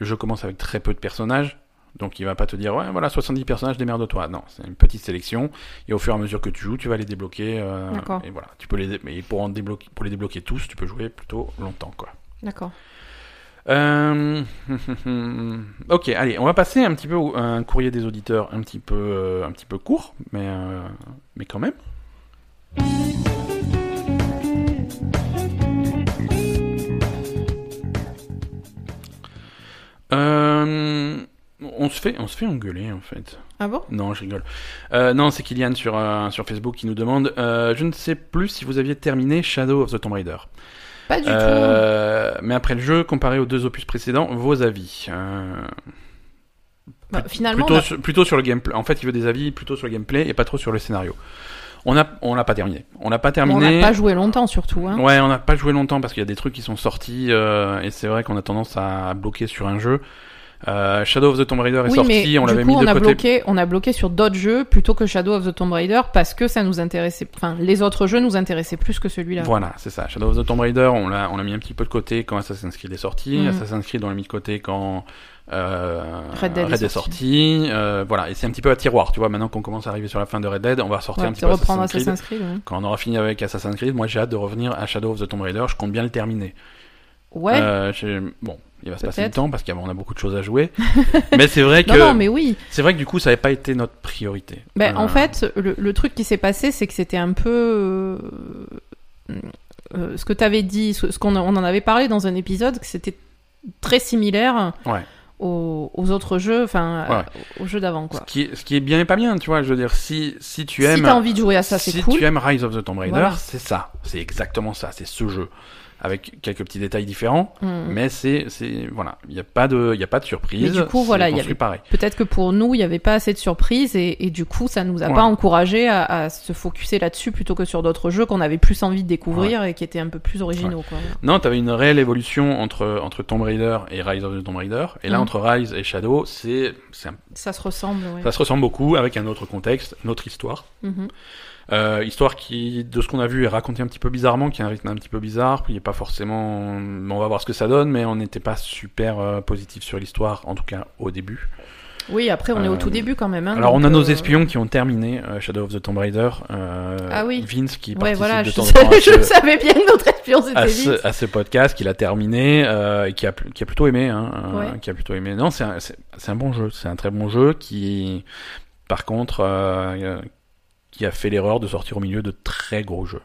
[SPEAKER 2] Le jeu commence avec très peu de personnages, donc il va pas te dire ouais voilà 70 personnages démerde-toi. Non, c'est une petite sélection et au fur et à mesure que tu joues, tu vas les débloquer. euh,
[SPEAKER 1] D'accord.
[SPEAKER 2] et voilà, tu peux les dé- mais pour en débloquer pour les débloquer tous, tu peux jouer plutôt longtemps quoi.
[SPEAKER 1] D'accord.
[SPEAKER 2] Euh, [LAUGHS] ok, allez, on va passer un petit peu au- à un courrier des auditeurs un petit peu euh, un petit peu court, mais euh, mais quand même. Euh, on se fait on se fait engueuler en fait.
[SPEAKER 1] Ah bon
[SPEAKER 2] Non, je rigole. Euh, non, c'est Kylian sur, euh, sur Facebook qui nous demande euh, Je ne sais plus si vous aviez terminé Shadow of the Tomb Raider.
[SPEAKER 1] Pas du tout.
[SPEAKER 2] Euh, mais après le jeu, comparé aux deux opus précédents, vos avis Euh,
[SPEAKER 1] Bah, finalement,
[SPEAKER 2] plutôt,
[SPEAKER 1] on a-
[SPEAKER 2] sur, plutôt sur le gameplay. En fait, il veut des avis plutôt sur le gameplay et pas trop sur le scénario. On a on l'a pas terminé. On l'a pas
[SPEAKER 1] on
[SPEAKER 2] terminé.
[SPEAKER 1] n'a pas joué longtemps, surtout. Hein.
[SPEAKER 2] Ouais, on n'a pas joué longtemps parce qu'il y a des trucs qui sont sortis euh, et c'est vrai qu'on a tendance à bloquer sur un jeu. Euh, Shadow of the Tomb Raider est
[SPEAKER 1] Oui,
[SPEAKER 2] sorti,
[SPEAKER 1] mais
[SPEAKER 2] on
[SPEAKER 1] du
[SPEAKER 2] l'avait
[SPEAKER 1] coup,
[SPEAKER 2] mis
[SPEAKER 1] on
[SPEAKER 2] de
[SPEAKER 1] a,
[SPEAKER 2] côté.
[SPEAKER 1] bloqué, on a bloqué sur d'autres jeux plutôt que Shadow of the Tomb Raider parce que ça nous intéressait. Enfin, les autres jeux nous intéressaient plus que celui-là.
[SPEAKER 2] Voilà, c'est ça. Shadow of the Tomb Raider, on l'a, on l'a mis un petit peu de côté quand Assassin's Creed est sorti.
[SPEAKER 1] Mhm.
[SPEAKER 2] Assassin's Creed, on l'a mis de côté quand euh,
[SPEAKER 1] Red Dead est
[SPEAKER 2] est sorti. Euh, voilà, et c'est un petit peu à tiroir, tu vois. Maintenant qu'on commence à arriver sur la fin de Red Dead, on va ressortir
[SPEAKER 1] Ouais,
[SPEAKER 2] un petit
[SPEAKER 1] peut-être
[SPEAKER 2] peu
[SPEAKER 1] reprendre
[SPEAKER 2] Assassin's
[SPEAKER 1] Assassin's
[SPEAKER 2] Creed.
[SPEAKER 1] Creed. ouais.
[SPEAKER 2] Quand on aura fini avec Assassin's Creed, moi j'ai hâte de revenir à Shadow of the Tomb Raider. Je compte bien le terminer.
[SPEAKER 1] Ouais.
[SPEAKER 2] Euh, j'ai- bon, il va se passer du
[SPEAKER 1] Peut-être.
[SPEAKER 2] temps parce qu'on a beaucoup de choses
[SPEAKER 1] [LAUGHS]
[SPEAKER 2] à jouer. mais c'est vrai que
[SPEAKER 1] Non, non, mais oui.
[SPEAKER 2] c'est vrai que du coup, ça n'avait pas été notre priorité.
[SPEAKER 1] Ben,
[SPEAKER 2] Euh,
[SPEAKER 1] En fait, le, le truc qui s'est passé, c'est que c'était un peu. euh, euh, ce que t'avais dit, ce, ce qu'on a- on en avait parlé dans un épisode, que c'était très similaire
[SPEAKER 2] Ouais.
[SPEAKER 1] aux, aux autres jeux, enfin,
[SPEAKER 2] Ouais.
[SPEAKER 1] euh, aux jeux d'avant,
[SPEAKER 2] ce
[SPEAKER 1] quoi.
[SPEAKER 2] qui, est, ce qui est bien et pas bien, tu vois. Je veux dire, si si tu aimes,
[SPEAKER 1] si t'as envie de jouer à Ah, ça, c'est
[SPEAKER 2] si
[SPEAKER 1] cool.
[SPEAKER 2] tu aimes Rise of the Tomb Raider,
[SPEAKER 1] Voilà.
[SPEAKER 2] c'est ça. C'est exactement ça. C'est ce jeu. avec quelques petits détails différents.
[SPEAKER 1] Mm.
[SPEAKER 2] Mais c'est, c'est, voilà, il n'y a pas de, il y a pas de surprise.
[SPEAKER 1] Mais du coup,
[SPEAKER 2] c'est
[SPEAKER 1] voilà, il y
[SPEAKER 2] construit
[SPEAKER 1] avait-
[SPEAKER 2] pareil.
[SPEAKER 1] Peut-être que pour nous, il n'y avait pas assez de surprises et, et du coup, ça nous a
[SPEAKER 2] Ouais.
[SPEAKER 1] pas encouragé à, à se focuser là-dessus plutôt que sur d'autres jeux qu'on avait plus envie de découvrir et qui étaient un peu plus originaux. Quoi.
[SPEAKER 2] Non, t'avais une réelle évolution entre, entre Tomb Raider et Rise of the Tomb Raider. Et là,
[SPEAKER 1] Mhm.
[SPEAKER 2] entre Rise et Shadow, c'est, c'est un-
[SPEAKER 1] Ça se ressemble, ouais.
[SPEAKER 2] ça se ressemble beaucoup avec un autre contexte, une autre histoire.
[SPEAKER 1] Mhm.
[SPEAKER 2] Euh, histoire qui, de ce qu'on a vu, est racontée un petit peu bizarrement, qui a un rythme un petit peu bizarre. Puis il est pas forcément, bon, on va voir ce que ça donne, mais on n'était pas super euh, positif sur l'histoire, en tout cas au début.
[SPEAKER 1] Oui, après, on est
[SPEAKER 2] Euh,
[SPEAKER 1] au tout début quand même. hein,
[SPEAKER 2] Alors
[SPEAKER 1] donc,
[SPEAKER 2] on a nos
[SPEAKER 1] euh,
[SPEAKER 2] espions qui ont terminé euh, Shadow of the Tomb Raider. euh,
[SPEAKER 1] Ah oui.
[SPEAKER 2] Vince qui
[SPEAKER 1] Ouais,
[SPEAKER 2] participe
[SPEAKER 1] voilà,
[SPEAKER 2] de
[SPEAKER 1] je,
[SPEAKER 2] temps en temps
[SPEAKER 1] [LAUGHS]
[SPEAKER 2] à
[SPEAKER 1] je
[SPEAKER 2] ce-
[SPEAKER 1] savais bien que notre espion, c'était
[SPEAKER 2] à
[SPEAKER 1] vite.
[SPEAKER 2] ce, à ce podcast qu'il a terminé euh, et qui a, pl- qui a plutôt aimé hein, euh,
[SPEAKER 1] Ouais.
[SPEAKER 2] qui a plutôt aimé non c'est un, c'est c'est un bon jeu c'est un très bon jeu qui par contre euh, euh, qui a fait l'erreur de sortir au milieu de très gros jeux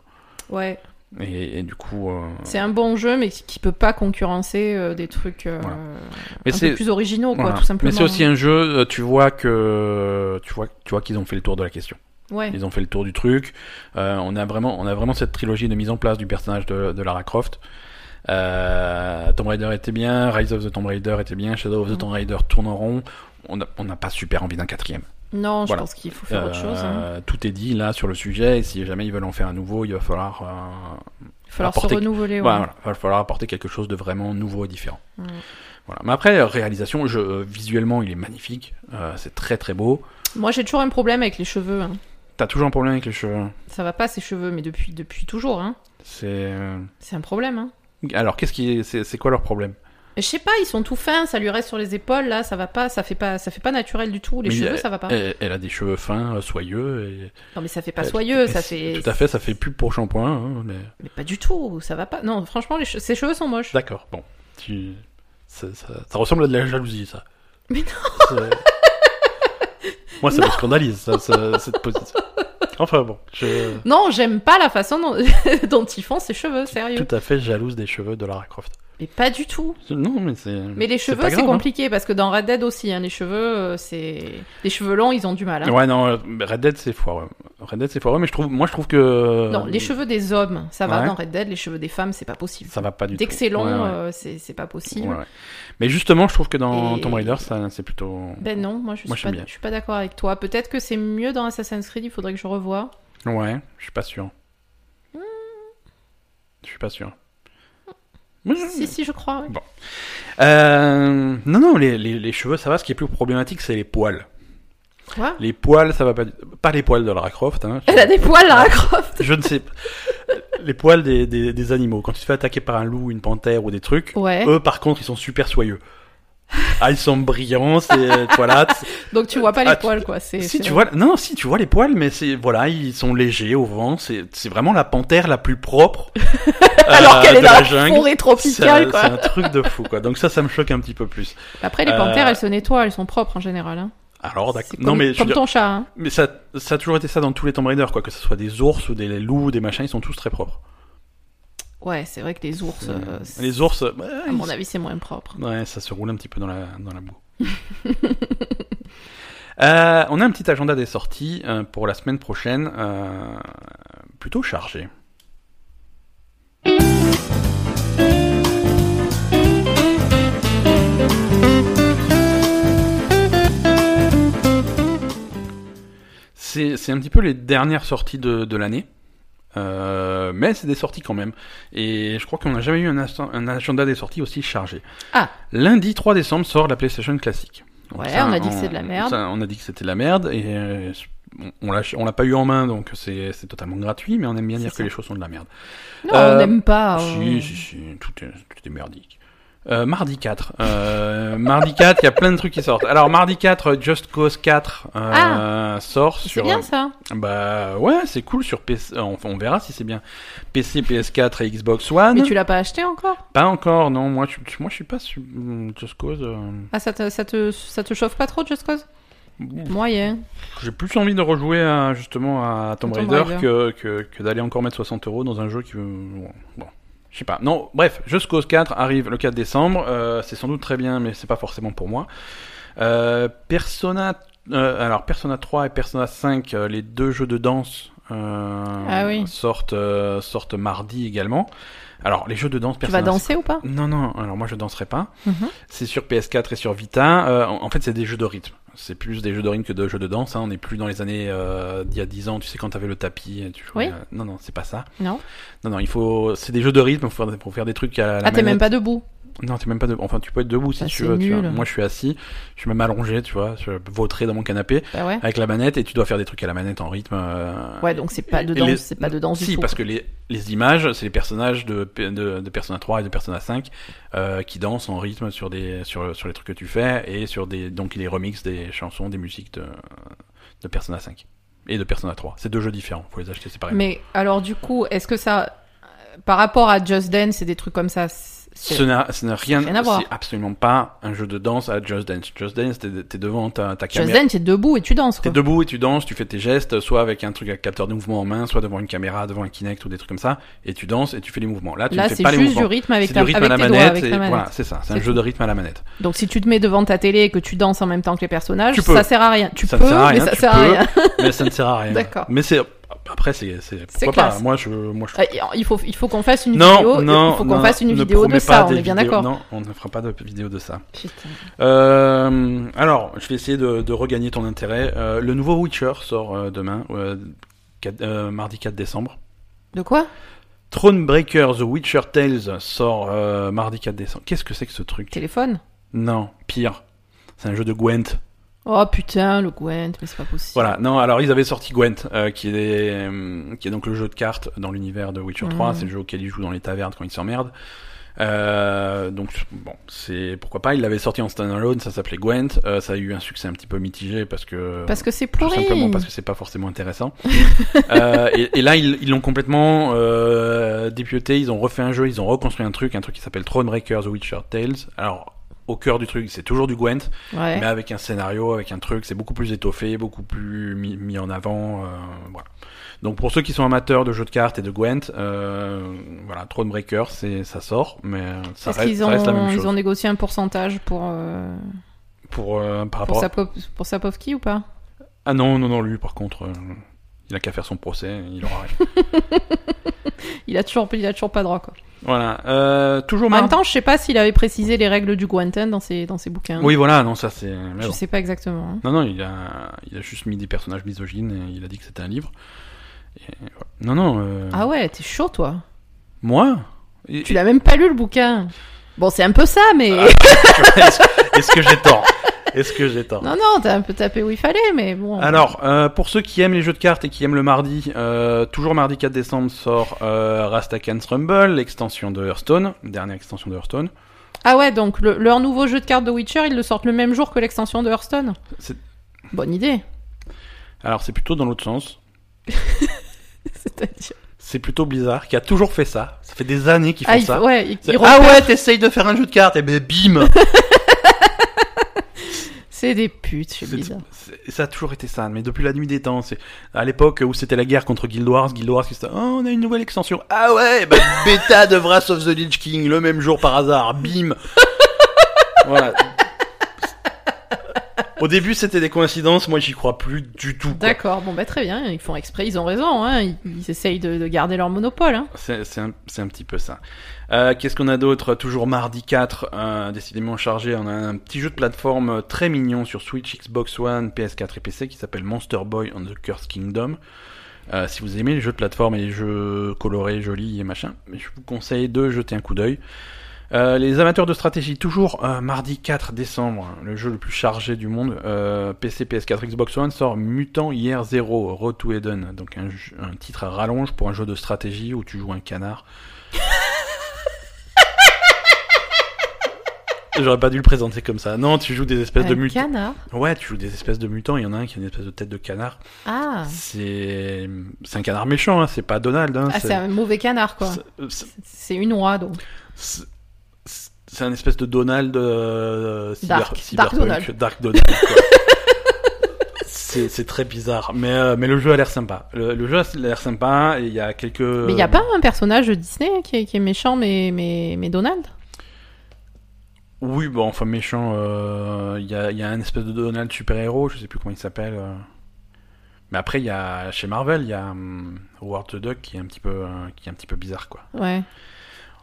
[SPEAKER 1] Ouais.
[SPEAKER 2] et, et du coup euh,
[SPEAKER 1] C'est un bon jeu, mais qui qui peut pas concurrencer euh, des trucs euh,
[SPEAKER 2] Voilà.
[SPEAKER 1] un peu plus originaux, quoi,
[SPEAKER 2] voilà.
[SPEAKER 1] tout simplement. hein.
[SPEAKER 2] mais c'est aussi un jeu euh, tu vois que tu vois tu vois qu'ils ont fait le tour de la question
[SPEAKER 1] Ouais.
[SPEAKER 2] [LAUGHS] Ils ont fait le tour du truc. Euh, on a vraiment, on a vraiment cette trilogie de mise en place du personnage de, de Lara Croft. Euh, Tomb Raider était bien, Rise of the Tomb Raider était bien, Shadow of the
[SPEAKER 1] Mhm.
[SPEAKER 2] Tomb Raider tourne en rond. On n'a on n'a pas super envie d'un quatrième.
[SPEAKER 1] Non, je
[SPEAKER 2] Voilà.
[SPEAKER 1] pense qu'il faut faire autre chose. hein.
[SPEAKER 2] Euh, Tout est dit là sur le sujet. Et si jamais ils veulent en faire un nouveau, il va falloir, euh,
[SPEAKER 1] Il va falloir
[SPEAKER 2] apporter-
[SPEAKER 1] se renouveler. ouais.
[SPEAKER 2] voilà, voilà, il va falloir apporter quelque chose de vraiment nouveau et différent.
[SPEAKER 1] Mhm.
[SPEAKER 2] Voilà. Mais après, euh, réalisation, je, euh, visuellement, il est magnifique. Euh, c'est très très beau.
[SPEAKER 1] Moi, j'ai toujours un problème avec les cheveux. hein.
[SPEAKER 2] T'as toujours un problème avec les cheveux. hein.
[SPEAKER 1] Ça va pas ces cheveux, mais depuis depuis toujours. Hein.
[SPEAKER 2] C'est euh,
[SPEAKER 1] C'est un problème. Hein.
[SPEAKER 2] alors qu'est-ce qui, est- c'est c'est quoi leur problème?
[SPEAKER 1] Mais Je sais pas, ils sont tout fins, ça lui reste sur les épaules là, ça va pas, ça fait pas, ça fait pas naturel du tout. Les
[SPEAKER 2] Mais
[SPEAKER 1] cheveux,
[SPEAKER 2] elle-
[SPEAKER 1] ça va pas.
[SPEAKER 2] Elle, elle a eh, des cheveux fins, euh, soyeux. Et...
[SPEAKER 1] non, mais ça fait pas
[SPEAKER 2] elle-
[SPEAKER 1] soyeux,
[SPEAKER 2] elle-
[SPEAKER 1] ça fait.
[SPEAKER 2] eh, Tout à fait, ça fait pub pour shampoing. hein, mais...
[SPEAKER 1] Mais pas du tout, ça va pas. Non, franchement, les che- ses cheveux sont moches.
[SPEAKER 2] D'accord, bon. Tu- Ça, ça- ça ressemble à de la jalousie, ça.
[SPEAKER 1] Mais
[SPEAKER 2] non
[SPEAKER 1] [LAUGHS]
[SPEAKER 2] Moi, ça me scandalise, ça, ça- cette position. Enfin bon, je
[SPEAKER 1] Non, j'aime pas la façon dont, [LAUGHS] dont ils font ses cheveux, sérieux.
[SPEAKER 2] tout à fait jalouse des cheveux de Lara Croft.
[SPEAKER 1] Mais pas du tout.
[SPEAKER 2] Non, mais c'est.
[SPEAKER 1] Mais les
[SPEAKER 2] c'est pas
[SPEAKER 1] cheveux, c'est
[SPEAKER 2] grave, hein.
[SPEAKER 1] compliqué parce que dans Red Dead aussi, hein, les cheveux, euh, c'est les cheveux longs, ils ont du mal. hein.
[SPEAKER 2] Ouais, non, euh, Red Dead, c'est foireux. Red Dead, c'est foireux, mais je trouve, moi, je trouve que.
[SPEAKER 1] Non, les cheveux des hommes, ça va
[SPEAKER 2] euh, Ouais.
[SPEAKER 1] dans Red Dead. Les cheveux des femmes, c'est pas possible.
[SPEAKER 2] Ça va pas du tout.
[SPEAKER 1] D'excellent,
[SPEAKER 2] Ouais, ouais.
[SPEAKER 1] c'est c'est pas possible.
[SPEAKER 2] Ouais, ouais. Mais justement, je trouve que dans
[SPEAKER 1] Et-
[SPEAKER 2] Tomb Raider, ça, c'est plutôt.
[SPEAKER 1] Ben non, moi je suis
[SPEAKER 2] Moi, j'aime
[SPEAKER 1] pas,
[SPEAKER 2] bien.
[SPEAKER 1] je suis pas d'accord avec toi. Peut-être que c'est mieux dans Assassin's Creed. Il faudrait que je revoie.
[SPEAKER 2] Ouais, je suis pas sûr. Je suis pas sûr. Mmh.
[SPEAKER 1] Si si, je crois. oui.
[SPEAKER 2] Euh, non, non, les, les, les cheveux, ça va. Ce qui est plus problématique, c'est les poils.
[SPEAKER 1] Quoi
[SPEAKER 2] Les poils, ça va pas. du- Pas les poils de Lara Croft. Hein,
[SPEAKER 1] Elle a des poils, Lara
[SPEAKER 2] [LAUGHS]
[SPEAKER 1] Croft.
[SPEAKER 2] Je ne sais pas. Les poils des, des, des animaux. Quand tu te fais attaquer par un loup, une panthère ou des trucs,
[SPEAKER 1] Ouais.
[SPEAKER 2] eux, par contre, ils sont super soyeux. Ah, ils sont brillants, c'est euh, voilà. t-
[SPEAKER 1] Donc tu vois pas les
[SPEAKER 2] Ah, tu-
[SPEAKER 1] poils, quoi. C'est
[SPEAKER 2] Si
[SPEAKER 1] c'est-
[SPEAKER 2] tu vois, non, si tu vois les poils, mais c'est voilà, ils sont légers au vent. C'est c'est vraiment la panthère la
[SPEAKER 1] [LAUGHS]
[SPEAKER 2] plus propre.
[SPEAKER 1] Alors
[SPEAKER 2] euh,
[SPEAKER 1] qu'elle est
[SPEAKER 2] de
[SPEAKER 1] dans
[SPEAKER 2] la
[SPEAKER 1] la
[SPEAKER 2] jungle.
[SPEAKER 1] forêt
[SPEAKER 2] C'est
[SPEAKER 1] tropicale,
[SPEAKER 2] un-
[SPEAKER 1] quoi.
[SPEAKER 2] C'est un truc de fou, quoi. Donc ça, ça me choque un petit peu plus.
[SPEAKER 1] Après, les
[SPEAKER 2] Euh,
[SPEAKER 1] panthères, elles se nettoient, elles sont propres en général. Hein.
[SPEAKER 2] Alors,
[SPEAKER 1] C'est
[SPEAKER 2] Oh, d'accord.
[SPEAKER 1] comme,
[SPEAKER 2] Non, mais, je
[SPEAKER 1] comme
[SPEAKER 2] veux dire-
[SPEAKER 1] ton chat. Hein.
[SPEAKER 2] mais ça, ça a toujours été ça dans tous les Tomb Raider, quoi. Que ce soit des ours ou des loups, des machins, ils sont tous très propres.
[SPEAKER 1] Ouais, c'est vrai que les ours. euh, Ah, c'est-
[SPEAKER 2] Les ours, euh,
[SPEAKER 1] À mon avis, c'est moins propre.
[SPEAKER 2] ouais, ça se roule un petit peu dans la, dans la boue. Euh, on a un petit agenda des sorties euh, pour la semaine prochaine, euh, plutôt chargé. C'est c'est un petit peu les dernières sorties de, de l'année. Euh, mais c'est des sorties quand même. Et je crois qu'on n'a jamais eu un, instant- un agenda des sorties aussi chargé.
[SPEAKER 1] Ah.
[SPEAKER 2] Lundi 3 décembre sort la PlayStation classique. Donc
[SPEAKER 1] Ouais, on a dit que c'est de la merde.
[SPEAKER 2] ça, on a dit que c'était de la merde. Et euh, on l'a- on l'a pas eu en main, donc c'est c'est totalement gratuit. Mais on aime bien
[SPEAKER 1] C'est
[SPEAKER 2] dire que
[SPEAKER 1] ça.
[SPEAKER 2] les choses sont de la merde.
[SPEAKER 1] Non,
[SPEAKER 2] Euh,
[SPEAKER 1] on n'aime pas. euh,
[SPEAKER 2] Si, si, si, tout est, tout est merdique. Euh, mardi 4. Euh, [LAUGHS] mardi 4, il y a plein de trucs qui sortent. Alors, mardi 4, Just Cause 4 euh, sort
[SPEAKER 1] Ah. C'est
[SPEAKER 2] sur.
[SPEAKER 1] bien ça.
[SPEAKER 2] Bah ouais, c'est cool sur PC. euh, Enfin, on verra si c'est bien. PC, PS4 et Xbox One.
[SPEAKER 1] Mais tu l'as pas acheté encore
[SPEAKER 2] Pas encore, non. Moi, je, moi, je suis pas sur hum, Just Cause. euh,
[SPEAKER 1] Ah, ça te, ça, te, ça te chauffe pas trop, Just Cause
[SPEAKER 2] ouf.
[SPEAKER 1] Moyen.
[SPEAKER 2] J'ai plus envie de rejouer à, justement à Tomb,
[SPEAKER 1] Tomb
[SPEAKER 2] Raider,
[SPEAKER 1] Raider.
[SPEAKER 2] que, que, que d'aller encore mettre 60 euros dans un jeu qui. euh, Bon, bon. je sais pas. Non, bref, Just Cause 4 arrive le 4 décembre. euh, c'est sans doute très bien, mais c'est pas forcément pour moi. Euh, Persona. euh, alors, Persona 3 et Persona 5, euh, les deux jeux de danse euh,
[SPEAKER 1] Ah oui.
[SPEAKER 2] sortent, euh, sortent mardi également. Alors, les jeux de danse,
[SPEAKER 1] Tu vas
[SPEAKER 2] personne n'a-
[SPEAKER 1] danser ou pas
[SPEAKER 2] Non, non, alors moi je danserai pas.
[SPEAKER 1] Mhm.
[SPEAKER 2] C'est sur PS4 et sur Vita. Euh, en en fait, c'est des jeux de rythme. C'est plus des jeux de rythme que de jeux de danse. hein. On n'est plus dans les années euh, d'il y a 10 ans, tu sais, quand t'avais le tapis. et Tu jouais,
[SPEAKER 1] Oui.
[SPEAKER 2] euh, Non, non, c'est pas ça.
[SPEAKER 1] Non.
[SPEAKER 2] Non, non, il faut. C'est des jeux de rythme pour faire, pour faire des trucs à la
[SPEAKER 1] Ah, t'es même
[SPEAKER 2] manette.
[SPEAKER 1] pas debout.
[SPEAKER 2] Non, t'es même pas debout. Enfin, tu peux être debout si
[SPEAKER 1] Bah,
[SPEAKER 2] tu
[SPEAKER 1] c'est
[SPEAKER 2] veux. tu vois.
[SPEAKER 1] nul.
[SPEAKER 2] Moi, je suis assis. Je suis même allongé, tu vois. Je vautrais dans mon canapé
[SPEAKER 1] Bah ouais.
[SPEAKER 2] avec la manette et tu dois faire des trucs à la manette en rythme. euh,
[SPEAKER 1] Ouais, donc c'est pas de
[SPEAKER 2] et
[SPEAKER 1] danse,
[SPEAKER 2] les-
[SPEAKER 1] c'est pas de danse du
[SPEAKER 2] Si,
[SPEAKER 1] tout.
[SPEAKER 2] parce que les, les images, c'est les personnages de, P- de, de Persona 3 et de Persona 5 euh, qui dansent en rythme sur, des, sur, sur les trucs que tu fais et sur des, donc les remixes des chansons, des musiques de, de Persona 5 et de Persona 3. C'est deux jeux différents, faut les acheter séparément.
[SPEAKER 1] Mais alors du coup, est-ce que ça, euh, par rapport à Just Dance et des trucs comme ça, c'est-
[SPEAKER 2] Ce n'a ce n'a rien,
[SPEAKER 1] rien à voir.
[SPEAKER 2] c'est absolument pas un jeu de danse à Just Dance. Just Dance, t'es t'es devant ta, ta
[SPEAKER 1] Just
[SPEAKER 2] caméra.
[SPEAKER 1] Dance, t'es debout et tu danses.
[SPEAKER 2] T'es
[SPEAKER 1] Quoi.
[SPEAKER 2] debout et tu danses, tu fais tes gestes, soit avec un truc à capteur de mouvement en main, soit devant une caméra, devant un Kinect ou des trucs comme ça, et tu danses et tu fais les mouvements. Là, tu
[SPEAKER 1] Là,
[SPEAKER 2] ne fais
[SPEAKER 1] c'est
[SPEAKER 2] pas les
[SPEAKER 1] juste
[SPEAKER 2] mouvements.
[SPEAKER 1] du rythme avec,
[SPEAKER 2] C'est
[SPEAKER 1] ta,
[SPEAKER 2] du rythme
[SPEAKER 1] avec
[SPEAKER 2] à la
[SPEAKER 1] tes
[SPEAKER 2] manette.
[SPEAKER 1] doigts, avec
[SPEAKER 2] et
[SPEAKER 1] ta manette.
[SPEAKER 2] Voilà, c'est ça. C'est un
[SPEAKER 1] C'est
[SPEAKER 2] jeu
[SPEAKER 1] tout.
[SPEAKER 2] de rythme à la manette.
[SPEAKER 1] Donc si tu te mets devant ta télé et que tu danses en même temps que les personnages,
[SPEAKER 2] Tu peux.
[SPEAKER 1] ça sert à rien. Tu
[SPEAKER 2] Ça ne
[SPEAKER 1] peux,
[SPEAKER 2] sert à rien,
[SPEAKER 1] mais ça
[SPEAKER 2] tu
[SPEAKER 1] sert à
[SPEAKER 2] peux.
[SPEAKER 1] rien.
[SPEAKER 2] [LAUGHS] Mais ça ne sert à rien.
[SPEAKER 1] D'accord.
[SPEAKER 2] Mais c'est après c'est c'est
[SPEAKER 1] C'est
[SPEAKER 2] pourquoi pas.
[SPEAKER 1] classe.
[SPEAKER 2] Moi je moi je.
[SPEAKER 1] Euh, Il faut, il faut qu'on fasse une
[SPEAKER 2] non,
[SPEAKER 1] vidéo.
[SPEAKER 2] non,
[SPEAKER 1] il faut
[SPEAKER 2] non,
[SPEAKER 1] qu'on fasse une
[SPEAKER 2] ne
[SPEAKER 1] vidéo
[SPEAKER 2] promets
[SPEAKER 1] de
[SPEAKER 2] pas
[SPEAKER 1] ça.
[SPEAKER 2] des
[SPEAKER 1] On est bien
[SPEAKER 2] vidéos.
[SPEAKER 1] d'accord.
[SPEAKER 2] Non, on ne fera pas de vidéo de ça.
[SPEAKER 1] Putain.
[SPEAKER 2] Euh, alors, je vais essayer de, de regagner ton intérêt. Euh, le nouveau Witcher sort euh, demain, euh, quatre- euh, mardi 4 décembre.
[SPEAKER 1] De quoi
[SPEAKER 2] Thronebreaker The Witcher Tales sort euh, mardi 4 décembre. Qu'est-ce que c'est que ce truc
[SPEAKER 1] Téléphone
[SPEAKER 2] Non, pire. C'est un jeu de Gwent.
[SPEAKER 1] Oh putain, le Gwent, mais c'est pas possible.
[SPEAKER 2] Voilà, non, alors ils avaient sorti Gwent, euh, qui, est, euh, qui est donc le jeu de cartes dans l'univers de Witcher 3,
[SPEAKER 1] Mhm.
[SPEAKER 2] c'est le jeu auquel ils jouent dans les tavernes quand ils s'emmerdent. Euh, donc bon, c'est pourquoi pas, ils l'avaient sorti en standalone, ça s'appelait Gwent, Euh, ça a eu un succès un petit peu mitigé parce que...
[SPEAKER 1] Parce que c'est
[SPEAKER 2] tout
[SPEAKER 1] pourri.
[SPEAKER 2] simplement parce que c'est pas forcément intéressant. [LAUGHS] Euh, et, et là, ils ils l'ont complètement euh, dépioté. Ils ont refait un jeu, ils ont reconstruit un truc, un truc qui s'appelle Thronebreaker The Witcher Tales. Alors, au cœur du truc, c'est toujours du Gwent,
[SPEAKER 1] Ouais.
[SPEAKER 2] mais avec un scénario, avec un truc, c'est beaucoup plus étoffé, beaucoup plus mis, mis en avant. euh, voilà. Donc pour ceux qui sont amateurs de jeux de cartes et de Gwent, euh, voilà, Thronebreaker, c'est ça sort, mais euh, ça
[SPEAKER 1] Est-ce
[SPEAKER 2] reste,
[SPEAKER 1] qu'ils
[SPEAKER 2] ça reste la
[SPEAKER 1] ont,
[SPEAKER 2] même
[SPEAKER 1] ils
[SPEAKER 2] chose.
[SPEAKER 1] ont négocié un pourcentage pour, euh,
[SPEAKER 2] Pour euh, par
[SPEAKER 1] pour,
[SPEAKER 2] rapport
[SPEAKER 1] Sapov- pour Sapovski ou pas
[SPEAKER 2] ah non non non lui par contre, euh, il a qu'à faire son procès, il aura. rien. [LAUGHS]
[SPEAKER 1] il a, toujours, il a toujours pas droit. Quoi.
[SPEAKER 2] voilà, euh, toujours
[SPEAKER 1] En même
[SPEAKER 2] mardi.
[SPEAKER 1] temps, je sais pas s'il avait précisé les règles du Guantan dans ses, dans ses bouquins.
[SPEAKER 2] Oui voilà, non ça c'est. mais
[SPEAKER 1] hein. Je
[SPEAKER 2] bon.
[SPEAKER 1] sais pas exactement. hein.
[SPEAKER 2] Non non, il a il a juste mis des personnages misogynes, et il a dit que c'était un livre. Et voilà. Non non. euh,
[SPEAKER 1] Ah ouais, t'es chaud toi.
[SPEAKER 2] Moi. Et-
[SPEAKER 1] Tu l'as même pas lu le bouquin. Bon, c'est un peu ça, mais.
[SPEAKER 2] Ah. [LAUGHS] Est-ce que j'ai tort Est-ce que j'ai tort
[SPEAKER 1] Non, non, t'as un peu tapé où il fallait, mais bon.
[SPEAKER 2] Alors, euh, pour ceux qui aiment les jeux de cartes et qui aiment le mardi, euh, toujours mardi 4 décembre sort euh, Rastakan's Rumble, l'extension de Hearthstone, dernière extension de Hearthstone.
[SPEAKER 1] Ah ouais, donc le- leur nouveau jeu de cartes de Witcher, ils le sortent le même jour que l'extension de Hearthstone.
[SPEAKER 2] C'est-
[SPEAKER 1] Bonne idée.
[SPEAKER 2] Alors c'est plutôt dans l'autre sens.
[SPEAKER 1] C'est-à-dire.
[SPEAKER 2] C'est plutôt Blizzard qui a toujours fait ça. Ça fait des années qu'ils font
[SPEAKER 1] Ah, il-
[SPEAKER 2] ça.
[SPEAKER 1] ouais, il-
[SPEAKER 2] C'est,
[SPEAKER 1] il
[SPEAKER 2] ah
[SPEAKER 1] repère-
[SPEAKER 2] ouais, t'essayes de faire un jeu de cartes et ben bim
[SPEAKER 1] C'est des putes, c'est
[SPEAKER 2] C'est-
[SPEAKER 1] bizarre.
[SPEAKER 2] c'est- Ça a toujours été ça, mais depuis la nuit des temps, c'est à l'époque où c'était la guerre contre Guild Wars, Guild Wars qui se oh, on a une nouvelle extension. Ah ouais, bah, bêta de Wrath of the Lich King le même jour par hasard, bim. [LAUGHS] voilà. Au début, c'était des coïncidences, moi j'y crois plus du tout. quoi.
[SPEAKER 1] D'accord, bon bah très bien, ils font exprès, ils ont raison, hein. ils, ils essayent de, de garder leur monopole. Hein.
[SPEAKER 2] C'est c'est un, c'est un petit peu ça. Euh, Qu'est-ce qu'on a d'autre Toujours mardi 4, euh, décidément chargé. On a un petit jeu de plateforme euh, très mignon sur Switch, Xbox One, PS4 et PC qui s'appelle Monster Boy on the Curse Kingdom. Euh, si vous aimez les jeux de plateforme et les jeux colorés, jolis et machin, je vous conseille de jeter un coup d'œil. Euh, les amateurs de stratégie, toujours euh, mardi 4 décembre, hein, le jeu le plus chargé du monde, euh, PC, PS4, Xbox One sort Mutant Hier Zero, Road to Eden, donc un, ju- un titre à rallonge pour un jeu de stratégie où tu joues
[SPEAKER 1] [LAUGHS]
[SPEAKER 2] un canard. J'aurais pas dû le présenter comme ça. Non, tu joues des espèces de
[SPEAKER 1] Un
[SPEAKER 2] mutants.
[SPEAKER 1] canard.
[SPEAKER 2] Ouais, tu joues des espèces de mutants. Il y en a un qui a une espèce de tête de canard.
[SPEAKER 1] Ah,
[SPEAKER 2] C'est c'est un canard méchant, hein, c'est pas Donald. Hein,
[SPEAKER 1] ah c'est un mauvais canard quoi.
[SPEAKER 2] c'est- c'est-
[SPEAKER 1] C'est une oie donc.
[SPEAKER 2] c'est- c'est- c'est un espèce de Donald euh, cyber-
[SPEAKER 1] Dark.
[SPEAKER 2] cyberpunk,
[SPEAKER 1] Dark Donald.
[SPEAKER 2] Dark Donald, quoi. [LAUGHS] C'est c'est très bizarre, mais, euh, mais le jeu a l'air sympa. Le, le jeu a l'air sympa et il y a quelques.
[SPEAKER 1] Mais il n'y a pas un personnage de Disney qui est, qui est méchant, mais, mais, mais Donald
[SPEAKER 2] Oui, bon, enfin méchant. euh, Il y, a, il y a un espèce de Donald super héros, je sais plus comment il s'appelle. euh. Mais après, il y a, chez Marvel, il y a hum, Howard the Duck qui est un petit peu, euh, qui est un petit peu bizarre, quoi.
[SPEAKER 1] Ouais.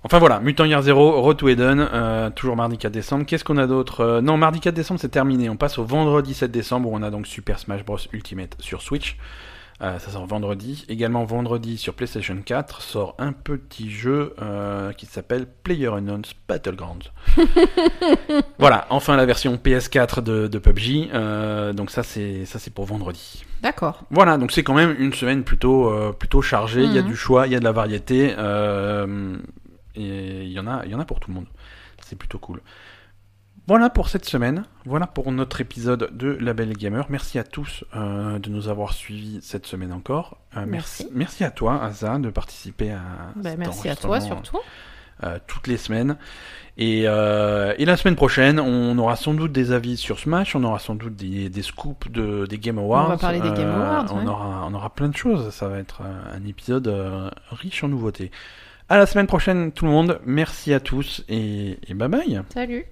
[SPEAKER 2] Enfin voilà, Mutant Year Zero, Road to Eden, euh, toujours mardi 4 décembre. Qu'est-ce qu'on a d'autre Euh, Non, mardi 4 décembre, c'est terminé. On passe au vendredi 7 décembre où on a donc Super Smash Bros Ultimate sur Switch. Euh, ça sort vendredi. Également vendredi sur PlayStation 4 sort un petit jeu euh, qui s'appelle PlayerUnknown's Battlegrounds. voilà, enfin la version PS4 de, de PUBG. Euh, donc ça c'est ça c'est pour vendredi.
[SPEAKER 1] D'accord.
[SPEAKER 2] Voilà, donc c'est quand même une semaine plutôt, euh, plutôt chargée. Il y a
[SPEAKER 1] Mhm.
[SPEAKER 2] du choix, il y a de la variété. euh, et il y, en a, il y en a pour tout le monde. C'est plutôt cool. Voilà pour cette semaine. Voilà pour notre épisode de La Belle et Gamer. Merci à tous euh, de nous avoir suivis cette semaine encore. Euh, merci.
[SPEAKER 1] Merci.
[SPEAKER 2] Merci à toi, Asa, de participer à.
[SPEAKER 1] Ben,
[SPEAKER 2] cet
[SPEAKER 1] merci à toi
[SPEAKER 2] enregistrement,
[SPEAKER 1] surtout.
[SPEAKER 2] euh, toutes les semaines. Et, euh, et la semaine prochaine, on aura sans doute des avis sur Smash, on aura sans doute des, des scoops de, des Game Awards. euh,
[SPEAKER 1] On va parler des Game Awards,
[SPEAKER 2] on,
[SPEAKER 1] ouais.
[SPEAKER 2] aura, on aura plein de choses. Ça va être euh, un épisode euh, riche en nouveautés. À la semaine prochaine, tout le monde. Merci à tous et, et bye bye.
[SPEAKER 1] Salut.